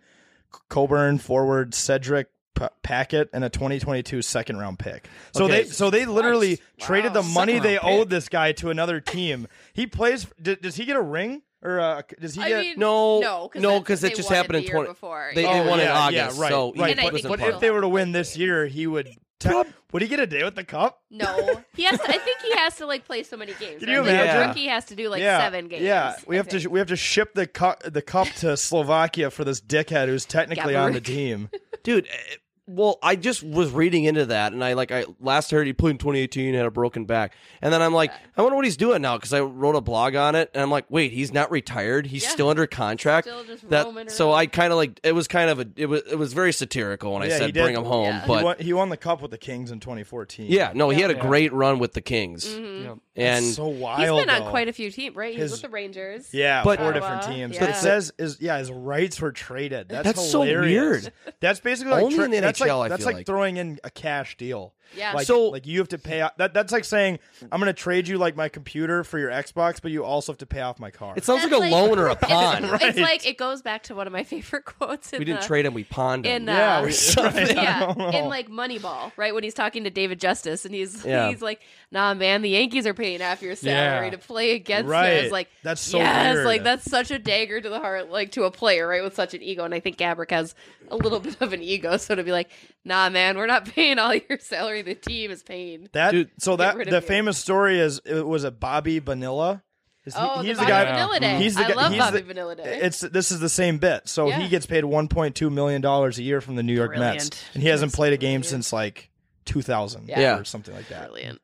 F: C- Coburn, forward Cedric P- Packett, and a 2022 second round pick. So
J: Okay.
F: they so they literally traded the money they
J: Second-round
F: owed this guy to another team. He plays. d- does he get a ring or uh, does he
I: I
F: get? Oh,
I: mean,
J: No,
I: no,
J: no,
I: that's-
J: 'cause
I: they
J: it just
I: won
J: happened
I: the
J: in
I: year
J: 20
I: before. Oh,
J: they-
I: yeah.
J: they won in
F: yeah, yeah,
J: August,
F: right,
J: so he
F: right.
I: And I
F: but
I: think
F: but
I: he will.
F: if they were to win this year, he would. te-
J: Prob-
F: would he get a day with the cup?
I: no, <laughs> he has. To, I think he has to like play so many games.
F: Can you
I: right? Like, a
J: imagine?
I: rookie has to do like
F: yeah,
I: seven games.
F: Yeah,
I: I
F: we have to
I: think.
F: we have to ship the cup the cup to Slovakia for this dickhead who's technically on the
I: Gaborik.
F: team.
J: dude. eh, Well, I just was reading into that, and I like I last heard he played in 2018, had a broken back, and then I'm like, I wonder what he's doing now because I wrote a blog on it, and I'm like, wait, he's not retired, he's
I: Yeah.
J: still under contract.
I: Still just roaming
J: that, so
I: around.
J: I kind of like it was kind of a it was it was very satirical when
F: Yeah,
J: I
F: he
J: said
F: did.
J: bring him home,
I: Yeah.
J: but
F: he, won, he won the cup with the Kings in 2014.
J: yeah, no, he had a
C: Yeah.
J: great run with the Kings,
I: Mm-hmm.
C: Yep.
J: and
F: so wild.
I: He's been
F: though.
I: on quite a few teams, right? He's
F: His-
I: with the Rangers.
F: yeah,
J: But-
F: four
J: Ottawa,
F: different teams.
I: yeah.
F: But it says is yeah, his rights were traded. That's,
J: That's so
F: hilarious.
J: weird.
F: That's basically like
J: Only
F: tra-
J: in the
F: that's
J: NHL, I
F: Like, that's
J: feel
F: like,
J: like.
F: throwing in a cash deal.
I: Yeah.
F: like,
J: So-
F: like you have to pay. That that's like saying I'm going to trade you like my computer for your Xbox, but you also have to pay off my car.
J: it sounds
I: That's
J: like a
I: like- <laughs>
J: loan or a
I: It's,
J: pawn.
I: it's like it goes back to one of my <laughs> favorite quotes. In
J: We didn't
I: the,
J: trade him, we pawned him.
I: in uh,
F: Yeah,
I: <laughs>
F: we- <laughs>
I: something.
F: right, I
I: yeah,
F: <laughs> don't know.
I: in like Moneyball, right when he's talking to David Justice, and he's <laughs>
J: Yeah.
I: he's like, "Nah, man, the Yankees are paying half your salary
C: Yeah.
I: to play against you."
F: Right.
I: It's like
F: That's so
I: yes,
F: weird.
I: like that's such a dagger to the heart, like to a player, right, with such an ego. And I think Gabrick has a little <laughs> bit of an ego, so to be like, "Nah, man, we're not <laughs> paying all your salary. The team is paying."
F: That so that
I: rid of
F: the
I: you.
F: famous story is it was a Bobby Vanilla. Is he-
I: Oh, the
F: he's
I: Bobby
F: the guy.
I: Vanilla Day.
F: He's the
I: I
F: guy-
I: love
F: he's
I: Bobby
F: the-
I: Vanilla Day.
F: It's this is the same bit. So
I: Yeah.
F: he gets paid 1.2 million dollars a year from the New York
I: Brilliant.
F: Mets, and he hasn't played a game since like 2000
I: Yeah.
F: or something like that.
I: Brilliant.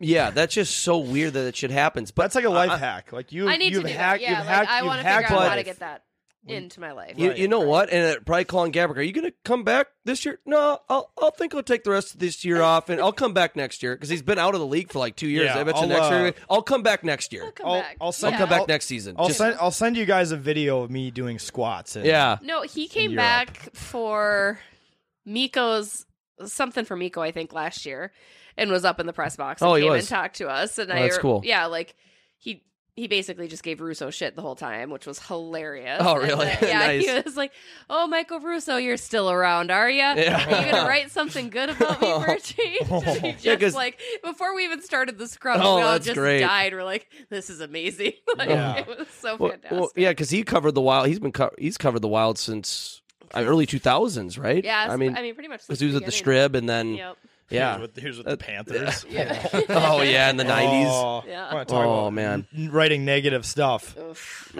J: yeah, that's just so weird that it should happen. But
F: That's like a life
J: I- I-
F: hack. Like you,
I: I need
F: you've
I: to do
F: hacked,
I: that. Yeah,
F: you've
I: like
F: hacked,
I: I
F: you've
I: want to figure
F: hacked
I: out
F: life.
I: how to get that into my life.
J: You, you know what? And uh, probably calling Gabrick. Are you going to come back this year? No, I'll I'll think I'll take the rest of this
F: <laughs>
J: year off, and I'll come back next year because he's been out of the league for like two years.
F: Yeah,
J: I bet you
F: I'll,
J: next
F: uh,
J: year I'll come back next year.
I: Come
F: I'll,
I: back.
F: I'll
I: Yeah.
F: send,
J: I'll come back
F: I'll-
J: next season.
F: I'll
J: Just-
F: send, I'll send you guys a video of me doing squats. And,
J: yeah,
I: No, he came
F: Europe.
I: back for Miko's something for Miko, I think, last year, and was up in the press box. And
J: Oh, he
I: came
J: was.
I: and talked to us, and
J: Oh,
I: I,
J: that's cool.
I: Yeah, like he he basically just gave Russo shit the whole time, which was hilarious.
J: Oh,
I: And
J: really? <laughs>
I: then- yeah, he
J: Nice.
I: was like, "Oh, Michael Russo, you're still around, are you? Are you gonna write something good about me
J: <laughs>
I: for a change?" And he
J: Yeah,
I: just
J: 'cause-
I: like before we even started the scrum,
J: Oh,
I: we all
J: that's
I: just
J: great.
I: died. We're like, "This is amazing!" <laughs> Like,
F: Yeah.
I: It was so
J: Well,
I: fantastic.
J: well, yeah, because he covered the wild. He's been co- he's covered the wild since uh, early two thousands, right?
I: Yeah,
J: I mean,
I: I mean, pretty much since
J: because he was at the
I: beginning.
J: Strib, and then
I: Yep.
J: yeah,
F: Here's <laughs> with, here's with the Panthers.
J: oh yeah, in the Uh, nineties.
F: <laughs> Oh,
I: Yeah.
F: wanna talk
J: Oh,
F: about
J: man.
F: n- writing negative stuff.
I: That'd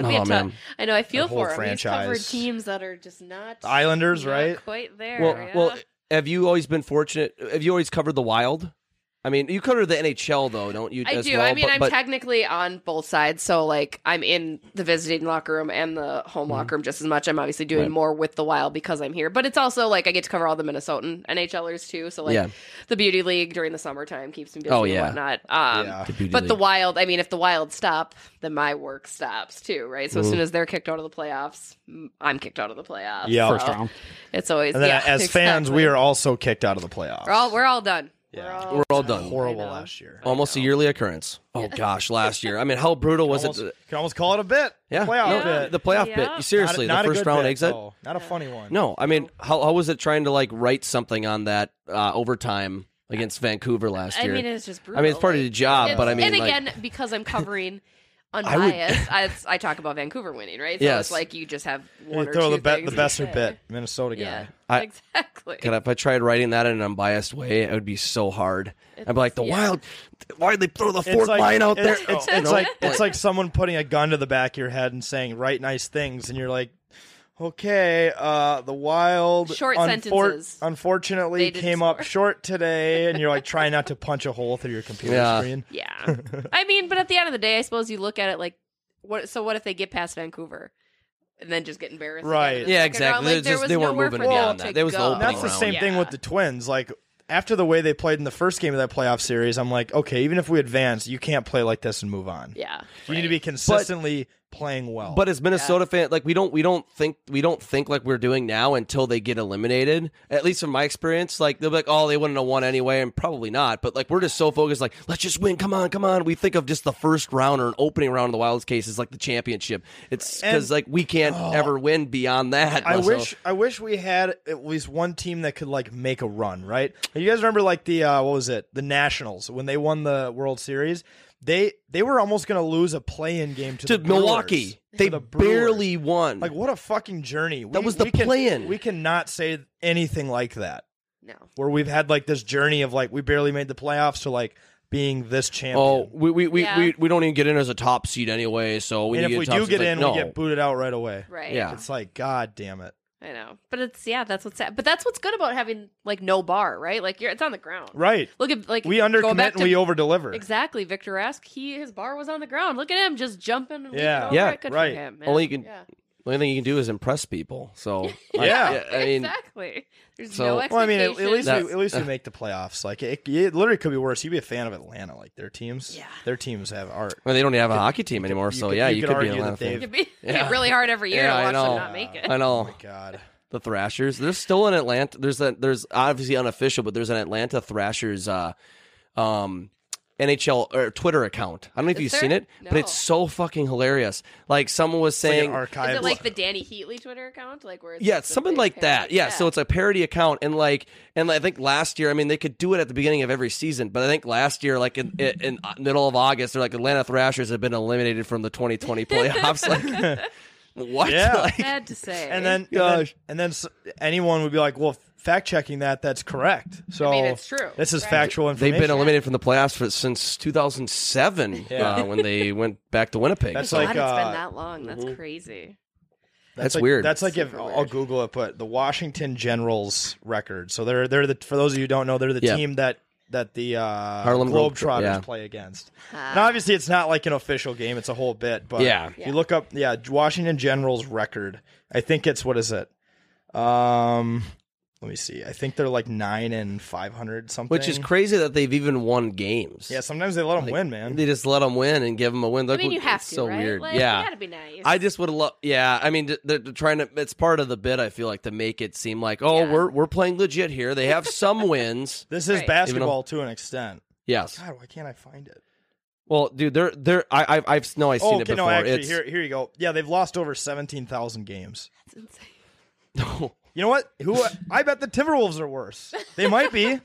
I: be
J: Oh,
I: a tough-
J: man.
I: I know. I feel
F: whole
I: for him. He's covered
F: franchise.
I: teams that are just not
F: Islanders,
I: not
F: right?
I: Quite there.
J: Well,
I: yeah.
J: well, have you always been fortunate? Have you always covered the wild? I mean, you cover the NHL though, don't you?
I: I
J: as
I: do.
J: well?
I: I mean,
J: But-
I: I'm
J: but-
I: technically on both sides. So, like, I'm in the visiting locker room and the home
J: Mm-hmm.
I: locker room just as much. I'm obviously doing more with the Wild because I'm here. But it's also like I get to cover all the Minnesotan NHLers too. So, like,
J: Yeah.
I: the Beauty League during the summertime keeps me busy
J: Oh,
I: and
J: yeah.
I: whatnot. Um,
J: Beauty
I: but the
J: League.
I: Wild, I mean, if the Wild stop, then my work stops too, right? So, as soon as they're kicked out of the playoffs, m- I'm kicked out of the playoffs.
F: Yeah.
C: First
I: So
C: round.
I: It's always,
F: And then
I: yeah,
F: as fans,
I: <laughs>
F: we
I: exactly.
F: are also kicked out of the playoffs.
I: We're all, we're all done.
F: Yeah.
J: we're all done.
F: horrible
I: I know.
F: last year.
J: Almost a yearly occurrence. Oh gosh, last year. I mean, how brutal was
F: almost,
J: it?
F: can almost call it a bit.
J: Yeah,
F: Playoff
J: no,
F: bit.
J: the playoff
I: Yeah.
J: bit. Seriously,
F: Not a- not a
J: the first
F: good
J: round
F: bit,
J: exit.
F: though. Not a funny one.
J: No, I mean, how, how was it trying to like write something on that uh, overtime against Vancouver last
I: I
J: year?
I: mean, it's just brutal.
J: I mean, it's part of the job,
I: It's-
J: but I mean,
I: and
J: like-
I: again, because I'm
J: <laughs>
I: covering
J: would-
I: unbiased, I, I talk about Varover winning, right? So
J: Yes.
I: it's like you just have
F: You
I: one or
F: throw
I: two
F: the, bet,
I: things
F: the
I: to
F: best or
I: say.
F: bit. Minnesota guy.
I: Yeah,
J: I-
I: <laughs> exactly.
J: God, if I tried writing that in an unbiased way, it would be so hard. I'd be like, the
I: yeah.
J: wild, why did they throw the fourth line out there? Oh,
F: it's, It's,
J: You
F: it's
J: know?
F: like it's like someone putting a gun to the back of your head and saying, "Write nice things," and you're like, "Okay, uh, the wild
I: Short sentences.
F: unfortunately
I: They didn't
F: came up
I: score.
F: short
I: <laughs>
F: today," and you're like trying not to punch a hole through your computer
J: Yeah.
F: screen. <laughs>
I: yeah, I mean, but at the end of the day, I suppose you look at it like, what? So what if they get past Vancouver? And then just get embarrassed. again
F: Right.
I: in the
J: Yeah,
I: second
J: exactly.
I: round?
J: They're
I: Like, there
J: just-
I: was
J: they weren't
I: nowhere
J: moving
I: for them
J: beyond
I: to
J: that. There was the
I: go.
J: opening
F: That's the
J: round.
F: same thing
I: Yeah.
F: with the Twins. Like after the way they played in the first game of that playoff series, I'm like, okay, even if we advance, you can't play like this and move on.
I: Yeah.
F: You need to be consistently playing
I: Oh,
F: well.
J: But as Minnesota fan, like we don't we don't think we don't think like we're doing now until they get eliminated. At least from my experience, like they'll be like, oh, they wouldn't have won anyway, and probably not. But like we're just so focused, like let's just win. Come on, come on. We think of just the first round or an opening round of the Wild's case is like the championship. It's
F: And- Oh.
J: because like we can't ever win beyond that.
F: I
J: So-
F: wish I wish we had at least one team that could like make a run, right? You guys remember like the uh, what was it? The Nationals when they won the World Series, they they were almost going to lose a play-in game to,
J: to
F: the Brewers.
J: Milwaukee,
F: To
J: they
F: the Brewers.
J: barely won.
F: like what a fucking journey. We,
J: That was the
F: we can-
J: play-in.
F: We cannot say anything like that
I: No.
F: where we've had like this journey of like we barely made the playoffs to like being this champion.
J: Oh, we we, we,
I: Yeah.
J: we we don't even get in as a top seed anyway. So we
F: and
J: need
F: if we
J: a top
F: do
J: seed,
F: get
J: like,
F: in,
J: no.
F: we get booted out right away.
I: Right.
J: Yeah.
F: It's like god damn it.
I: I know, but it's yeah, that's what's sad. But that's what's good about having like no bar, right? Like you're, it's on the ground.
F: Right.
I: Look at like
F: We
I: go
F: undercommit
I: back
F: and
I: to-
F: we overdeliver.
I: Exactly, Victor Rask. He his bar was on the ground. Look at him just jumping. And
F: Yeah.
I: yeah, over
J: Yeah,
I: It. Good
F: right.
I: For him, man.
J: Only you can-
I: Yeah.
J: The only thing you can do is impress people.
F: <laughs>
J: So like,
F: Yeah.
J: I mean,
I: exactly. There's
J: so-
I: no
F: Well, I mean,
I: expectation.
F: at, at least
J: That's-
F: we, at least we make the playoffs. Like it, it literally could be worse. You'd be a fan of Atlanta, like their teams.
I: Yeah.
F: their teams have art.
J: well, they don't even have a hockey team anymore. So
F: could-
J: yeah,
F: you
J: you,
F: could
J: could, be
F: argue
J: an
F: that
J: Atlanta
I: <laughs>
J: fan.
I: It'd
F: they've-
I: be it'd
J: Yeah.
I: be really hard every year
J: Yeah, I
I: to watch
J: know.
I: them not make it.
J: I know
F: Oh God,
J: the Thrashers. There's still an Atlanta. There's a, there's obviously unofficial, but there's an Atlanta Thrashers. Uh, um. NHL or Twitter account. I don't know if
I: Is
J: you've
I: there?
J: seen it, but it's so fucking hilarious. Like someone was
F: like
J: saying,
F: an archive.
I: Is it like the Danny Heatley Twitter account? Like where? It's
J: Yeah,
I: like the
J: something
I: big
J: like that.
I: parody?
J: Yeah, so it's a parody account, and like, and I think last year, I mean, they could do it at the beginning of every season, but I think last year, like in, in, in middle of August, they're like Atlanta Thrashers have been eliminated from the 2020
I: <laughs>
J: playoffs. like, what?
F: Yeah.
J: Like,
I: sad to say.
F: <laughs> and then and
J: Gosh.
F: then, and then s- anyone would be like, well, fact checking that that's correct. So
I: mean, it's true,
F: This is
I: right?
F: factual
J: they've
F: information.
J: been eliminated from the playoffs for, since 2007 uh, when
F: <laughs>
J: they went back to Winnipeg. <laughs>
F: That's
J: So- Mm-hmm.
I: God,
F: like,
I: it's
F: uh,
I: been that long. That's crazy.
J: That's
F: like-
J: weird.
F: That's like if
I: Super
F: I'll
I: weird.
F: Google it, but the Washington Generals record. So they're they're the for those of you who don't know, they're the
J: Yeah.
F: team that that the uh,
J: Harlem Globe-
F: Globetrotters
J: yeah.
F: play against.
I: Uh,
F: And obviously, it's not like an official game; it's a whole bit. But
J: Yeah.
F: if you look up, yeah, Washington Generals record. I think it's what is it? Um, let me see. I think they're like nine and five hundred something,
J: which is crazy that they've even won games.
F: Yeah, sometimes they let them win, man.
J: They just let them win and give them a win.
I: I
J: Look,
I: mean, you
J: it's
I: have to,
J: so
I: right?
J: weird.
I: Like,
J: yeah,
I: you gotta be nice.
J: I just would love, yeah. I mean, th- they're trying to. It's part of the bit. I feel like to make it seem like, oh, we're we're playing legit here. They have
I: <laughs>
J: some wins.
F: this is
I: Right.
F: basketball to an extent.
J: Yes.
F: God, why can't I find it?
J: Well, dude, they're they're. I I've, I've no, I've seen
F: Oh,
J: it
F: okay,
J: before.
F: no, actually,
J: it's
F: here,
J: <laughs>
F: here you go. Yeah, they've lost over seventeen thousand games.
I: That's insane.
F: You know what? Who I bet the Timberwolves are worse. They
J: <laughs>
F: might be. Uh,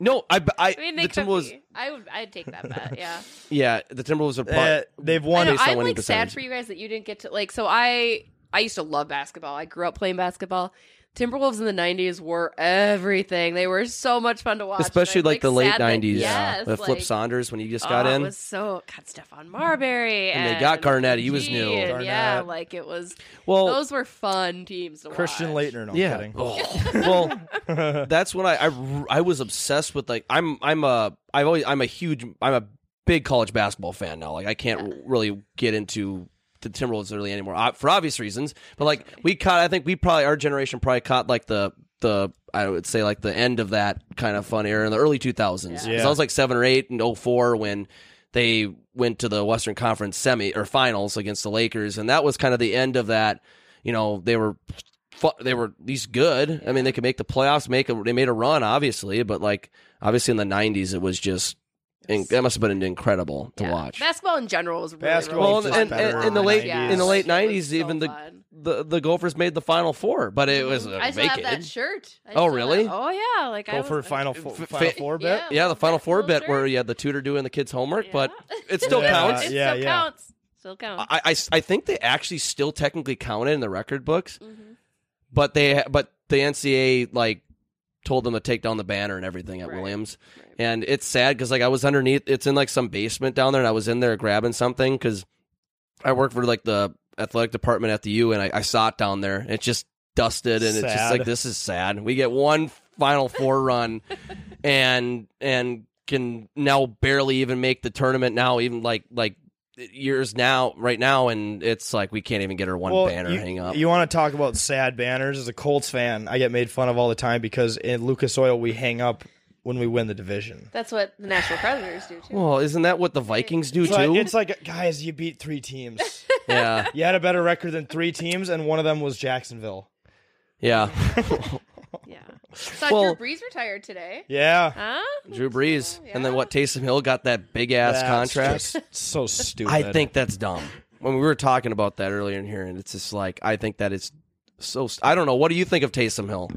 J: no. I I,
I: I mean, they
J: the
I: could
J: Timberwolves.
I: be. I would. I'd take that
J: <laughs>
I: bet. Yeah.
J: Yeah, the Timberwolves are.
F: Uh,
J: But,
F: they've
I: I
F: won.
I: know,
J: based on
I: I'm
J: winning
I: like sad
J: percentage.
I: for you guys that you didn't get to like. So I I used to love basketball. I grew up playing basketball. Timberwolves in the '90s were everything. They were so much fun to watch, and
J: especially
I: I'm,
J: like, the late
I: sad that-
J: '90s
I: Yes,
J: with Flip
I: like,
J: Saunders when he just
I: oh,
J: got in.
I: It was so God, Stefan Marbury, and,
J: And they got Garnett. He was new.
I: Gee, and Yeah,
F: Garnett.
I: like it was.
J: well,
I: those were fun teams to
F: Christian
I: watch.
F: Leitner. No, I'm
I: <laughs>
J: yeah.
F: kidding.
J: Oh.
F: <laughs>
J: well, <laughs> that's when I, I r- I was obsessed with like I'm I'm a I've always I'm a huge I'm a big college basketball fan now. Like I can't r- really get into the Timberwolves really anymore uh, for obvious reasons. But like we caught, I think we probably our generation probably caught like the the I would say like the end of that kind of fun era in the early 2000s. 'Cause
F: Yeah.
J: I was like seven or eight in 04 when they went to the Western Conference semi or finals against the Lakers, and that was kind of the end of that. You know, they were fu- they were at least good. I mean, they could make the playoffs. Make a, they made a run, obviously, but like obviously in the '90s, it was just in, that must have been incredible to
I: Yeah.
J: watch.
I: Basketball in general was really,
F: Basketball
I: really
J: was just
I: fun.
J: better in the in the late- 90s. in the late
I: It was
J: 90s,
I: so
J: even the-
I: fun.
J: the The Gophers made the Final Four, but it was
I: I still have that
J: vacated.
I: shirt. I
J: Oh,
I: still have-
J: really?
I: oh yeah, like I
F: Go
I: was,
F: for final, fo- final four bit.
I: Yeah.
J: Yeah, the Final Four
I: Little
J: bit where
I: shirt.
J: you had the tutor doing the kids' homework, but it still
F: Yeah.
J: counts. Uh,
I: It
F: Yeah,
I: still
F: yeah.
I: counts. Still counts.
J: I, I, I think they actually still technically count it in the record books,
I: Mm-hmm.
J: but they but the NCAA like told them to take down the banner and everything at
I: Right.
J: Williams,
I: Right.
J: and it's sad because like I was underneath. It's in like some basement down there, and I was in there grabbing something because I work for like the athletic department at the U, and I, I saw it down there. And it's just dusted, and it's just
F: Sad.
J: like this is sad. We get one Final Four
F: <laughs>
J: run, and and can now barely even make the tournament now. Even like like years now, right now, and it's like we can't even get her one banner
F: you,
J: hang up.
F: You want to talk about sad banners? As a Colts fan, I get made fun of all the time because in Lucas Oil we hang up when we win the division.
I: That's what the National Predators do too.
J: well, isn't that what the Vikings do
F: But
J: too?
F: it's like, guys, you beat three <laughs> teams.
J: yeah,
F: you had a better record than three teams, and one of them was Jacksonville.
J: yeah.
I: yeah. Saw
J: Well-
I: Drew Brees retired today.
F: Yeah,
I: Huh?
J: Drew Brees, and then what? Taysom Hill got that big ass
F: That's
J: contract.
F: just So stupid.
J: I think that's dumb. When we were talking about that earlier in here, and it's just like I think that it's so. St- I don't know. What do you think of Taysom Hill?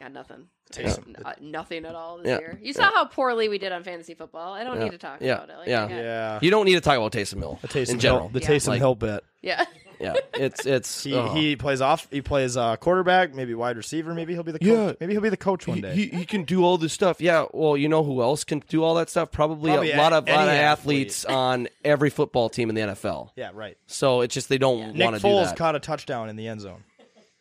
I: Got nothing.
F: Taysom.
I: N- uh, nothing at all this
J: Yeah.
I: year. You saw how poorly we did on fantasy football. I don't
J: Yeah.
I: need to talk
J: Yeah.
I: about it. Like,
J: Yeah.
I: I got-
F: Yeah.
J: You don't need to talk about Taysom Hill
F: The Taysom
J: in general.
F: Hill, the
I: Yeah.
F: Taysom
J: Like- Oh.
F: Hill bit.
I: yeah. <laughs>
J: Yeah, it's <laughs> it's
F: He,
J: ugh.
F: he plays off. He plays uh, quarterback, maybe wide receiver. Maybe he'll be the coach.
J: Yeah.
F: Maybe he'll be the coach one
J: He-
F: day.
J: He, he can do all this stuff. Yeah. Well, you know who else can do all that stuff? Probably,
F: Probably
J: a lot
F: a-
J: of lot of
F: any
J: athletes on every football team in the NFL.
F: yeah, right.
J: So it's just they don't
F: Nick
J: want to do
F: Foles
J: that.
F: caught a touchdown in the end zone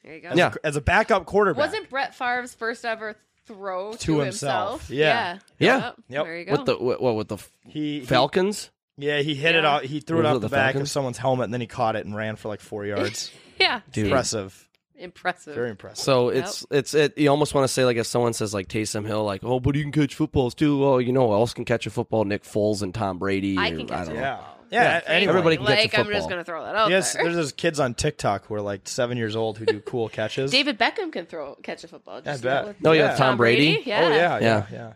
I: There you go.
J: Yeah.
F: as a backup quarterback.
I: Wasn't Brett Favre's first ever throw to,
F: himself.
I: himself?
F: Yeah.
J: Yeah.
I: Yep.
F: Yep.
I: There you go.
J: With the what, what with the f-
F: he, he-
J: Falcons?
F: Yeah, he hit it
I: Yeah.
F: off. He threw
J: Those
F: it
J: are
F: off
J: the
F: the, back
J: Falcons?
F: of someone's helmet, and then he caught it and ran for like four
J: <laughs>
F: yards.
I: yeah.
F: impressive,
I: Impressive.
F: very impressive.
J: So it's it's it. You almost want to say like if someone says like Taysom Hill, like oh, but you can catch footballs too. Oh, you know who else can catch a football? Nick Foles and Tom Brady.
I: I
J: or-
I: can catch a
J: don't know.
F: yeah,
I: football.
F: yeah.
J: Yeah,
F: anyway,
J: everybody can catch a
I: like I'm just
J: football.
I: gonna throw that out
F: Yes,
I: there.
F: there's those kids on TikTok who are like seven years old who do
I: <laughs>
F: cool catches.
I: David Beckham can throw catch a football. Just
F: bet.
I: with-
J: No, Oh, yeah,
F: Yeah.
J: Tom Brady.
I: Yeah.
F: oh yeah, yeah,
J: Yeah.
F: yeah.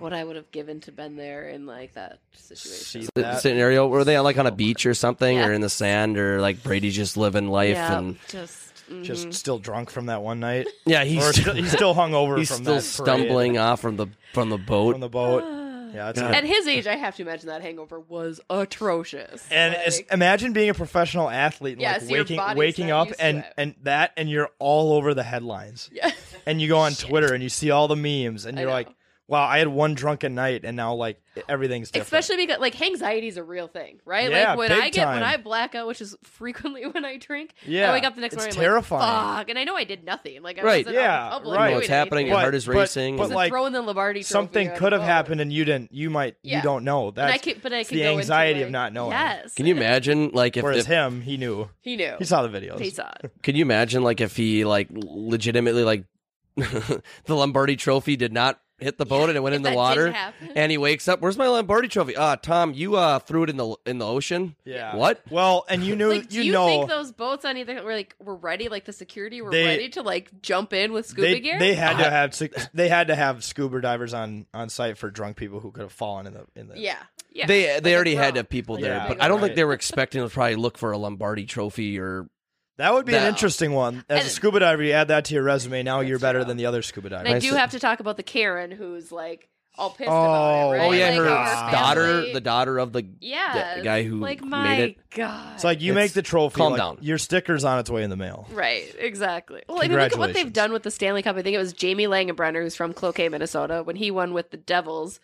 I: What I would have given to Ben there in like that situation.
F: See
J: The
F: that? Oh
J: Scenario were they like on a beach or something,
I: Yeah.
J: or in the sand, or like Brady's just living life,
I: yeah.
J: and
I: Just. mm-hmm.
F: Just still drunk from that one night,
J: yeah, <laughs>
F: or
J: he's
F: still, <laughs> he's still hungover.
J: <laughs> he's
F: from
J: still
F: that parade,
J: stumbling off from the from the boat.
F: from the boat.
I: Ah.
F: Yeah, that's
I: At his age, I have to imagine that hangover was atrocious.
F: And
I: Like,
F: it's, imagine being a professional athlete and
I: Yeah,
F: like
I: so your
F: waking
I: body's
F: waking
I: not
F: up
I: used to
F: and
I: it.
F: and that and you're all over the headlines.
I: yeah. <laughs>
F: And you go on Twitter and you see all the memes and
I: I
F: you're
I: know.
F: like, wow, I had one drunken night and now like e-, everything's different.
I: especially because like anxiety is a real thing, right?
F: Yeah,
I: like when
F: big
I: I get
F: time.
I: when I black out, which is frequently <laughs> when I drink.
F: Yeah,
I: I wake up the next
F: it's
I: morning. I'm
F: terrifying.
I: Like, Fuck, and I know I did nothing. Like I
J: Right,
I: wasn't out in public
F: yeah, right. You know
I: doing
F: what's
J: happening, your
I: anything.
J: heart is racing.
F: But,
J: It's
I: Just
J: a
F: like
I: throwing the Lombardi trophy
F: something
I: on
F: could have
I: the
F: happened and you didn't you might you
I: Yeah.
F: don't know.
I: floor. And
F: That's
I: I could, but I
F: it's
I: could
F: the
I: go
F: anxiety
I: into,
F: of
I: like,
F: not knowing.
I: Yes.
J: Can you imagine like if,
F: Whereas
J: if
F: him, he knew.
I: He knew.
F: He saw the videos.
I: He saw it.
J: Can you imagine like if he like legitimately like <laughs> the Lombardi trophy did not hit the boat and it went
I: if
J: in the
I: that
J: water
I: didn't
J: <laughs>
I: happen.
J: and he wakes up, where's my Lombardi trophy? Ah, Tom, you uh threw it in the in the ocean.
F: Yeah.
J: What?
F: Well, and you knew
I: Like, do you,
F: know
I: think those boats on either were like were ready? Like the security were
F: They-
I: ready to like jump in with scuba
F: they,
I: gear?
F: they had to have sec- they had to have scuba divers on on site for drunk people who could have fallen in the in the
I: Ah, yeah, yeah.
J: They
I: Like,
J: they
I: it's
J: already had
I: wrong.
J: to have people
I: Like,
J: there,
F: Yeah,
J: but I don't think
F: right.
J: they were expecting to probably look for a Lombardi trophy or
F: That would be an
J: No.
F: interesting one. As a
I: And-
F: scuba diver, you add that to your resume. Now you're better than the other scuba diver.
I: And I do have to talk about the Karen who's like all pissed about it. Right?
J: Oh yeah,
I: Like,
J: her
I: our
J: daughter,
I: family-
J: the daughter of
I: <laughs>
J: the
I: yeah,
J: the guy who
I: like
J: made
I: my
J: it.
I: god.
F: It's like you make
J: It's-
F: the trophy.
J: calm
F: like,
J: down.
F: Your sticker's on its way in the mail.
I: Right, exactly. Well, I mean, look at what they've
F: Congratulations.
I: done with the Stanley Cup. I think it was Jamie Langenbrenner, who's from Cloquet, Minnesota, when he won with the Devils,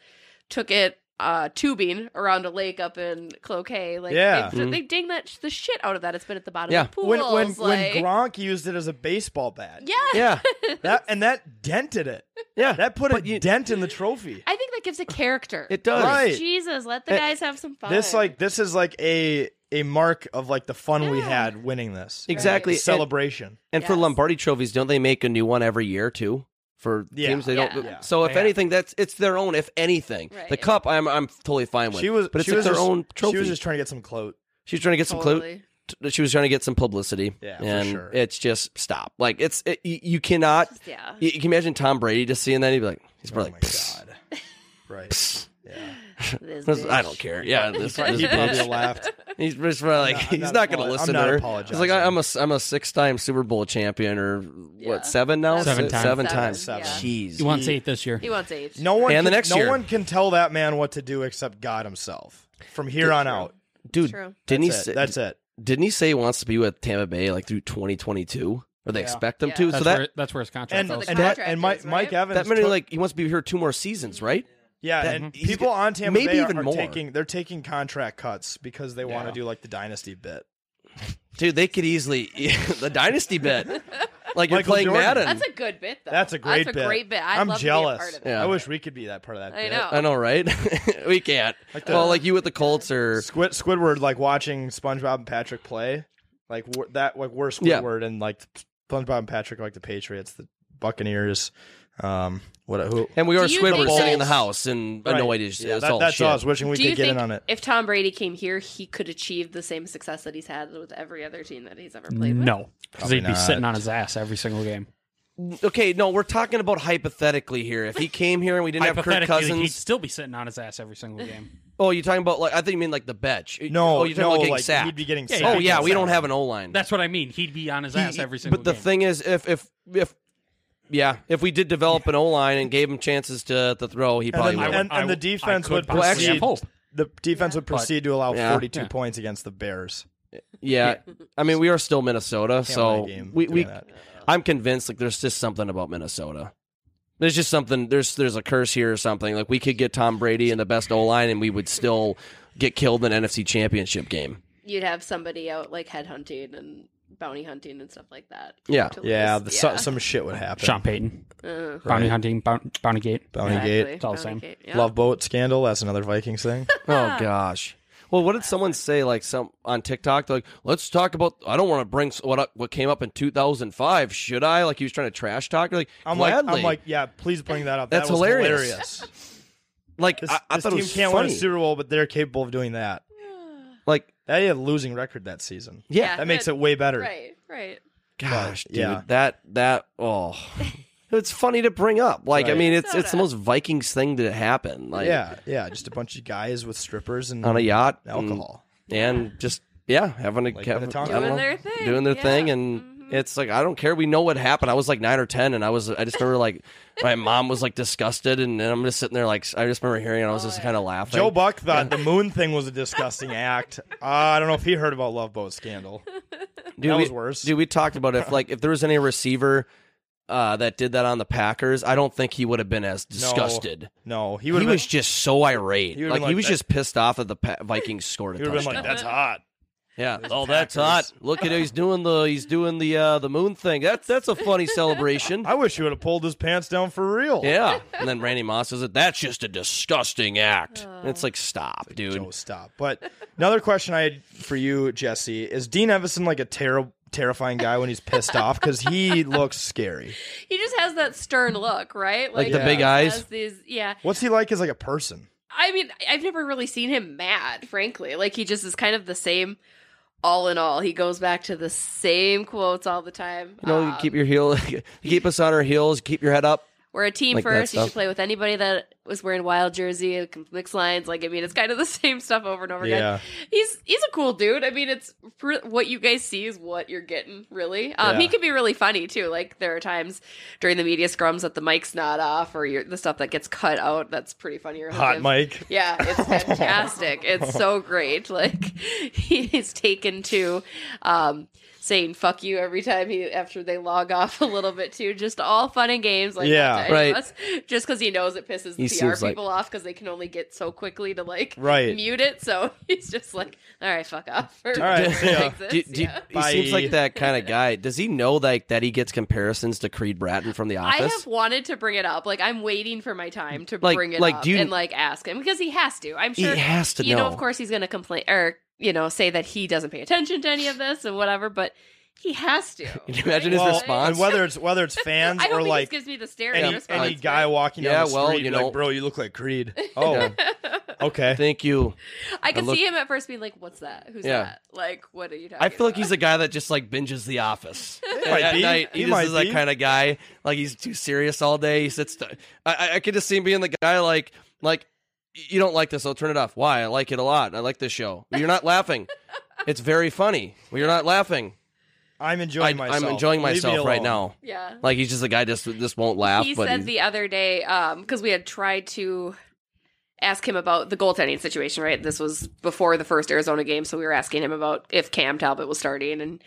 I: took it uh, tubing around a lake up in Cloquet. Like,
F: Yeah.
I: they, they ding that sh- the shit out of that. It's been at the bottom
J: Mm-hmm. Yeah.
I: of the pools.
F: When when
I: like,
F: when Gronk used it as a baseball bat.
I: yeah,
J: Yeah,
F: That and that dented it.
J: yeah,
F: That put a
J: But you-
F: dent in the trophy.
I: I think that gives a character.
J: it does.
F: Right. Eh,
I: Jesus, let the
J: It-
I: guys have some fun.
F: This like this is like a a mark of like the fun we
I: Yeah.
F: had winning this.
J: Exactly.
F: The celebration.
J: And for
I: Yes.
J: Lombardi trophies, don't they make a new one every year too? For
F: Yeah.
J: teams, they don't.
I: Yeah.
J: So if
C: Yeah.
J: anything, that's it's their own. If anything, the
I: Right.
J: cup, I'm I'm totally fine with.
F: She was
J: but it's
F: she
J: like
F: was
J: their
F: just,
J: own trophy.
F: She was just trying to get some clout.
J: She's trying to get some clout.
I: Totally.
J: t- she was trying to get some publicity.
F: Yeah, for
J: and
F: sure.
J: it's just stop. Like it's it, you, you cannot.
I: Just, yeah.
J: You, you can imagine Tom Brady just seeing that. He'd be like, he's
F: Oh
J: probably
F: my
J: like, <laughs> "Psst,
F: god.
J: <laughs>
F: Right. Yeah.
I: This
J: this- I
I: bitch.
J: don't care. Yeah, this, this
F: He probably <laughs>
J: bitch.
F: laughed.
J: He's just probably like,
F: I'm not- I'm
J: he's
F: not
J: not going to
F: apolo-
J: listen
F: I'm
J: to
F: not
J: her. He's
F: apologizing.
J: like, I- I'm a I'm a six time Super Bowl champion or
I: Yeah.
J: what seven now?
C: Seven
J: Si-
C: times.
I: Seven,
J: Seven times.
F: yeah.
J: Jeez.
C: He wants eight this year.
I: He wants age.
F: No one
J: And
F: can,
J: the next
F: no
J: year.
F: one can tell that man what to do except God himself. From here on out.
J: dude.
I: True.
J: Didn't he?
F: That's
J: say-
F: it. That's it.
J: Didn't he say he wants to be with Tampa Bay like through 2022? Or they
C: Yeah.
J: expect him
I: Yeah.
J: to.
C: That's
J: so that
C: where that's where his contract.
F: And
I: So
C: goes.
I: the
F: and, that,
I: contract
F: and Mike,
I: is,
F: Mike
I: right?
F: Evans
J: that many
F: took-
J: like he wants to be here two more seasons, right?
F: Yeah,
J: That-
F: and
J: he's
F: people
J: got-
F: on Tampa
J: maybe
F: Bay
J: even
F: are
J: more.
F: taking they're taking contract cuts because they want to do like the dynasty bit.
J: Dude, they could easily <laughs> the dynasty bit. Like you're
F: Michael
J: playing
F: Jordan.
J: Madden.
I: That's a good bit, though.
F: That's a great
I: That's a
F: bit.
I: great bit. I'd
F: am
I: love to be a
F: jealous.
I: part of it.
J: Yeah.
F: I wish we could be that part of that.
I: I
F: bit.
I: know.
J: I know, right? <laughs> we can't.
F: Like the-
J: well, like you with the Colts or
F: Squid, Squidward like watching SpongeBob and Patrick play, like we're, that like we're
J: Yeah.
F: Squidward and like SpongeBob and Patrick are, like the Patriots, the Buccaneers, um, what who?
J: and we
I: Do
J: are
I: you
J: Squidward
I: think
J: sitting in the
I: that's-
J: house and I no
F: Right.
J: idea. It's
F: Yeah,
J: it's
F: that-
J: all
F: that's
J: shit.
F: us wishing we
I: Do you
F: could get
I: think
F: in on it.
I: if Tom Brady came here, he could achieve the same success that he's had with every other team that he's ever played with?
C: No, because he'd be
F: not.
C: sitting on his ass every single game.
J: Okay, no, we're talking about hypothetically here. If he came here and we didn't have Kirk
C: Hypothetically, he'd
J: Cousins,
C: still be sitting on his ass every single game.
J: <sighs> oh, you're talking about like I think you mean like the bench.
F: No,
J: oh, you're talking
F: no,
J: about getting
F: like,
J: sacked.
F: He'd be getting
C: Yeah,
F: sacked.
J: oh yeah,
C: getting
J: we don't
C: sacked.
J: have an O line.
C: That's what I mean. He'd be on his ass
J: He-
C: every single
J: But the
C: game.
J: thing is, if if if yeah, if we did develop an O line and gave him chances to to throw, he
F: And,
J: probably
F: then-
C: I
J: would.
C: would-
F: and,
C: I
F: and the
C: would- I
F: defense
C: could
F: would
C: possibly have
F: proceed.
C: hope.
F: The defense would proceed to allow
J: Yeah.
F: 42
C: Yeah.
F: points against the Bears.
J: yeah, I mean, we are still Minnesota, so
F: win a game
J: we
F: doing
J: we
F: that.
J: I'm convinced like there's just something about Minnesota. There's just something there's there's a curse here or something. Like we could get Tom Brady and the best O line, and we would still get killed in an NFC Championship game.
I: You'd have somebody out like headhunting and bounty hunting and stuff like that.
J: Yeah.
I: To
F: Yeah,
I: lose.
F: the, so- some shit would happen.
C: Sean Payton,
I: Uh,
C: bounty hunting, bounty, bounty gate.
F: Bounty
I: exactly.
F: Gate,
C: It's all the
I: Bounty
C: same.
I: Gate, yeah.
F: Love Boat scandal. That's another Vikings thing.
J: Oh gosh. Well, what did someone say like some on TikTok? They're like, let's talk about. I don't want to bring s- what up, what came up in 2005. Should I? Like he was trying to trash talk. You're like
F: I'm like,
J: gladly.
F: I'm like, yeah. Please bring that up.
J: That's
F: that was
J: hilarious. like
F: This,
J: I, I
F: this
J: thought
F: team
J: it was
F: can't
J: funny.
F: win a Super Bowl, but they're capable of doing that.
J: like
F: They had a losing record that season.
J: yeah,
F: That makes it way better.
I: Right, right.
J: gosh, dude,
F: Yeah.
J: that that oh, <laughs> it's funny to bring up. Like I
F: Right.
J: mean, it's it's the
I: Minnesota.
J: most Vikings thing to happen. Like
F: Yeah, yeah. Just a bunch of guys with strippers and
J: on a yacht, and-
F: alcohol.
J: and, just yeah, having a
F: Like
J: having,
F: Minnetonka.
J: I don't
I: Doing
J: know,
I: their thing,
J: doing their
I: yeah. Mm-hmm.
J: thing, and it's like I don't care. We know what happened. I was like nine or ten, and I was I just remember like my mom was like disgusted, and, then I'm just sitting there like I just remember hearing, it, and I was
I: Oh,
J: just kind of laughing.
F: Joe Buck thought the moon thing was a disgusting act. Uh, I don't know if he heard about Love Boat scandal.
J: dude,
F: that
J: we,
F: was worse.
J: Dude, we talked about if like if there was any receiver. Uh, that did that on the Packers. I don't think he would have been as disgusted.
F: No, he
J: He,
F: would have been.
J: was just so irate.
F: He would've
J: Like,
F: been
J: he
F: like
J: was
F: that-
J: just pissed off that the pa- Vikings scored a
F: he would have been
J: touchdown.
F: like, "That's hot."
J: yeah, oh, that's hot. Look at he's doing the he's doing the uh, the moon thing. That's that's a
F: <laughs>
J: funny celebration.
F: I wish he would have pulled his pants down for real.
J: Yeah. And then Randy Moss says it. That's just a disgusting act. And it's like, stop, dude.
F: Joe, stop. But another question I had for you, Jesse, is Dean Evison like a terrible, terrifying guy when he's pissed off because he looks scary.
I: He just has that stern look, right?
J: Like, the
F: Yeah.
J: big
I: he
J: eyes.
I: has these, yeah.
F: What's he like as like a person?
I: I mean, I've never really seen him mad, frankly. Like he just is kind of the same all in all. He goes back to the same quotes all the time.
J: You know, you
I: Um,
J: <laughs> keep your heel, you keep us on our heels, keep your head up.
I: We're a team
J: Like that
I: first. You should
J: stuff.
I: play with anybody that was wearing wild jersey, it can mix lines. Like I mean, it's kind of the <laughs> same stuff over and over
F: Yeah.
I: again. He's he's a cool dude. I mean, it's pr- what you guys see is what you're getting. Really, um, he
F: Yeah.
I: can be really funny too. Like there are times during the media scrums that the mic's not off or you the stuff that gets cut out. That's pretty funny. or
F: Hot
I: him.
F: Mike.
I: Yeah,
J: <laughs>
I: it's fantastic. it's so great. Like <laughs> he is taken to um, saying "fuck you" every time he after they log off <laughs> a little bit too. Just all fun and games. Like
F: Yeah,
I: not to
J: right.
I: us, just because he knows it pisses
J: He
I: the PR
J: seems like-
I: people off because they can only get so quickly to like
F: Right.
I: mute it. So <laughs> he's just like, "All right, fuck off." <laughs> All
F: <laughs>
J: <laughs>
F: right, see ya.
J: Do, do, He seems
F: Bye.
J: like that kind of guy. Does he know like that he gets comparisons to Creed Bratton from The
I: I
J: <laughs> Office?
I: have wanted to bring it up. Like I'm waiting for my time to
J: Like-
I: bring it
J: like,
I: up
J: do you-
I: and like ask him because he has to. I'm
J: He
I: sure
J: has to
I: You know,
J: know.
I: of course, he's going to complain or you know say that he doesn't pay attention to any of this and whatever. But he has to.
J: <laughs> Can you imagine his
F: Well,
J: response?
I: <laughs>
F: And whether it's whether it's fans
I: I hope
F: or
I: he just
F: like
I: gives me the staring
F: any,
I: response.
F: any
I: but-
F: guy walking
J: Yeah,
F: down the
J: well,
F: street,
J: you
F: like,
J: know-
F: bro, you look
J: <laughs>
F: like Creed. Oh, okay.
J: Thank you.
I: I can
J: I look-
I: see him at first being like, "What's that? Who's
J: Yeah.
I: that? Like, what are you talking?"
J: I feel like he's
I: about?"
J: the guy that just like binges The Office
F: might
J: at
F: be.
J: night. He,
F: <laughs> He
J: just
F: might
J: is that
F: be.
J: kind of guy. Like he's too serious all day. He sits. To, I- I I could just see him being the guy like like you don't like this. I'll turn it off. Why? I like it a lot. I like this show. You're not
F: <laughs>
J: laughing. It's very funny. Well, you're not laughing.
F: I'm enjoying
J: I,
F: myself.
J: I'm enjoying
F: Leave me
J: myself right
F: alone.
J: now.
I: <laughs> yeah.
J: Like he's just a guy just just won't laugh.
I: he
J: but
I: said
J: he's-
I: the other day because we had tried to ask him about the goaltending situation right this was before the first arizona game so we were asking him about if cam talbot was starting and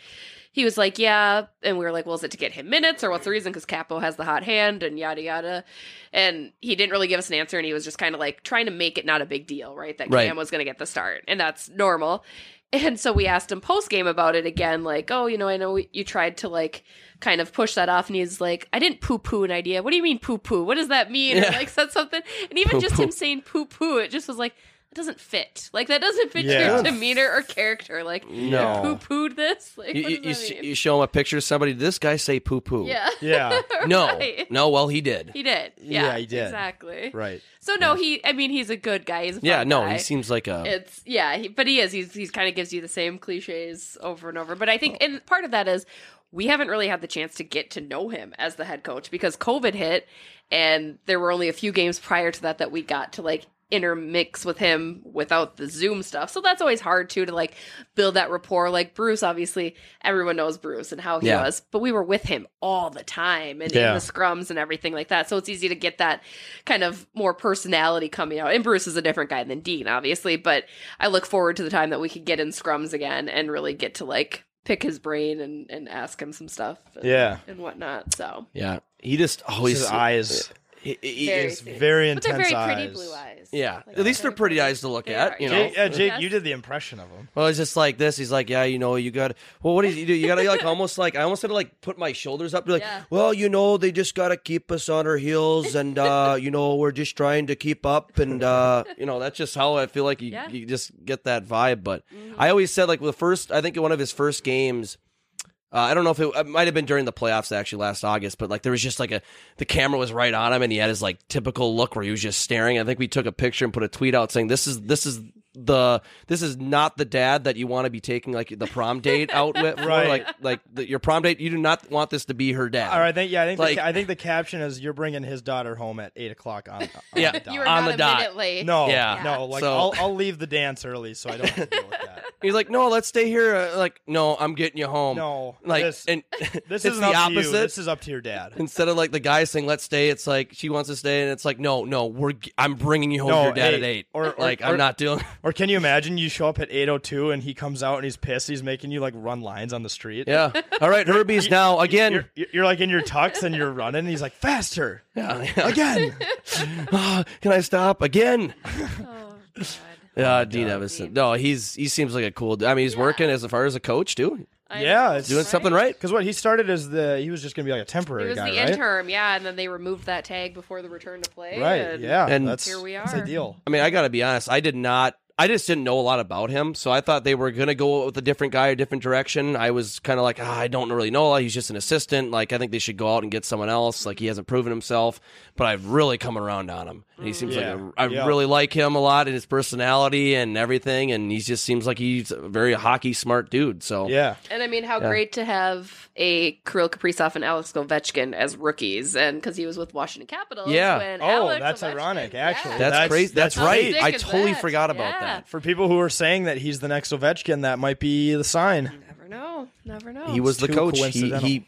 I: he was like yeah and we were like well is it to get him minutes or what's the reason because capo has the hot hand and yada yada and he didn't really give us an answer and he was just kind of like trying to make it not a big deal right that
J: Right.
I: cam was going to get the start and that's normal and so we asked him post game about it again like oh you know i know you tried to like kind of push that off and he's like i didn't poo poo an idea what do you mean poo poo what does that mean or
J: Yeah.
I: like said something and even just him saying poo poo it just was like that doesn't fit like that doesn't fit
F: Yeah.
I: your demeanor or character like
J: No.
I: poo pooed this like
J: you,
I: what
J: you, you,
I: does
J: s-
I: that mean?
J: you show him a picture of somebody. Did this guy say poo poo?
I: yeah
J: <laughs>
F: Yeah.
J: No.
I: Right.
J: No. Well, he did.
I: he did yeah,
F: Yeah, he did.
I: exactly
F: Right.
I: so no he i mean he's a good guy he's a
J: yeah.
I: fun
J: No.
I: guy.
J: He seems like a.
I: It's yeah, he, but he is. He's he's kind of gives you the same cliches over and over. But I think, and part of that is we haven't really had the chance to get to know him as the head coach because COVID hit, and there were only a few games prior to that that we got to like intermix with him without the Zoom stuff. So that's always hard too to like build that rapport. Like Bruce, obviously everyone knows Bruce and how he
J: Yeah.
I: was, but we were with him all the time and
F: Yeah.
I: in the scrums and everything like that. So it's easy to get that kind of more personality coming out. And Bruce is a different guy than Dean, obviously, but I look forward to the time that we could get in scrums again and really get to like pick his brain and, and ask him some stuff. And,
F: Yeah.
I: And whatnot. So
J: yeah. He just always.
F: His eyes.
J: he- he- he-
I: Very serious.
F: It's very
I: but they're
F: intense
I: very
F: eyes.
I: pretty blue eyes.
J: Yeah.
I: Like,
J: At least they're pretty eyes to look
I: They
J: at,
I: are,
J: you know.
F: Jake, yeah, Jake,
I: Yes.
F: you did the impression of him.
J: Well, it's just like this. He's like, yeah, you know, you got. Well, what did you do? You got to
I: <laughs>
J: like almost like I almost had to like put my shoulders up. Be like,
I: Yeah.
J: well, you know, they just got to keep us on our heels,
I: <laughs>
J: and uh, you know, we're just trying to keep up, and uh, you know, that's just how I feel like you,
I: Yeah. Mm-hmm.
J: you just get that vibe. But I always said like the first, I think in one of his first games. Uh, I don't know if it, it might have been during the playoffs actually last August, but like there was just like a the camera was right on him and he had his like typical look where he was just staring. I think we took a picture and put a tweet out saying this is this is the this is not the dad that you want to be taking like the prom
F: <laughs>
J: date out with. for,
F: Right.
J: Like like the, your prom date, you do not want this to be her dad.
F: All right,
J: <laughs>
F: I think yeah, I think
J: Like-
F: the, ca- I think the caption is you're bringing his daughter home at eight o'clock
J: <laughs>
F: on. on
J: Yeah.
F: the
I: <laughs>
F: dot.
I: You were
J: On
I: not
J: the
I: a
J: dot.
I: minute late.
F: no,
J: Yeah.
F: no, like
J: So-
F: I'll I'll leave the dance early so I don't have to deal with
J: <laughs>
F: that.
J: He's like, no, let's stay here. Uh, like, no, I'm getting you home.
F: No,
J: like,
F: this-
J: and
F: <laughs> This
J: it's
F: isn't
J: the
F: up
J: opposite.
F: to you. This is up to your dad.
J: Instead of like the guy saying "Let's stay," it's like she wants to stay, and it's like, "No, no, we're g- I'm bringing you home to
F: No,
J: your dad
F: hey,
J: at eight.
F: or- or-
J: like I'm
F: or-
J: not doing. <laughs>
F: Or can you imagine you show up at eight oh two and he comes out and he's pissed. He's making you like run lines on the street.
J: Yeah. All right, Herbie's now again.
F: You're, you're like in your tux and you're running. And he's like faster
J: Yeah, <laughs> yeah.
F: <laughs> again.
J: Ah, Can I stop again?
I: <laughs> Oh, God.
J: Yeah,
F: Oh,
J: Dean Evison. No, he's he seems like a cool. dude. I mean, he's working as far as a coach too,
I: I
F: yeah,
I: know.
F: it's
J: doing something right.
F: Because what he started as the he was just gonna be like a
I: It
F: temporary
I: was
F: guy,
I: the
F: right?
I: interim, yeah, and then they removed that tag before the return to play.
F: right?
I: and
F: yeah,
J: and-
F: that's,
I: Here we
F: That's
I: are.
F: ideal.
J: I mean, I got to be honest. I did not. I just didn't know a lot about him, so I thought they were gonna go with a different guy, a different direction. I was kind of like, ah, I don't really know. He's just an assistant. Like I think they should go out and get someone else. Like he hasn't proven himself, but I've really come around on him. And he seems
F: Yeah.
J: like a, I
F: Yeah.
J: really like him a lot and his personality and everything. And he just seems like he's a very hockey smart dude. So
F: Yeah.
I: And I mean, how
J: Yeah.
I: great to have a Kirill Kaprizov and Alex Ovechkin as rookies, and because he was with Washington Capitals.
J: Yeah.
I: when
F: Oh,
I: Alex
F: that's
I: Ovechkin-
F: ironic,
I: Yeah.
F: actually.
J: that's,
F: That's-
J: crazy. That's,
F: that's
I: How
J: right.
I: sick
J: I
I: is
J: totally
I: that?
J: forgot about
I: Yeah.
J: that.
F: For people who are saying that he's the next Ovechkin, that might be the sign.
I: Never know. Never know.
J: He was the
F: too
J: coach. He,
F: coincidental.
J: he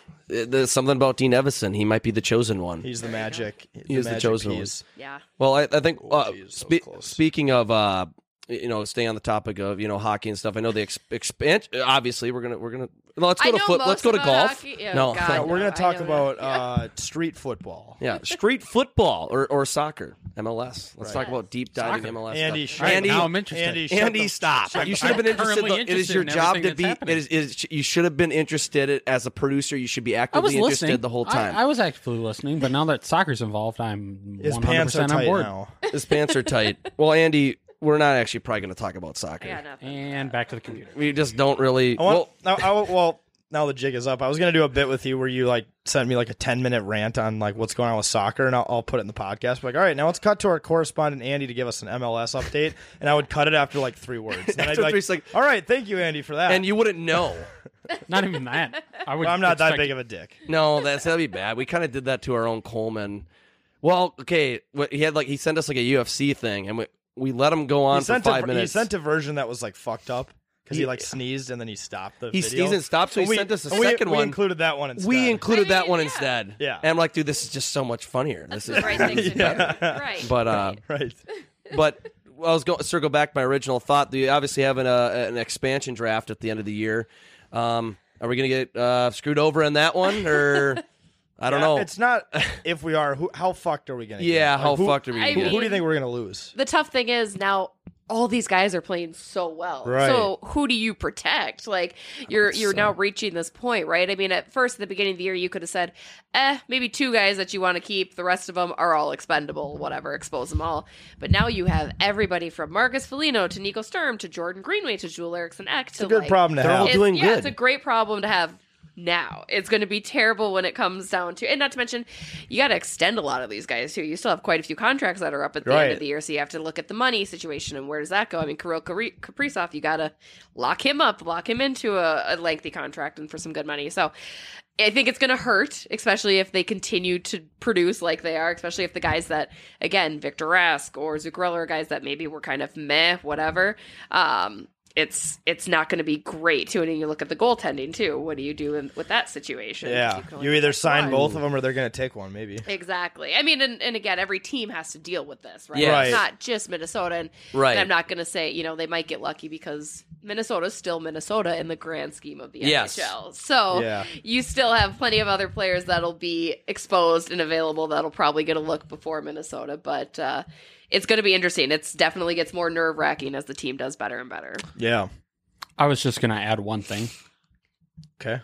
J: <laughs> there's something about Dean Evison. He might be the chosen one.
F: He's the magic.
J: He is the
F: magic
J: chosen one.
F: piece.
I: Yeah.
J: Well, I, I think uh,
F: geez, Oh, that
J: spe-
F: was close.
J: speaking of uh, you know, staying on the topic of you know hockey and stuff. I know the ex- expansion. Obviously, we're gonna we're gonna no, let's go
I: I
J: to
I: know
J: foot.
I: most
J: Let's go to
I: about
J: golf.
I: hockey. Yeah,
J: no,
I: God.
F: Now, we're
I: know,
F: going
I: I
F: to talk
I: know. <laughs>
F: about uh, street football.
J: yeah, street football or, or soccer, MLS. Let's talk about deep diving
C: Soccer.
J: MLS.
F: Andy,
J: stuff.
F: shut
C: Right,
J: Andy,
C: now I'm interested.
F: Andy, shut
J: Andy,
F: the-
J: stop!
C: shut
J: You
C: the-
J: should have been
C: I'm
J: interested.
C: currently
J: though. It is
C: interested
J: your
C: in
J: job to
C: everything
J: be.
C: that's
J: It is, it is. You should have been interested as a producer. You should be
C: I was
J: actively interested
C: listening
J: the whole
C: I-
J: time.
C: I, was actively listening, but now that soccer's involved, I'm
F: His
C: 100%
F: pants are
C: on
F: tight
C: board.
F: now.
J: His pants are
C: <laughs>
J: tight. Well, Andy, we're not actually probably going to talk about soccer.
I: I got nothing.
C: And back to the computer.
J: We just don't really.
F: I want,
J: well,
F: now, I, want- well, now the jig is up. I was going to do a bit with you where you like sent me like a 10 minute rant on like what's going on with soccer and I'll, I'll put it in the podcast. But like, all right, now let's cut to our correspondent Andy to give us an MLS update. And I would cut it after like three words.
J: <laughs>
F: And then I'd
J: After
F: be
J: three sec-
F: all right, thank you, Andy, for that.
J: and you wouldn't know.
C: Not even <laughs> that. I would.
F: But I'm not that
C: expect-
F: big of a dick.
J: No, that's that'd be bad. We kind of did that to our own Coleman. Well, okay, what, he had like he sent us like a UFC thing, and we we let him go on
F: He
J: for
F: sent,
J: five
F: a, he
J: minutes.
F: sent a version that was like fucked up because he,
J: He-
F: like sneezed and then he stopped the
J: He
F: video.
J: sneezed and stopped, so he
F: And we-
J: sent us a
F: and we-
J: second
F: we
J: one.
F: included that one instead.
J: we included
I: I
J: that
I: mean,
J: one
I: yeah.
J: instead.
F: Yeah.
J: and I'm like, dude, this is just so much funnier.
I: That's
J: this
I: the right
J: is
I: thing
J: <laughs>
F: <laughs>
I: to do.
J: better.
I: Right.
J: But uh,
F: <laughs> Right.
J: but I was going circle back to my original thought. They obviously have an, uh, an expansion draft at the end of the year. Um, are we gonna get uh, screwed over in that one, or
I: <laughs>
J: I don't know?
F: It's not if we are. Who, how fucked are we gonna?
J: yeah,
F: get? Like,
J: how
F: who-
J: fucked are we?
I: I
J: gonna
F: Who,
J: get?
F: who do you think we're gonna lose?
I: the tough thing is now all these guys are playing so well.
F: Right.
I: So who do you protect? Like you're you're
J: so.
I: now reaching this point, right? I mean, at first at the beginning of the year, you could have said, "Eh, maybe two guys that you want to keep. The rest of them are all expendable. Whatever, expose them all." But now you have everybody from Marcus Foligno to Nico Sturm to Jordan Greenway to Jewel Erickson Eck to
F: It's a good
I: like,
F: problem to
J: They're all
F: have.
I: it's,
J: doing
I: yeah,
J: good.
I: it's a great problem to have now. It's going to be terrible when it comes down to, and not to mention, you got to extend a lot of these guys too. You still have quite a few contracts that are up at the end
F: Right.
I: of the year, so you have to look at the money situation and where does that go. I mean, Kirill Kapri- Kaprizov, you got to lock him up, lock him into a, a lengthy contract and for some good money. So. I think it's going to hurt, especially if they continue to produce like they are, especially if the guys that, again, Victor Rask or Zuccarello are guys that maybe were kind of meh, whatever. Um, it's it's not going to be great too. And then you look at the goaltending too. What do you do in, with that situation?
F: Yeah,
I: You can only
F: you either
I: protect
F: sign
I: one.
F: both of them or they're gonna take one. Maybe.
I: Exactly. I mean, and, and again, every team has to deal with this, right?
J: Yes.
I: It's not just Minnesota. And,
J: Right.
I: and I'm not going to say, you know, they might get lucky because Minnesota's still Minnesota in the grand scheme of the
J: Yes.
I: NHL. So
F: Yeah.
I: you still have plenty of other players that'll be exposed and available that'll probably get a look before Minnesota. But uh, it's going to be interesting. It's definitely gets more nerve wracking as the team does better and better.
F: Yeah.
C: I was just going to add one thing.
F: Okay.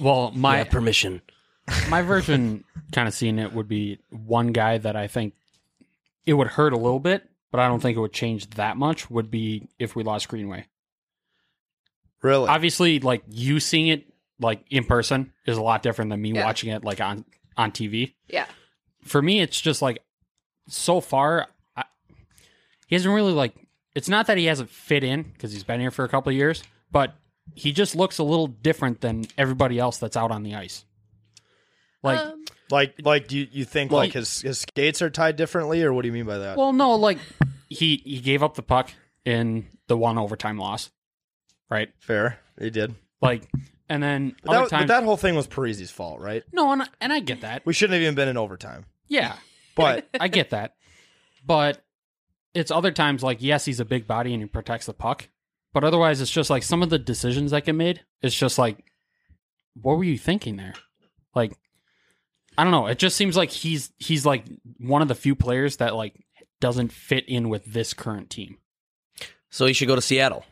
C: Well, my
J: Yeah, permission.
C: <laughs> my version kind of seeing it would be one guy that I think it would hurt a little bit, but I don't think it would change that much would be if we lost Greenway.
F: Really.
C: Obviously, like you seeing it like in person is a lot different than me
I: Yeah.
C: watching it like on on TV.
I: Yeah.
C: for me, it's just like so far, I, he hasn't really like. It's not that he hasn't fit in because he's been here for a couple of years, but he just looks a little different than everybody else that's out on the ice. Like,
I: Um,
F: like, like, do you, you think
C: Well-
F: like his his skates are tied differently, or what do you mean by that?
C: well, no, like he he gave up the puck in the one overtime loss, right?
F: Fair. He did.
C: Like, and then
F: But
C: other
F: that, but
C: times,
F: that whole thing was Parisi's fault, right?
C: no, and I- and I get that.
F: We shouldn't have even been in overtime.
I: <laughs>
C: Yeah,
F: But
C: I get that. But it's other times like yes, he's a big body and he protects the puck. But otherwise it's just like some of the decisions that get made, it's just like what were you thinking there? Like I don't know, it just seems like he's he's like one of the few players that like doesn't fit in with this current team.
J: So you should go to Seattle.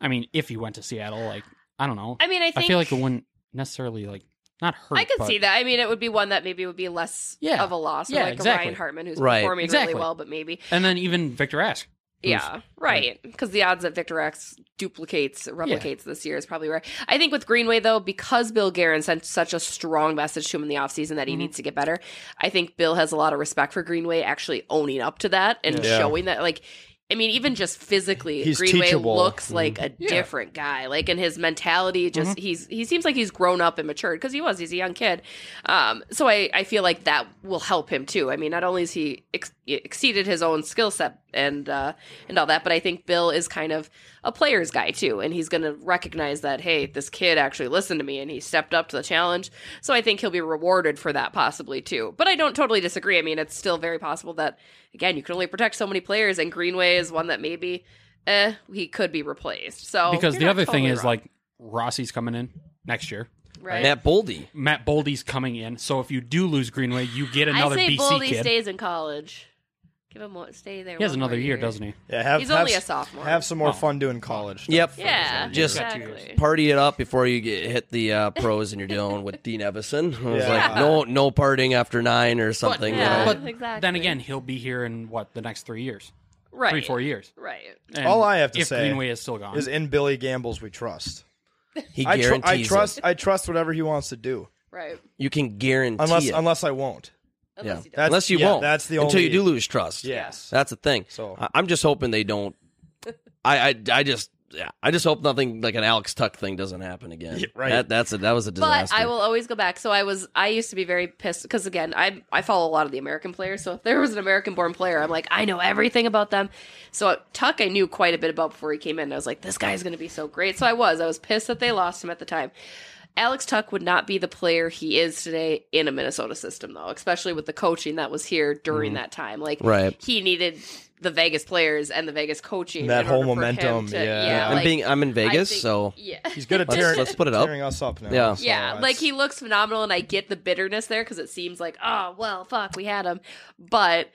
C: I mean, if he went to Seattle, like I don't know.
I: I mean, I think.
C: feel like it wouldn't necessarily like not hurt.
I: I could
C: but-
I: see that. I mean, it would be one that maybe would be less
C: Yeah.
I: of a loss, or
C: Yeah,
I: like a
C: exactly.
I: Ryan Hartman who's
J: Right.
I: performing
C: Exactly.
I: really well, but maybe
C: And then even Victor Ask.
I: Yeah, right. Because the odds that Victor X duplicates, replicates this year is probably rare. I think with Greenway, though, because Bill Guerin sent such a strong message to him in the offseason that he
F: Mm-hmm.
I: needs to get better, I think Bill has a lot of respect for Greenway actually owning up to that and
F: Yeah.
I: showing that, like, I mean, even just physically,
F: He's
I: Greenway
F: teachable.
I: looks like a different guy. Like in his mentality, just he's he seems like he's grown up and matured because he was. He's a young kid. Um, so I I feel like that will help him too. I mean, not only is he ex- exceeded his own skill set and uh, and all that, but I think Bill is kind of a player's guy too, and he's going to recognize that hey, this kid actually listened to me and he stepped up to the challenge. So I think he'll be rewarded for that possibly too. But I don't totally disagree. I mean, it's still very possible that again, you can only protect so many players, and Greenway is one that maybe eh, he could be replaced. So
C: because
I: Oh, you're
C: the
I: not
C: other thing
I: totally
C: is
I: wrong,
C: like Rossi's coming in next year.
I: right.
J: Matt Boldy.
C: Matt Boldy's coming in. So if you do lose Greenway, you get another
I: I say
C: BC
I: Boldy
C: kid.
I: stays in college. Give him one, stay there.
C: he has
I: one
C: another
I: more
C: year, doesn't he?
F: Yeah, have,
I: He's
F: have
I: only a
F: s-
I: sophomore.
F: Have some
J: Oh.
F: more fun doing college. stuff.
J: Yep.
I: Yeah,
J: Just-
I: exactly.
J: Party it up before you get hit the uh, pros and you're dealing with Dean Evison. It was
F: Yeah.
J: like no no partying after nine or something. you
I: Yeah,
J: know?
C: But
I: exactly.
C: then again, he'll be here in what the next three years,
I: right.
C: three four years.
I: Right.
C: And
F: All I have to
C: if
F: say
C: Greenway is still gone,
F: Is in Billy Gamble's we trust.
J: He
F: I, tr-
J: guarantees
F: I trust.
J: it.
F: I trust whatever he wants to do,
I: Right.
J: You can guarantee
F: unless
J: it.
F: unless I won't.
I: Unless he
J: yeah.
I: does.
J: unless you
F: yeah,
J: won't.
F: that's the
J: until you
F: only-
J: do lose trust.
F: Yes.
J: that's the thing.
F: So-
J: I- I'm just hoping
I: <laughs>
J: they don't. I I, I just yeah, I just hope nothing like an Alex Tuck thing doesn't happen again.
F: right.
J: That, that's a, that was a
I: But
J: disaster.
I: I will always go back. So I was, I used to be very pissed because again, I I follow a lot of the American players. So if there was an American-born player, I'm like, I know everything about them. So Tuck, I knew quite a bit about before he came in. I was like, this guy's going to be so great. So I was, I was pissed that they lost him at the time. Alex Tuck would not be the player he is today in a Minnesota system, though, especially with the coaching that was here during that time. Like,
J: Right.
I: he needed the Vegas players and the Vegas coaching. in
F: That
I: order
F: whole
I: for him
F: momentum,
I: to-
F: yeah.
I: yeah
J: I'm
I: like,
J: being I'm in
I: I
J: Vegas,
I: think-
J: so
I: yeah. <laughs>
F: He's good at
J: let's,
F: tearing,
J: let's put it up.
F: tearing us up now.
J: Yeah.
F: so
I: Yeah,
F: it's-
I: like he looks phenomenal, and I get the bitterness there because it seems like, oh well, fuck, we had him, but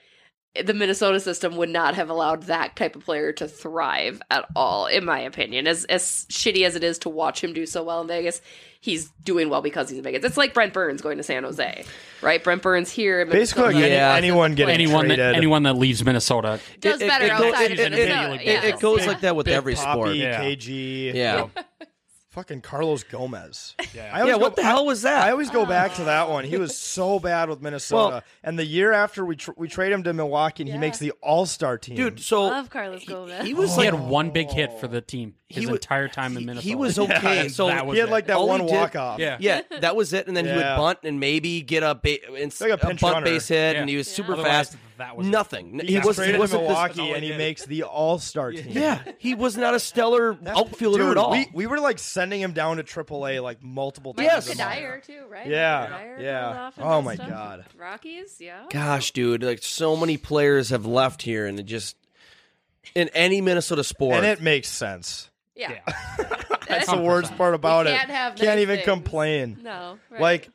I: the Minnesota system would not have allowed that type of player to thrive at all, in my opinion. As as shitty as it is to watch him do so well in Vegas, he's doing well because he's in Vegas. It's like Brent Burns going to San Jose, right? Brent Burns here, in
F: Basically,
I: Minnesota,
F: like any-
J: Yeah.
F: anyone getting
C: anyone that,
F: traded.
C: anyone that leaves Minnesota,
I: does better
J: goes-
I: outside of
J: it- it-
I: Minnesota.
J: it-
I: yeah.
J: it goes like that with
F: Big
J: every
F: Poppy,
J: sport.
C: Yeah.
F: KG,
J: Yeah.
F: fucking Carlos Gomez. Yeah, I
J: Yeah,
F: always go-
J: what the hell was that?
F: I always go back to that one. He was so bad with Minnesota,
J: Well-
F: and the year after we tr- we trade him to Milwaukee, and he makes the All Star team.
J: Dude, so
I: Love Carlos
J: he-
I: Gomez.
J: He,
F: Oh.
J: was
C: he
J: like
C: had one big hit for the team his
J: wa-
C: entire time in
J: he- he
C: Minnesota. <laughs>
J: was okay,
C: And
J: so-
C: that was
F: he had
C: it.
F: like that
J: All he
F: one
J: did-
F: walk off.
C: yeah.
J: Yeah, that was it, and then he would
F: Yeah.
J: bunt and maybe get a ba- and
F: Like a
J: a,
F: pinch
J: bunt
F: runner.
J: base hit,
C: Yeah.
J: and he was
C: Yeah.
J: super
C: Otherwise,
J: fast.
C: that was it.
J: Nothing.
F: He,
J: was
F: traded to Milwaukee,
C: all
F: and
C: he
F: he
C: did.
F: makes the All Star team.
J: Yeah, he was not a stellar <laughs>
F: That's-
J: outfielder
F: dude,
J: at all.
F: We, we were like sending him down to AAA like multiple times.
J: Yes.
F: a
I: Mike
F: month.
I: Dyer too, right?
F: Yeah,
I: Mike Dyer
F: yeah.
I: going off and
F: Oh
I: does
F: my
I: stuff.
F: God.
I: Rockies, yeah.
J: Gosh, dude, like so many players have left here, and it just in any Minnesota sport,
F: and it makes sense.
I: yeah,
F: <laughs> That's the worst part about
I: can't
F: it.
I: have
F: can't
I: nice
F: even
I: things.
F: complain.
I: No, right.
F: Like,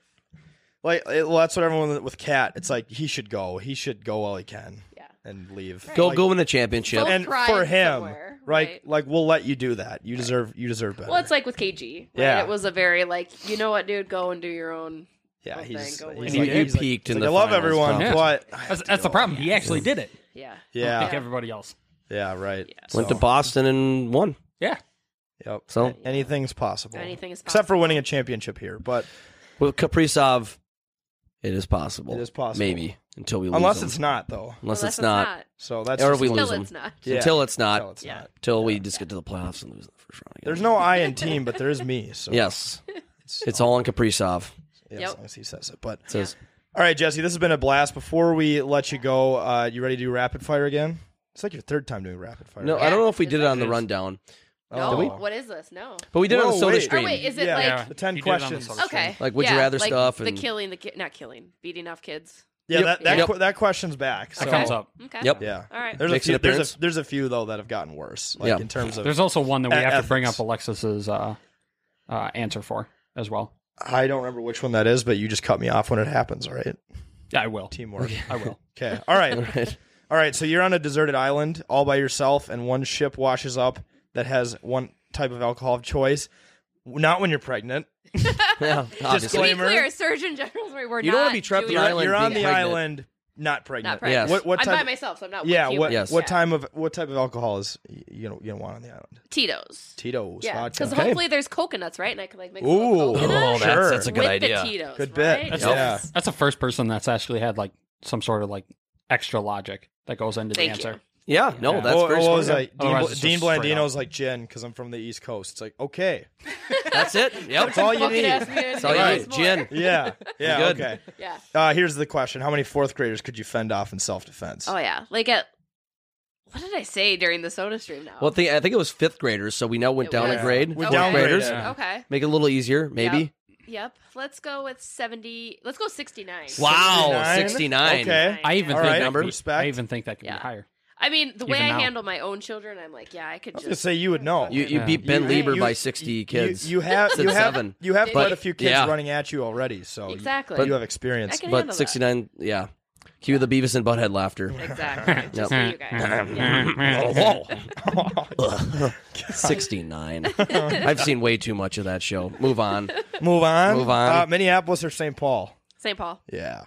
F: like it- well, that's what everyone with Cat. It's like he should go. He should go while he can.
I: Yeah.
F: and leave.
J: go
F: Like,
J: go win the championship.
I: Both-
F: And
I: Pride
F: for him,
I: somewhere,
F: right,
I: right.
F: Like we'll let you do that. You deserve. You deserve better.
I: Well, it's like with KG. Right?
F: Yeah.
I: It was a very like, you know what, dude, go and do your own.
F: yeah,
I: one
F: he's, he's,
I: thing, go
F: like,
I: win.
F: he's
J: he,
F: like,
J: he peaked in the.
F: I love
J: finals,
F: everyone,
J: Tom.
F: but
C: That's, that's the problem. He actually did it.
I: Yeah.
F: yeah,
C: Like everybody else.
F: yeah, right.
J: Went to
F: So,
J: Boston and won.
C: Yeah.
F: Yep.
J: So
F: Anything's possible.
I: Anything is
F: Except for
I: possible.
F: winning a championship here, but
J: with Kaprizov, it is possible.
F: It is possible.
J: Maybe until we lose
F: unless
J: him.
F: it's not though.
J: unless, it's not.
F: So that's
J: Or
F: just
J: we
F: a-
J: lose
I: Till
J: him.
I: it's not.
F: Yeah.
J: Until it's not.
F: No, it's
I: Yeah.
F: not.
J: Till we just get to the playoffs and lose in the first round. Again.
F: There's no I in team, but there is me.
J: <laughs>
F: So
J: Yes, it's all on Kaprizov.
F: yeah,
I: Yep.
F: as long as he says it. But
J: It says
F: all right, Jesse, this has been a blast. Before we let you go, uh, you ready to do rapid fire again? It's like your third time doing rapid fire.
J: no. I don't know if we did it on the rundown,
I: No.
F: Did we?
I: What is this? No.
J: but we did it on the
F: Whoa,
J: Soda
F: wait.
J: Stream.
I: Oh, wait, is it
F: Yeah.
I: like.
C: Yeah.
F: the 10
C: He did it on the
F: questions.
C: Soda Stream.
I: Okay.
J: Like, would you
I: Yeah,
J: rather
I: like
J: stuff
I: The
J: and-
I: killing, the ki- not killing, beating off kids.
F: Yeah, that that,
J: Yep.
F: que- that question's back. So.
C: It comes up.
I: Okay.
J: Yep.
F: Yeah.
I: All right.
F: There's
J: Makes
F: a
J: an
F: few. There's
J: appearance.
F: a, there's a few though that have gotten worse. Like
J: Yeah.
F: in terms of.
C: There's also one that we
F: Uh,
C: have to bring up
F: ethics.
C: Alexis's uh, uh, answer for as well.
F: I don't remember which one that is, but you just cut me off when it happens. All right.
C: Yeah, I will.
F: Teamwork. <laughs>
C: I will.
F: Okay.
J: <laughs>
F: All right.
J: Right.
F: All right, so you're on a deserted island all by yourself, and one ship washes up that has one type of alcohol of choice. Not when you're pregnant.
J: Yeah, obviously.
I: To be
F: Disclaimer.
I: clear, Surgeon General's we were
J: You
I: not
J: don't wanna be trapped
I: doing
J: on an
I: it.
J: island
F: you're on the
J: being pregnant.
F: island not pregnant.
I: Not pregnant.
J: Yes.
F: What, what
I: I'm
F: type?
I: by myself, so I'm not
F: yeah.
I: with you.
F: What?
J: Yes.
F: What
I: Yeah.
F: time of what type of alcohol is y- you know you don't want on the island?
I: Tito's.
F: Tito's
I: Yeah,
F: vodka.
I: because
J: Okay.
I: hopefully there's coconuts, right? And I could like make
F: Ooh.
I: Ooh,
J: <laughs>
F: Oh,
I: coconut
F: that's- Sure.
J: that's a good
I: with
J: idea.
I: the Tito's.
F: Good
I: right?
F: bit.
C: That's,
F: Yeah.
C: that's the first person that's actually had like some sort of like extra logic that goes into
I: Thank
C: the answer.
I: you.
J: Yeah, no,
C: Yeah.
J: Oh, that's
F: Or-
J: very
F: or
J: smart.
F: was like Dean,
C: Otherwise,
F: Bl-
C: it's
F: Dean
C: just straight
F: Blandino's like Jen because I'm from the East Coast. It's like
J: <laughs>
F: okay,
J: That's it. Yep.
F: that's all you
I: Fucking
F: need.
I: ask me to
J: That's all you
I: do
J: need.
I: this more.
J: Gin.
F: Yeah, yeah,
J: Good.
F: okay.
I: Yeah.
F: Uh, here's the question: How many fourth graders could you fend off in self defense?
I: Oh yeah. Like at what did I say during the soda stream now?
J: Well, the, I think it was fifth graders, so we now went
I: It
J: down
I: was.
J: a grade.
F: We
J: Fourth
F: downgraded.
J: graders.
F: Yeah.
I: Okay.
J: Make it a little easier, maybe.
I: Yep. Let's go with seventy. Let's go sixty nine.
J: Wow,
F: 69?
J: 69.
F: Okay.
C: I even
F: All
C: think
F: right.
C: that
J: Number.
C: could be,
F: Respect.
C: I even think that could
I: Yeah.
C: be higher.
I: I mean, the way
C: Even
I: I
C: now.
I: handle my own children, I'm like, yeah, I could
F: was
I: just
F: gonna say you would know.
J: You, you
C: Yeah.
J: beat Ben
F: You-
J: Lieber
F: you-
J: by
F: you-
J: 60 kids.
F: You, you have
J: Said
F: you have
J: seven.
F: you have quite
I: But-
F: a few kids
J: yeah.
F: running at you already, so
I: Exactly.
F: you, you have
I: I
F: <laughs> experience.
I: can handle
J: but
I: that.
J: 69, yeah. Cue the Beavis and Butthead laughter. <laughs>
F: <laughs>
I: Exactly. Just for you guys. Yeah.
C: <laughs>
I: <laughs>
J: Whoa.
F: <laughs>
J: 69. I've seen way too much of that show. Move on.
F: Move on.
J: Move on.
F: Uh, Minneapolis or St. Paul?
I: St. Paul.
F: Yeah.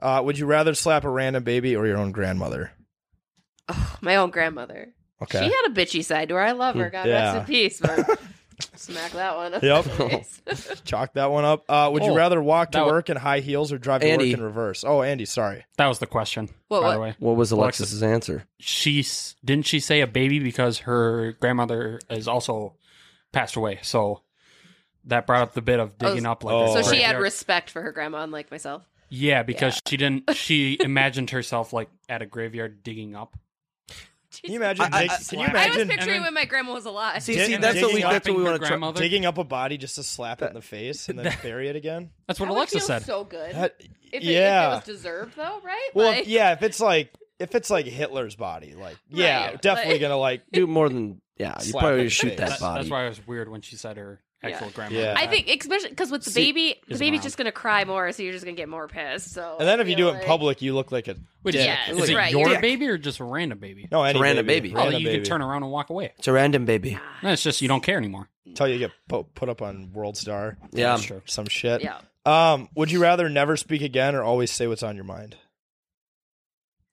F: Uh, would you rather slap a random baby or your own grandmother?
I: My own grandmother.
F: Okay.
I: She had a bitchy side to her. I love her. God
F: Yeah.
I: rest in peace.
F: <laughs>
I: But smack that one. <laughs> up
F: Yep.
I: in the face. <laughs>
F: Chalk that one up. Uh, would you
C: Oh,
F: rather walk to
C: that wa-
F: work in high heels or drive to
J: Andy.
F: work in reverse? Oh, Andy, sorry.
C: That was the question.
I: What-
C: by
I: what?
C: the way,
J: What was
C: Alexis.
J: Alexis's answer?
C: she's didn't she say a baby because her grandmother is also passed away. So that brought up the bit of digging
I: Oh,
C: up. Like,
F: so
I: so
C: this.
I: she
C: Right.
I: had respect for her grandma, unlike myself. <laughs>
C: Yeah, because she didn't. She imagined herself like at a graveyard digging up.
F: Can you imagine?
J: I-
F: dig-
J: I-
F: can
I: I
F: you
C: I
I: was
F: imagine
I: picturing
C: And then-
I: when my grandma was alive.
J: See,
F: Dig-
J: see that's, what we,
F: digging
J: that's what we
C: Slapping her
J: want to try.
C: grandmother.
F: digging up a body just to slap it in the face and then bury it again?
C: That's what
I: That would
C: Alexa
I: feel
C: said.
I: So good.
F: That-
I: if, it, if it
F: yeah.
I: was deserved, though, right?
F: well,
I: Like-
F: if- yeah. If it's like if it's like Hitler's body, like yeah,
I: Right.
F: definitely
I: Like- <laughs>
F: gonna like
J: Do more than, yeah, you
F: Slap
J: probably
F: her
J: shoot
F: face.
J: that
C: That-
J: body.
C: That's why it was weird when she said her actual
I: Yeah.
C: grandmother.
F: Yeah.
I: I think, especially because with the
C: See,
I: baby, the
C: is
I: baby's
C: around.
I: just gonna cry more, so you're just gonna get more pissed. So,
F: And then if you
I: I
F: do
I: feel
F: it in
I: like-
F: public, you look like a
C: Which
I: Yeah,
C: is, is it
I: right,
C: your
I: you're-
C: baby or just a random baby?
F: no any
J: a random baby.
C: Oh,
F: Random
C: you
F: baby.
C: could turn around and walk away.
J: It's a random baby.
C: No, it's just you don't care anymore.
F: Until you get po- put up on World Star,
J: Yeah.
C: That's true.
F: some shit.
I: yeah,
F: Um, would you rather never speak again or always say what's on your mind?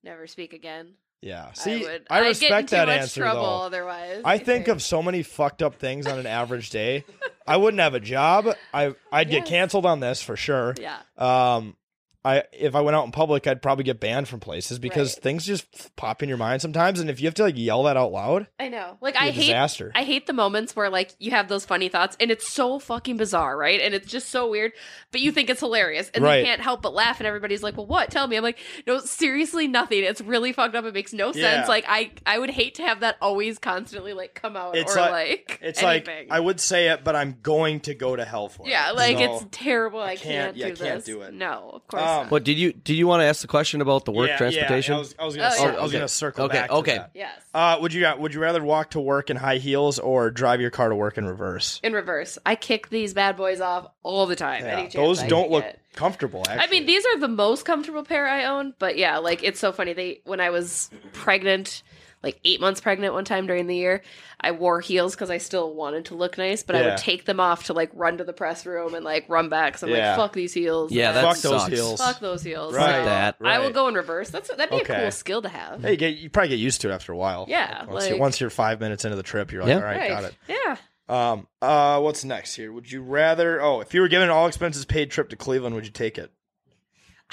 I: never speak again.
F: Yeah. See,
I: I, would. I'd
F: I
I: get in
F: respect
I: too
F: that
I: much
F: answer
I: trouble
F: though.
I: Otherwise,
F: I think of so many fucked up things on an
I: <laughs>
F: average day. I wouldn't have a job. I I'd get
I: Yes.
F: canceled on this for sure.
I: <laughs> yeah.
F: Um, I if I went out in public, I'd probably get banned from places because
I: Right.
F: things just f- pop in your mind sometimes, and if you have to like yell that out loud,
I: I know. Like
F: be
I: I
F: a
I: hate
F: disaster.
I: I hate the moments where like you have those funny thoughts and it's so fucking bizarre, right? And it's just so weird, but you think it's hilarious and
F: Right.
I: you can't help but laugh and everybody's like, "Well, what? Tell me." I'm like, "No, seriously, nothing. It's really fucked up. It makes no
F: Yeah.
I: sense." Like I I would hate to have that always constantly like come out
F: It's
I: or
F: like-
I: like,
F: it's
I: anything.
F: like I would say it, but I'm going to go to hell for it.
I: Yeah, like
F: So-
I: it's terrible. I,
F: can't-
I: can't,
F: yeah, I
I: do this.
F: can't do it.
I: No, of course.
F: Um,
I: not.
J: What did you did you want to ask the question about the work
F: Yeah, yeah,
J: transportation?
F: I was, I was gonna,
I: Oh,
F: cir-
I: yeah.
F: I
J: Okay.
F: was gonna circle
J: Okay,
F: back. to
J: okay.
F: that.
I: Yes.
F: Uh, would you would you rather walk to work in high heels or drive your car to work in reverse?
I: In reverse. I kick these bad boys off all the time.
F: Yeah,
I: Any chance
F: those
I: I
F: don't
I: can
F: look
I: get.
F: comfortable. Actually.
I: I mean, these are the most comfortable pair I own, but yeah, like it's so funny. They when I was pregnant, like eight months pregnant one time during the year, I wore heels because I still wanted to look nice, but I
F: Yeah.
I: would take them off to like run to the press room and like run back. So I'm
F: Yeah.
I: like, fuck these heels.
J: yeah, that
I: man.
F: Fuck those
J: sucks.
F: heels.
I: fuck those heels.
F: Right.
I: So
J: That.
I: I will
F: Right.
I: go in reverse. That's that'd be
F: Okay.
I: a cool skill to have.
F: Hey, you, get, you probably get used to it after a while.
I: Yeah,
F: Once, you,
I: like-
F: once you're five minutes into the trip, you're like,
J: Yeah.
F: all right, got
I: Right.
F: it.
I: Yeah.
F: Um, uh, what's next here? Would you rather? Oh, if you were given an all expenses paid trip to Cleveland, would you take it?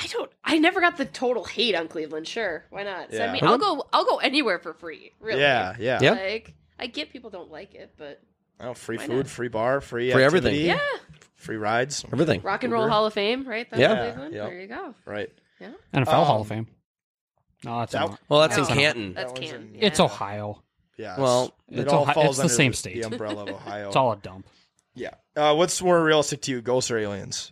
I: I don't. I never got the total hate on Cleveland. Sure, why not?
F: Yeah.
I: Send me. I'll go. I'll go anywhere for free. Really.
F: Yeah, yeah.
J: Yeah.
I: Like I get people don't like it, but
F: Oh, free
I: Why
F: food,
I: not?
F: free bar, free
J: Free everything.
F: activity,
I: yeah.
F: free rides.
J: Everything.
I: Rock and Roll Hall of Fame, right? That's
J: Yeah.
I: Cleveland.
F: Yeah.
I: There you go.
F: Right.
C: NFL
F: Um,
C: Hall of Fame. No, that's
F: that-
C: not.
J: Well, that's
I: No.
J: in Canton.
I: That's
F: one's
I: Canton.
F: in-
I: yeah.
C: It's Ohio.
F: Yeah.
J: Well,
F: it
C: it's
F: all
C: Ohio-
F: falls
C: it's the
F: under
C: same state.
F: The umbrella of Ohio.
C: It's all a dump.
F: Yeah. Uh, what's more realistic to you, ghosts or aliens?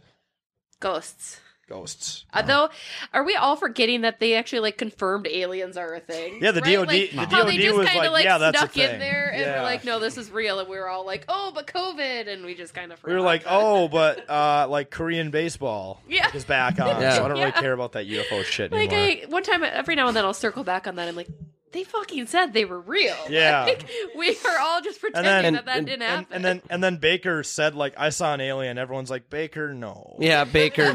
I: Ghosts.
F: Ghosts.
I: Although, are we all forgetting that they actually like confirmed aliens are a thing?
F: Yeah, the
I: right?
F: DOD
I: Like,
F: the
I: how they
F: DOD
I: just
F: was
I: kinda,
F: like,
I: like
F: yeah, that's a
I: snuck
F: thing.
I: in there and
F: Yeah.
I: we're like, no, this is real, and we were all like, oh, but COVID, and we just kind of
F: We were like, oh, but uh, like Korean baseball
I: Yeah.
F: is back on,
J: Yeah.
F: so I don't
I: Yeah.
F: really care about that UFO shit
I: like
F: oh. anymore.
I: I one time every now and then I'll circle back on that. I'm like, they fucking said they were real. <laughs>
F: Yeah.
I: Like, we are all just pretending
F: then-
I: that that
J: and-
I: didn't
F: And,
I: happen.
F: and then and then Baker said like I saw an alien. Everyone's like Baker, no.
J: Yeah, Baker,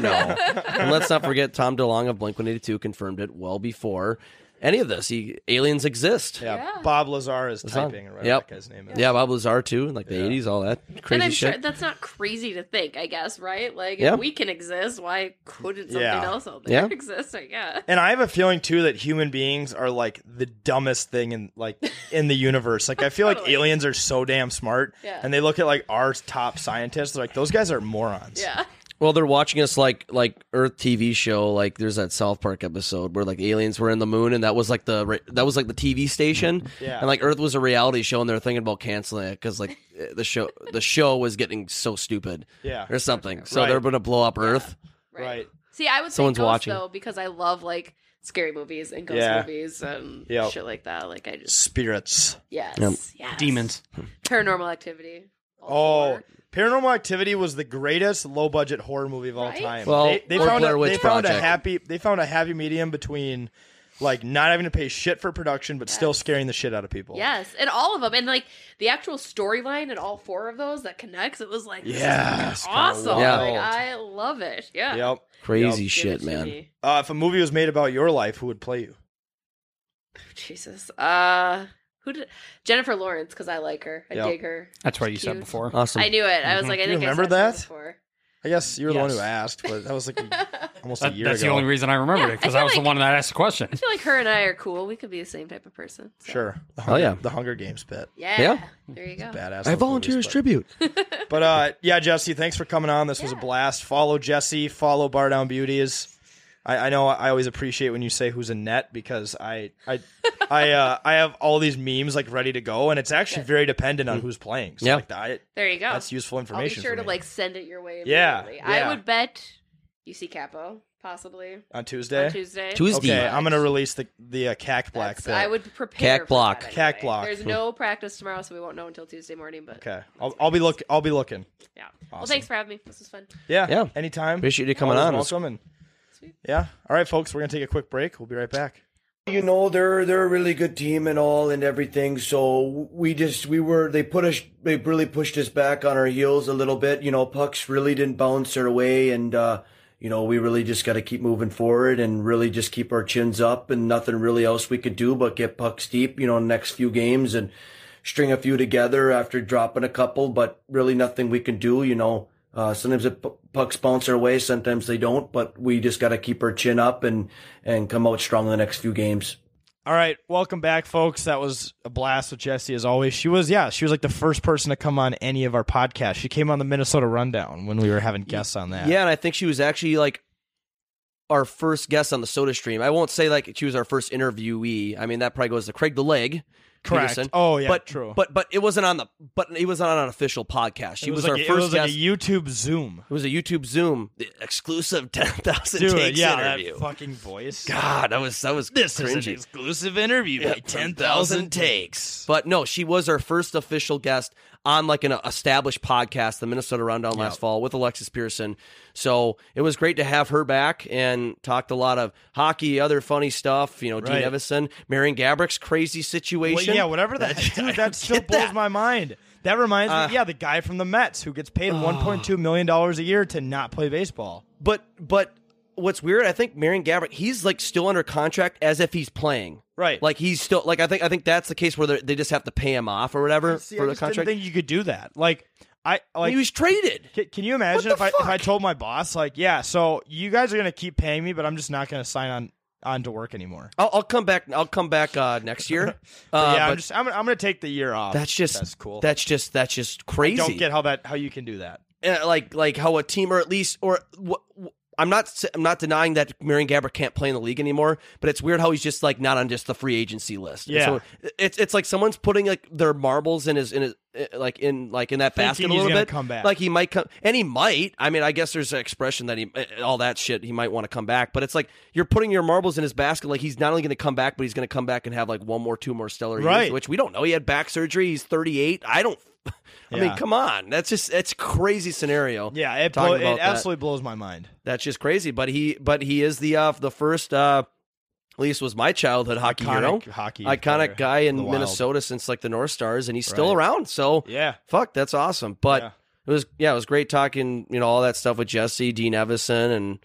I: <laughs>
J: no. and let's not forget Tom DeLong of Blink 182 confirmed it well before any of this. He aliens exist.
F: Yeah,
I: Yeah.
F: Bob Lazar is
J: on.
F: typing or whatever
J: Yep.
F: that guy's name is.
J: Yeah, Bob Lazar too, like the 80s, all that
I: And
J: crazy
I: I'm sure
J: shit.
I: that's not crazy to think, I guess, right? Like,
J: Yeah.
I: if we can exist, why couldn't something
F: Yeah.
I: else out there <laughs>
J: Yeah.
I: exist? I guess.
F: And I have a feeling too that human beings are like the dumbest thing in like in the universe. Like I feel
I: <laughs>
F: like
I: Totally.
F: aliens are so damn smart,
I: Yeah.
F: and they look at like our top scientists. They're like those guys are morons.
I: Yeah.
J: Well, they're watching us like like Earth TV show. Like there's that South Park episode where like aliens were in the moon, and that was like the re- that was like the TV station,
F: Yeah.
J: and like Earth was a reality show, and they're thinking about canceling it because like the show the show was getting so stupid,
F: Yeah.
J: or something. So
F: Right.
J: they're going to blow up Earth.
I: Right.
F: Right.
I: See, I would
J: Someone's
I: say ghost,
J: watching.
I: though because I love like scary movies and ghost
F: Yeah.
I: movies and
F: Yep.
I: shit like that. Like, I just
F: Spirits.
I: yes,
J: Yep.
I: yes.
C: Demons.
I: Paranormal Activity.
F: Oh,
I: Or-
F: Paranormal Activity was the greatest low budget horror movie of all
I: Right?
F: time.
J: Well,
F: they, they
J: or
F: found
J: Blair
F: a,
J: Witch
F: they found a
J: Project.
F: happy they found a happy medium between like not having to pay shit for production but still scaring the shit out of people.
I: Yes, and all of them, and like the actual storyline in all four of those that connects, it was like this is
F: Yes,
I: fucking awesome.
J: Yeah.
I: Like, I love it. Yeah,
F: Yep.
J: Crazy
F: Yep.
I: Give it
J: shit,
I: to
J: man.
I: me.
F: Uh, if a movie was made about your life, who would play you?
I: Jesus. Uh, who did Jennifer Lawrence? Because I like her. I
F: Yep. Mm-hmm.
I: dig her.
C: That's what you
I: She's
C: said
I: cute.
C: before.
J: Awesome.
I: I knew it. I was
C: Mhm.
I: like, I
F: You
I: think
F: remember
I: I saw her
F: that?
I: before. <laughs>
F: I guess you were the one who
C: Yes.
F: asked, but that was like almost a
C: That-
F: year
C: that's
F: ago.
C: the only reason I remembered
I: Yeah,
C: it because
I: I
C: I,
I: feel
C: was the
I: like-
C: one that asked the question.
I: I feel like her and I are cool. We could be the same type of person. so.
F: Sure. The
J: Oh, yeah.
F: The Hunger Games bit.
I: Yeah.
J: Yeah.
I: There you go.
F: Badass.
J: I
F: those
J: volunteer
F: movies,
J: as
F: but-
J: tribute.
F: But uh, yeah, Jesse, thanks for coming on. This was a blast. Follow Jesse. Follow Bar Down Beauties. I, I know I always appreciate when you say who's in net because I I I uh, I have all these memes like ready to go, and it's actually very dependent on who's playing. So
J: Mm-hmm. Yeah.
F: like that,
I: There you go.
F: that's useful
I: I'll be
F: information.
I: sure
F: for
I: to
F: me.
I: like send it your way.
F: Yeah,
I: immediately.
F: yeah.
I: I would bet you see Capo possibly
F: on Tuesday.
I: on Tuesday.
J: Tuesday.
F: Okay, I'm gonna release the the uh, CAC black
I: That's-
F: bit.
I: I would prepare.
J: Cack
I: for
J: block.
I: that
F: Cack block.
I: There's no practice tomorrow, so we won't know until Tuesday morning. But
F: okay, I'll, I'll be look. I'll be looking.
I: yeah. Well, thanks for having me. This was fun.
F: Yeah.
J: Yeah.
F: Anytime.
J: Appreciate you coming
F: Always
J: on.
F: Welcome and yeah. All right, folks. We're gonna take a quick break. We'll be right back.
K: you know they're they're a really good team and all and everything so we just we were they put us they really pushed us back on our heels a little bit you know pucks really didn't bounce our way and uh you know we really just got to keep moving forward and really just keep our chins up and nothing really else we could do but get pucks deep you know in the next few games and string a few together after dropping a couple but really nothing we can do you know uh, sometimes it p- pucks bounce our way, sometimes they don't, but we just got to keep our chin up and, and come out strong in the next few games.
F: All right, welcome back, folks. That was a blast with Jesse as always. She was, yeah, she was like the first person to come on any of our podcasts. She came on the Minnesota Rundown when we were having guests on that.
J: Yeah, and I think she was actually like our first guest on the Soda Stream. I won't say like she was our first interviewee. I mean that probably goes to Craig the Leg.
F: Correct.
J: Peterson.
F: Oh, yeah,
J: but,
F: true.
J: But but it wasn't on the but it was on an official podcast. She
F: It
J: was,
F: like
J: our
F: a- it
J: first
F: was like
J: guest.
F: a YouTube Zoom.
J: it was a YouTube Zoom the exclusive <laughs> ten thousand
F: Dude,
J: takes
F: yeah,
J: interview.
F: that fucking voice.
J: God, that was that was this cringy.
F: exclusive interview
J: Yeah, 10,000 takes. But no, she was our first official guest on like an established podcast, the Minnesota Rundown last fall with Alexis Pearson. So it was great to have her back and talked a lot of hockey, other funny stuff. You know, Dean
F: Right.
J: Evison, Marion Gabrick's crazy
F: Well,
J: situation.
F: yeah, whatever that. dude,
J: <laughs>
F: that still blows my mind. That reminds
J: Uh,
F: me, yeah, the guy from the Mets who gets paid $1.2 million a year to not play baseball.
J: But but what's weird, I think Marion Gabrick, he's like still under contract as if he's playing.
F: Right.
J: Like he's still like I think I think that's the case where they're- they just have to pay him off or whatever
F: See,
J: for
F: I
J: the
F: just didn't
J: contract.
F: think you could do that. Like, I like
J: he was traded.
F: Can, can you imagine
J: the
F: if I if I
J: fuck?
F: told my boss like, yeah, so you guys are gonna keep paying me, but I'm just not gonna sign on on to work anymore.
J: I'll, I'll come back. I'll come back uh, next year.
F: <laughs>
J: Uh,
F: yeah, I'm
J: but-
F: just I'm, gonna- I'm gonna take the year off.
J: That's just
F: that's cool.
J: That's just that's just
F: I
J: crazy.
F: don't get how that how you can do that.
J: Uh, like like how a team or at least or wh- wh- I'm not s- I'm not denying that Marion Gabbert can't play in the league anymore, but it's weird how he's just like not on just the free agency list. And
F: Yeah.
J: so it's it's like someone's putting like their marbles in his in his uh, like in like in that
F: Thinking
J: basket a
F: he's
J: little
F: gonna
J: bit.
F: come back.
J: Like he might come and he might. I mean, I guess there's an expression that he uh, all that shit he might want to come back, but it's like you're putting your marbles in his basket. Like he's not only going to come back, but he's going to come back and have like one more, two more stellar years,
F: Right.
J: which we don't know. He had back surgery. He's 38. I don't. I mean,
F: Yeah.
J: come on. That's just that's crazy scenario.
F: Yeah, it
J: Talking
F: blow,
J: about
F: it
J: that.
F: absolutely blows my mind.
J: That's just crazy. But he but he is the uh the first uh Lease was my childhood hockey
F: Iconic
J: hero,
F: hockey player
J: iconic guy in
F: in the wild.
J: Minnesota since like the North Stars, and he's still
F: Right.
J: around. So
F: Yeah.
J: fuck, that's awesome. But
F: Yeah.
J: it was yeah, it was great talking. You know all that stuff with Jesse Dean Evison and.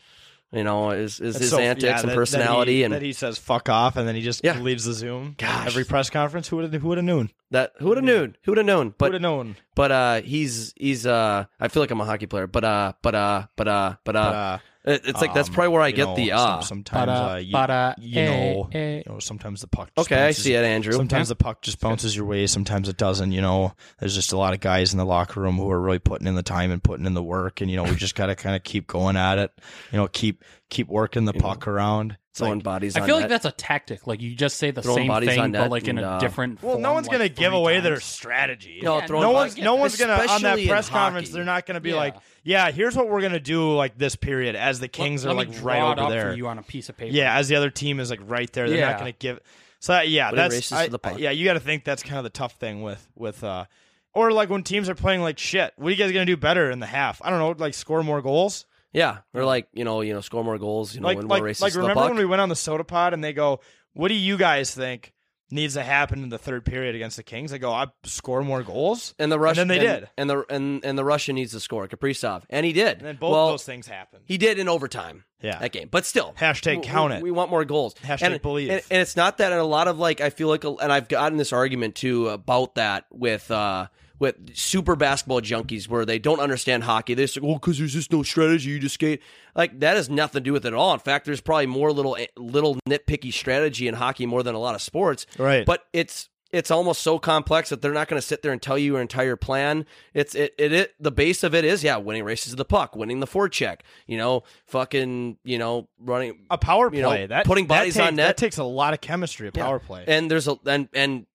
J: You know, is, is
F: That's
J: his
F: so-
J: antics
F: yeah, that-
J: and
F: that
J: personality
F: he-
J: and
F: that he says fuck off and then he just
J: Yeah.
F: leaves the Zoom.
J: Gosh.
F: every press conference. Who would have who would have known?
J: That who would have known? Who would have known? But
F: Who'da known?
J: But uh, he's he's uh, I feel like I'm a hockey player. But uh, but uh, but uh, but uh, it- it's like that's
F: um,
J: probably where I
F: you
J: get
F: know,
J: the
F: some-
J: uh.
F: sometimes
C: Ba-da,
F: uh, you,
C: ba-da,
F: you
C: eh,
F: know
C: eh.
F: you know sometimes the puck. just
J: Okay, I
F: bounces-
J: see it, Andrew.
F: Sometimes the puck just bounces your way. Sometimes it doesn't. You know, there's just a lot of guys in the locker room who are really putting in the time and putting in the work, and you know we just gotta kind of keep going at it. You know, keep keep working the puck around. It's
J: throwing
F: like,
J: bodies.
C: I
J: on
C: feel like
J: net.
C: that's a tactic. Like you just say the
J: Throwing
C: same
J: bodies on
C: thing,
J: net
C: but like in
J: and,
C: a
J: uh,
C: different.
F: well, no
C: form,
F: one's
C: like,
F: gonna give
C: three
F: away their
C: times.
F: strategy.
J: no,
C: yeah,
J: throwing
F: no
J: bodies-
F: one's no one's gonna on that
J: Especially in
F: press conference.
J: hockey.
F: They're not gonna be
C: Yeah.
F: like, yeah, here's what we're gonna do like this period as the Kings
C: Let-
F: are
C: let me
F: like right
C: draw it
F: over
C: up
F: there.
C: For you on a piece of paper.
F: Yeah, as the other team is like right there, they're
C: Yeah.
F: not going to give. So that, yeah,
J: But it
F: that's
J: races
F: I,
J: to the puck.
F: yeah. You got to think that's kind of the tough thing with with uh, or like when teams are playing like shit. What are you guys going to do better in the half? I don't know, like score more goals.
J: Yeah, or like you know, you know, score more goals. You know,
F: like
J: win more
F: like
J: races
F: like
J: to the
F: remember
J: puck.
F: when we went on the soda pod and they go, "What do you guys think needs to happen in the third period against the Kings?" I go, "I score more goals,"
J: and the Russian
F: and then they did,
J: and the and and the Russian needs to score Kaprizov, and he did.
F: and then both
J: well,
F: those things happened.
J: He did in overtime.
F: Yeah.
J: that game, but still,
F: Hashtag
J: we-
F: count
J: we-
F: it.
J: We want more goals.
F: Hashtag
J: and,
F: believe.
J: And, and it's not that, and a lot of like I feel like, and I've gotten this argument too about that with. uh with super basketball junkies where they don't understand hockey. They say, oh, because there's just no strategy. You just skate. Like, that has nothing to do with it at all. In fact, there's probably more little eh, little nitpicky strategy in hockey more than a lot of sports.
F: Right.
J: But it's it's almost so complex that they're not going to sit there and tell you your entire plan. It's it, it it the base of it is yeah, winning races of the puck, winning the forecheck, you know, fucking you know running
F: a power play
J: you know,
F: that
J: putting
F: that
J: bodies
F: takes-
J: on net.
F: that takes a lot of chemistry. A power play.
J: and there's a and and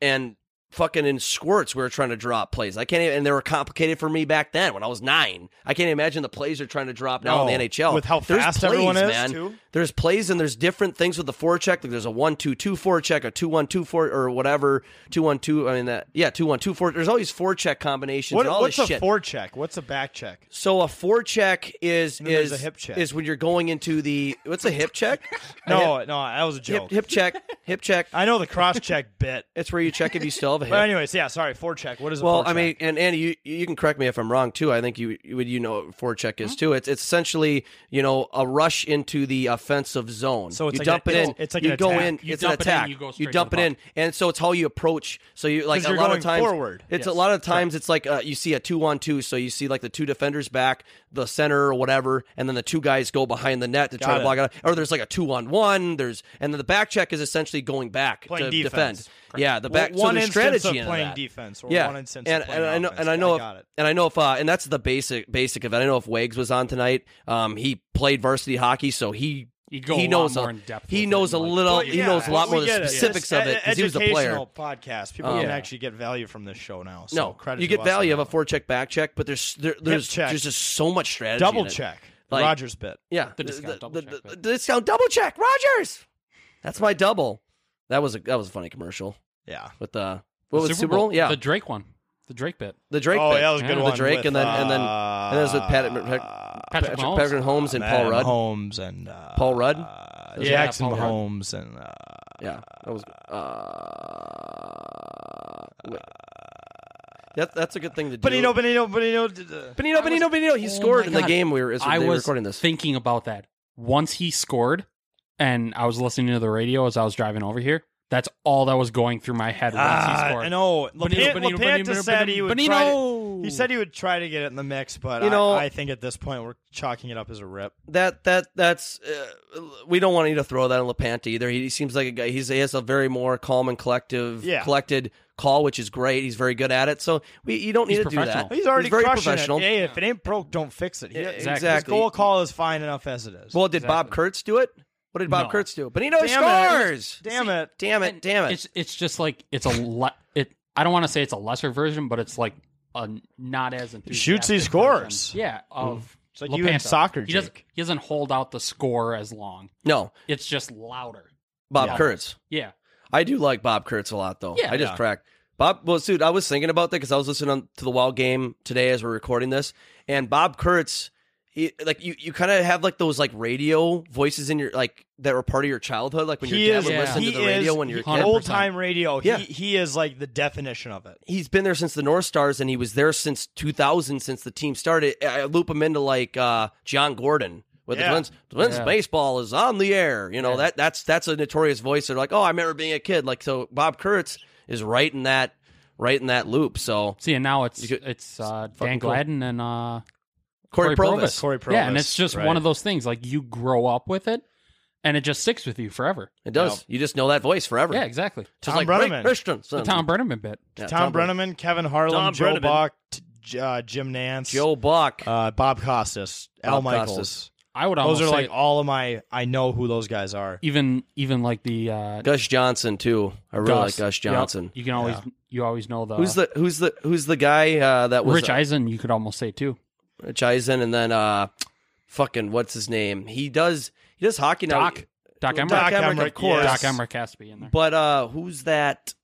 J: and fucking in squirts we were trying to drop plays. I can't even and they were complicated for me back then when I was nine. I can't imagine the plays they're trying to drop now in
F: No,
J: the NHL
F: with how
J: There's
F: fast
J: plays,
F: everyone is,
J: Man.
F: too.
J: There's plays and there's different things with the forecheck. Like there's a one two two forecheck, a two one two four or whatever two one two. I mean that yeah two one two four. There's all these forecheck combinations
F: What-
J: and all
F: what's
J: this
F: a
J: shit.
F: four check? What's a back check?
J: so a forecheck is
F: And then there's
J: is
F: a hip check.
J: is when you're going into the what's a hip
F: <laughs>
J: check? A
F: No, no, that was a
J: hip, hip
F: joke.
J: hip check hip check.
F: I know the
J: <laughs>
F: cross check bit.
J: It's where you check if you still have a hip.
F: But anyways, yeah, sorry, four check. What is a
J: Well,
F: forecheck?
J: I mean, and Andy, you, you can correct me if I'm wrong too. I think you you would you know what forecheck is too. It's it's essentially you know a rush into the offensive zone.
F: So it's
J: you
F: like
J: dump
F: an-
J: it in.
F: it's- it's like
J: you
F: an
J: go
F: attack.
J: in.
C: You
J: it's
C: dump
J: an
C: it in,
J: attack.
C: you go straight
J: you
C: to
J: dump
C: the
J: it in, and so it's how you approach. So you like
F: 'Cause
J: a
F: you're
J: lot
F: going
J: of times
F: forward.
J: It's
F: Yes,
J: a lot of times it's like uh, you see a two on two. So you see like the two defenders back, the center or whatever, and then the two guys go behind the net to try
F: Got
J: to
F: it.
J: block it. out. Or there's like a two on one. There's and then the back check is essentially going back
F: Playing
J: to
F: defense.
J: defend. Yeah, the back.
F: Well,
J: so
F: one
J: there's
F: instance of
J: strategy in
F: playing
J: that.
F: defense or
J: yeah.
F: one instance of
J: and,
F: playing
J: and I know,
F: offense.
J: and I
F: Yeah,
J: know,
F: I
J: if,
F: got it.
J: and I know if, uh, and that's the basic basic of it. I know if Wags was on tonight, um, he played varsity hockey, so he
C: You'd go
J: he
C: a lot
J: knows
C: more
J: a,
C: in depth
J: he
C: with
J: knows
C: him,
J: a
C: like-
J: little,
F: Well,
J: he
F: yeah,
J: knows a lot
F: well,
J: more
F: we
J: of the
F: get it. It's
J: specifics of it because he was a player. Oh.
F: educational podcast. People can actually get value from this show now. So
J: No,
F: credit
J: you
F: to
J: get
F: us on
J: value of
F: that
J: a four check back check, but there's there, there's
F: check.
J: there's just so much
F: one.
J: strategy.
F: double
J: in it.
F: check.
J: Like-
F: Rogers bit.
J: Yeah, the
C: discount double
J: the-
C: check,
J: the-
C: but-
J: the discount double check. Rogers, that's my double. That was a that was a funny commercial
F: Yeah.
J: with the what was Super, Bowl? Yeah,
C: the
J: the,
C: Drake one, the Drake bit.
J: Drake.
F: Oh,
J: bit.
F: yeah, that was a
C: Yeah,
F: good
C: the
F: one.
J: the Drake,
F: with,
J: and then and then
F: uh,
J: and then it was with Pat, Pat,
C: Patrick
J: Patrick,
C: Mahomes.
J: Patrick Holmes
F: Ah,
J: and Paul Rudd.
F: Holmes and uh,
J: Paul Rudd?
F: uh,
C: Yeah,
F: Jackson
C: Paul Rudd.
F: Mahomes and uh,
J: Yeah, that was. Uh, wait. that, that's a good thing to do.
F: Benito, Benito, Benito. uh,
J: Benito, Benito, Benito. He
C: Oh
J: scored
C: my
J: in the
C: God.
J: game we were. As
C: I
J: they were
C: was
J: recording this.
C: thinking about that once he scored, and I was listening to the radio as I was driving over here. That's all that was going through my head once he
F: Ah,
C: scored.
F: I know.
C: Benito,
F: Lepan-
C: Benito,
F: Lepanta
C: Benito,
F: said he would
C: Benito.
F: try to- He said he would try to get it in the mix, but
J: You
F: you
J: know-
F: know, I, I think at this point we're chalking it up as a rip.
J: that that that's uh, we don't want you to throw that on Lepanta either. He, seems like a guy. He's he has a very more calm and collective,
F: Yeah.
J: collected call, which is great. He's very good at it. So we you don't need
C: He's
J: to do that.
C: professional.
F: He's already
J: very
F: crushing
J: professional.
F: it. Hey, if it ain't broke, don't fix it. He-
J: Yeah,
F: His
J: exactly.
F: goal call is fine enough as it is.
J: Well, did Bob Kurtz do it? What did Bob
C: No.
J: Kurtz do? Benito he
F: Damn it.
J: scores.
F: Damn it.
J: Damn it!
C: And
J: Damn it!
C: It's it's just like it's a le- it. I don't want to say it's a lesser version, but it's like a not as enthusiastic.
F: Shoots, he
C: version.
F: scores.
C: Yeah, of
F: It's like you in
C: Lepanta.
F: soccer,
C: He doesn't,
F: Jake.
C: he doesn't hold out the score as long.
J: No,
C: It's just louder.
J: Bob
F: Yeah.
J: Kurtz.
C: Yeah,
J: I do like Bob Kurtz a lot, though.
C: Yeah.
J: I just
F: Yeah.
J: cracked. Bob, well, dude, I was thinking about that because I was listening on, to the Wild game today as we're recording this, and Bob Kurtz it- like you, you kind of have like those like radio voices in your like that were part of your childhood, like when your dad would listen to
F: he
J: the radio
F: is
J: when you were a kid.
F: old time radio.
J: Yeah.
F: He, he is like the definition of it.
J: He's been there since the North Stars, and he was there since 2000, since the team started. I I loop him into like uh, John Gordon with
F: Yeah.
J: the Twins. Twins
F: Yeah.
J: baseball is on the air. You know that that's that's a notorious voice. They're like, oh, I remember being a kid. Like so, Bob Kurtz is right in that right in that loop. So
C: see, and now it's it's uh, Dan
J: fucking cool.
C: Gladden and uh,
J: Corey Provis. Corey
C: Yeah, and
J: Provis,
C: it's just
J: right.
C: one of those things like you grow up with it, and it just sticks with you forever.
J: it does. You just know that voice forever.
C: Yeah, exactly.
J: Just
F: Tom
J: like
F: Brenneman.
J: Rick Christensen.
C: The Tom Brenneman bit.
J: Yeah,
F: Tom, Brenneman, Kevin Harlan,
J: Tom
F: Joe
J: Brenneman.
F: Buck, t- J- uh, Jim Nance,
J: Joe Buck,
F: uh, Bob Costas, Al
J: Bob
F: Michaels.
J: Costas.
C: I would
F: Those
C: almost
F: are
C: say
F: like all of my. I know who those guys are.
C: even even like the uh,
J: Gus Johnson too. I really
C: Gus.
J: like Gus
C: Yep.
J: Johnson.
C: You can always you always know the
J: Who's the who's the who's the guy uh, that was
C: Rich Eisen. You could almost say too.
J: Rich Eisen, and then uh, fucking what's his name? He does he does hockey now.
C: Doc. Doc Emmerich.
J: Doc Emmerich,
F: Emmerich,
J: of course.
F: yes.
C: Doc Emmerich has to be in there.
J: But uh, who's that?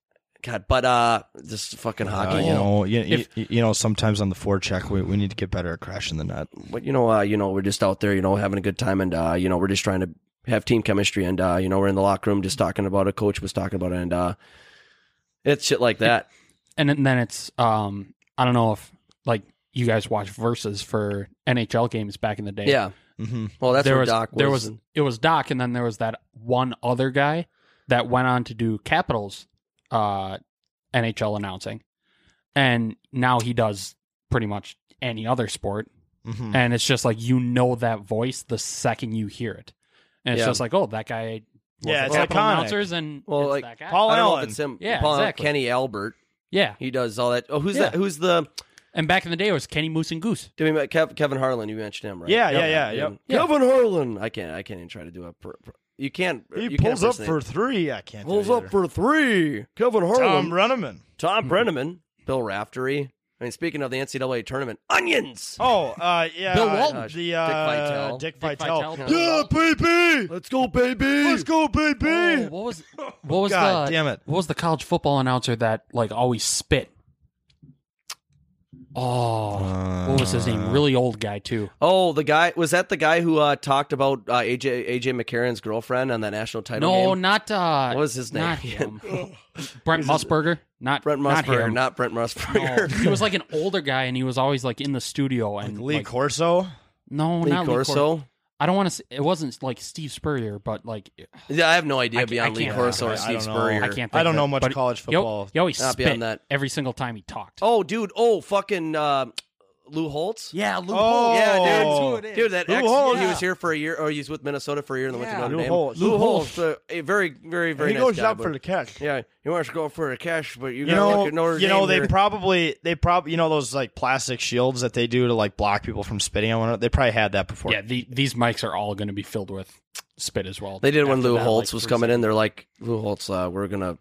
J: God, but uh, this fucking
F: Uh,
J: hockey.
F: you know, you, you-
C: If-
F: you, know. Sometimes on the four check, we, we need to get better at crashing the net.
J: but you know, uh, you know, we're just out there, you know, having a good time, and uh, you know, we're just trying to have team chemistry, and uh, you know, we're in the locker room just talking about it. Coach was talking about it, and uh, it's shit like that.
C: and then- then it's um I don't know if like you guys watch verses for NHL games back in the day.
J: Yeah. Well, that's
C: there
J: where
C: was
J: Doc was.
C: there was it was Doc, and then there was that one other guy that went on to do Capitals uh, NHL announcing, and now he does pretty much any other sport,
F: Mhm.
C: and it's just like you know that voice the second you hear it, and it's
J: Yeah.
C: just like oh that guy. was
F: Yeah,
C: the
F: it's
C: Capitol
F: iconic.
C: announcers and
J: well,
C: it's
J: like
C: that guy.
F: Paul
J: I don't know
F: Allen.
J: if it's him.
C: Yeah,
J: Paul Allen,
C: exactly.
J: Kenny Albert.
C: yeah,
J: He does all that. Oh, who's
C: Yeah.
J: that? Who's the?
C: and back in the day it was Kenny Moose and Goose.
J: Do we met Kev, Kevin Harlan? You mentioned him, right?
F: Yeah, yeah, yeah, yep.
C: Yeah.
J: Kevin Harlan. I can't. I can't even try to do a. Per, per- you can't.
F: He
J: you
F: pulls
J: can't
F: up for three. I can't. do
J: pulls
F: it
J: up
F: either.
J: for three. Kevin
F: Tom
J: Harlan.
F: Brenneman.
J: Tom Brenneman. Bill Raftery. I mean, speaking of the NCAA tournament, onions.
F: Oh, uh, yeah.
C: Bill Walton.
F: The, uh,
J: Dick
F: Dick Vitale.
C: Vitale.
F: Yeah, baby.
J: Let's go, baby.
F: Let's go, baby.
C: Oh,
J: <laughs>
C: what was
J: Oh,
C: what was
F: God
C: the
F: damn it.
C: What was the college football announcer that like always spit? Oh, what was his
J: Uh,
C: name? Really old guy too.
J: Oh, the guy was that the guy who uh, talked about uh, AJ AJ McCarron's girlfriend on that national title
C: No,
J: game?
C: not uh,
J: What was his name?
C: Not
J: <laughs>
C: him. <laughs> Brent Musburger. Not
J: Brent
C: Not,
J: Musburger,
C: him.
J: not Brent
C: No,
J: Musburger.
C: he was like an older guy, and he was always like in the studio and
F: Lee
C: like-
F: Corso.
C: no,
J: <laughs> Lee
C: oh, not
J: Corso.
C: Lee Corso. I don't want to. It wasn't like Steve Spurrier, but like
J: Yeah, I have no
C: I
J: idea
C: can't-
J: beyond
C: I
J: Lee
C: can't
J: Corso
C: think
J: or
C: of it.
J: Steve
F: I don't know.
J: Spurrier.
C: I can't. Think
F: I don't
C: of
F: know
C: it,
F: much
C: but
F: college
C: he al-
F: football.
C: He always
J: Not
C: spit
J: beyond that.
C: every single time he talked.
J: Oh, dude. Oh, fucking uh, Lou Holtz.
C: yeah, Lou
F: Oh.
J: Yeah,
F: Oh.
J: dude. Dude, that
F: Lou
J: ex,
F: Holtz.
J: he was here for a year, or he was with Minnesota for a year and then went
C: Yeah.
J: to Notre
F: Lou
J: Dame.
F: Holtz.
J: Lou
F: Lou
J: Holtz, uh, a very, very, very
F: he
J: nice
F: goes
J: guy,
F: up
J: but-
F: for the catch.
J: Yeah, he wants to go for the cash, but you,
F: You
J: gotta
F: know,
J: look at Notre
F: you know,
J: Dame
F: they
J: here.
F: probably, they probably, you know, those like plastic shields that they do to like block people from spitting on one another. They probably had that before.
C: Yeah, the, these mics are all going to be filled with spit as well.
J: They did when
C: after
J: Lou
C: that,
J: Holtz
C: like,
J: was
C: for
J: coming
C: sale.
J: in. They're like, Lou Holtz, uh, we're gonna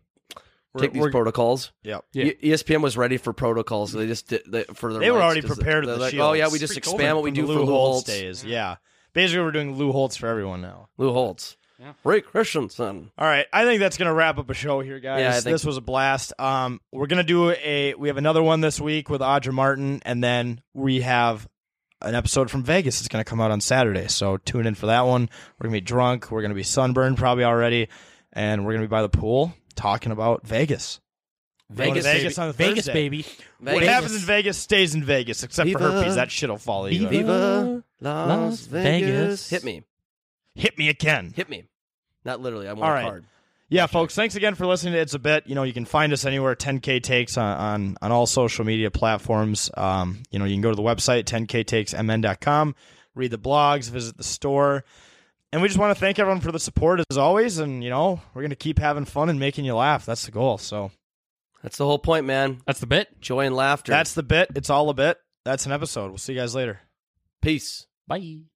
J: take these
F: we're-
J: protocols.
F: Yep.
C: Yeah.
J: E- ESPN was ready for protocols. They just did they, for their
F: They were
J: rights,
F: already
J: 'cause
F: prepared
J: they're
F: with the
J: like,
F: shields.
J: Oh yeah, we just
C: Freak over
J: expand what we
F: From
J: do
F: the
J: for
F: Lou
J: Lou Holtz.
F: days. Yeah. Basically, we're doing Lou Holtz for everyone now.
J: Lou Holtz,
C: Yeah.
J: Ray Christensen.
F: All right, I think that's gonna wrap up a show here, guys.
J: Yeah, I think-
F: This was a blast. Um, we're gonna do a we have another one this week with Audra Martin, and then we have an episode from Vegas that's gonna come out on Saturday. So tune in for that one. We're gonna be drunk. We're gonna be sunburned probably already, and we're gonna be by the pool talking about Vegas.
C: Vegas,
F: Vegas
C: baby.
F: on the
C: Vegas,
F: Thursday.
C: baby.
F: What
J: Vegas.
F: happens in Vegas stays in Vegas, except for
J: Viva-
F: herpes. That shit'll follow you.
C: Viva-
J: Viva Las,
C: Las
J: Vegas.
C: Vegas.
J: Hit me,
F: Hit me again.
J: hit me. Not literally. I want
F: All
J: a
F: right.
J: card.
F: Yeah, folks, thanks again for listening to It's a Bit. You know, you can find us anywhere, 10K Takes on, on, on all social media platforms. Um, you know, you can go to the website, 10ktakesmn.com, read the blogs, visit the store. And we just want to thank everyone for the support as always. And, you know, we're going to keep having fun and making you laugh. That's the goal. So
J: That's the whole point, man.
C: That's the bit.
J: Joy and laughter.
F: that's the bit. It's all a bit. That's an episode. We'll see you guys later.
J: peace.
C: Bye.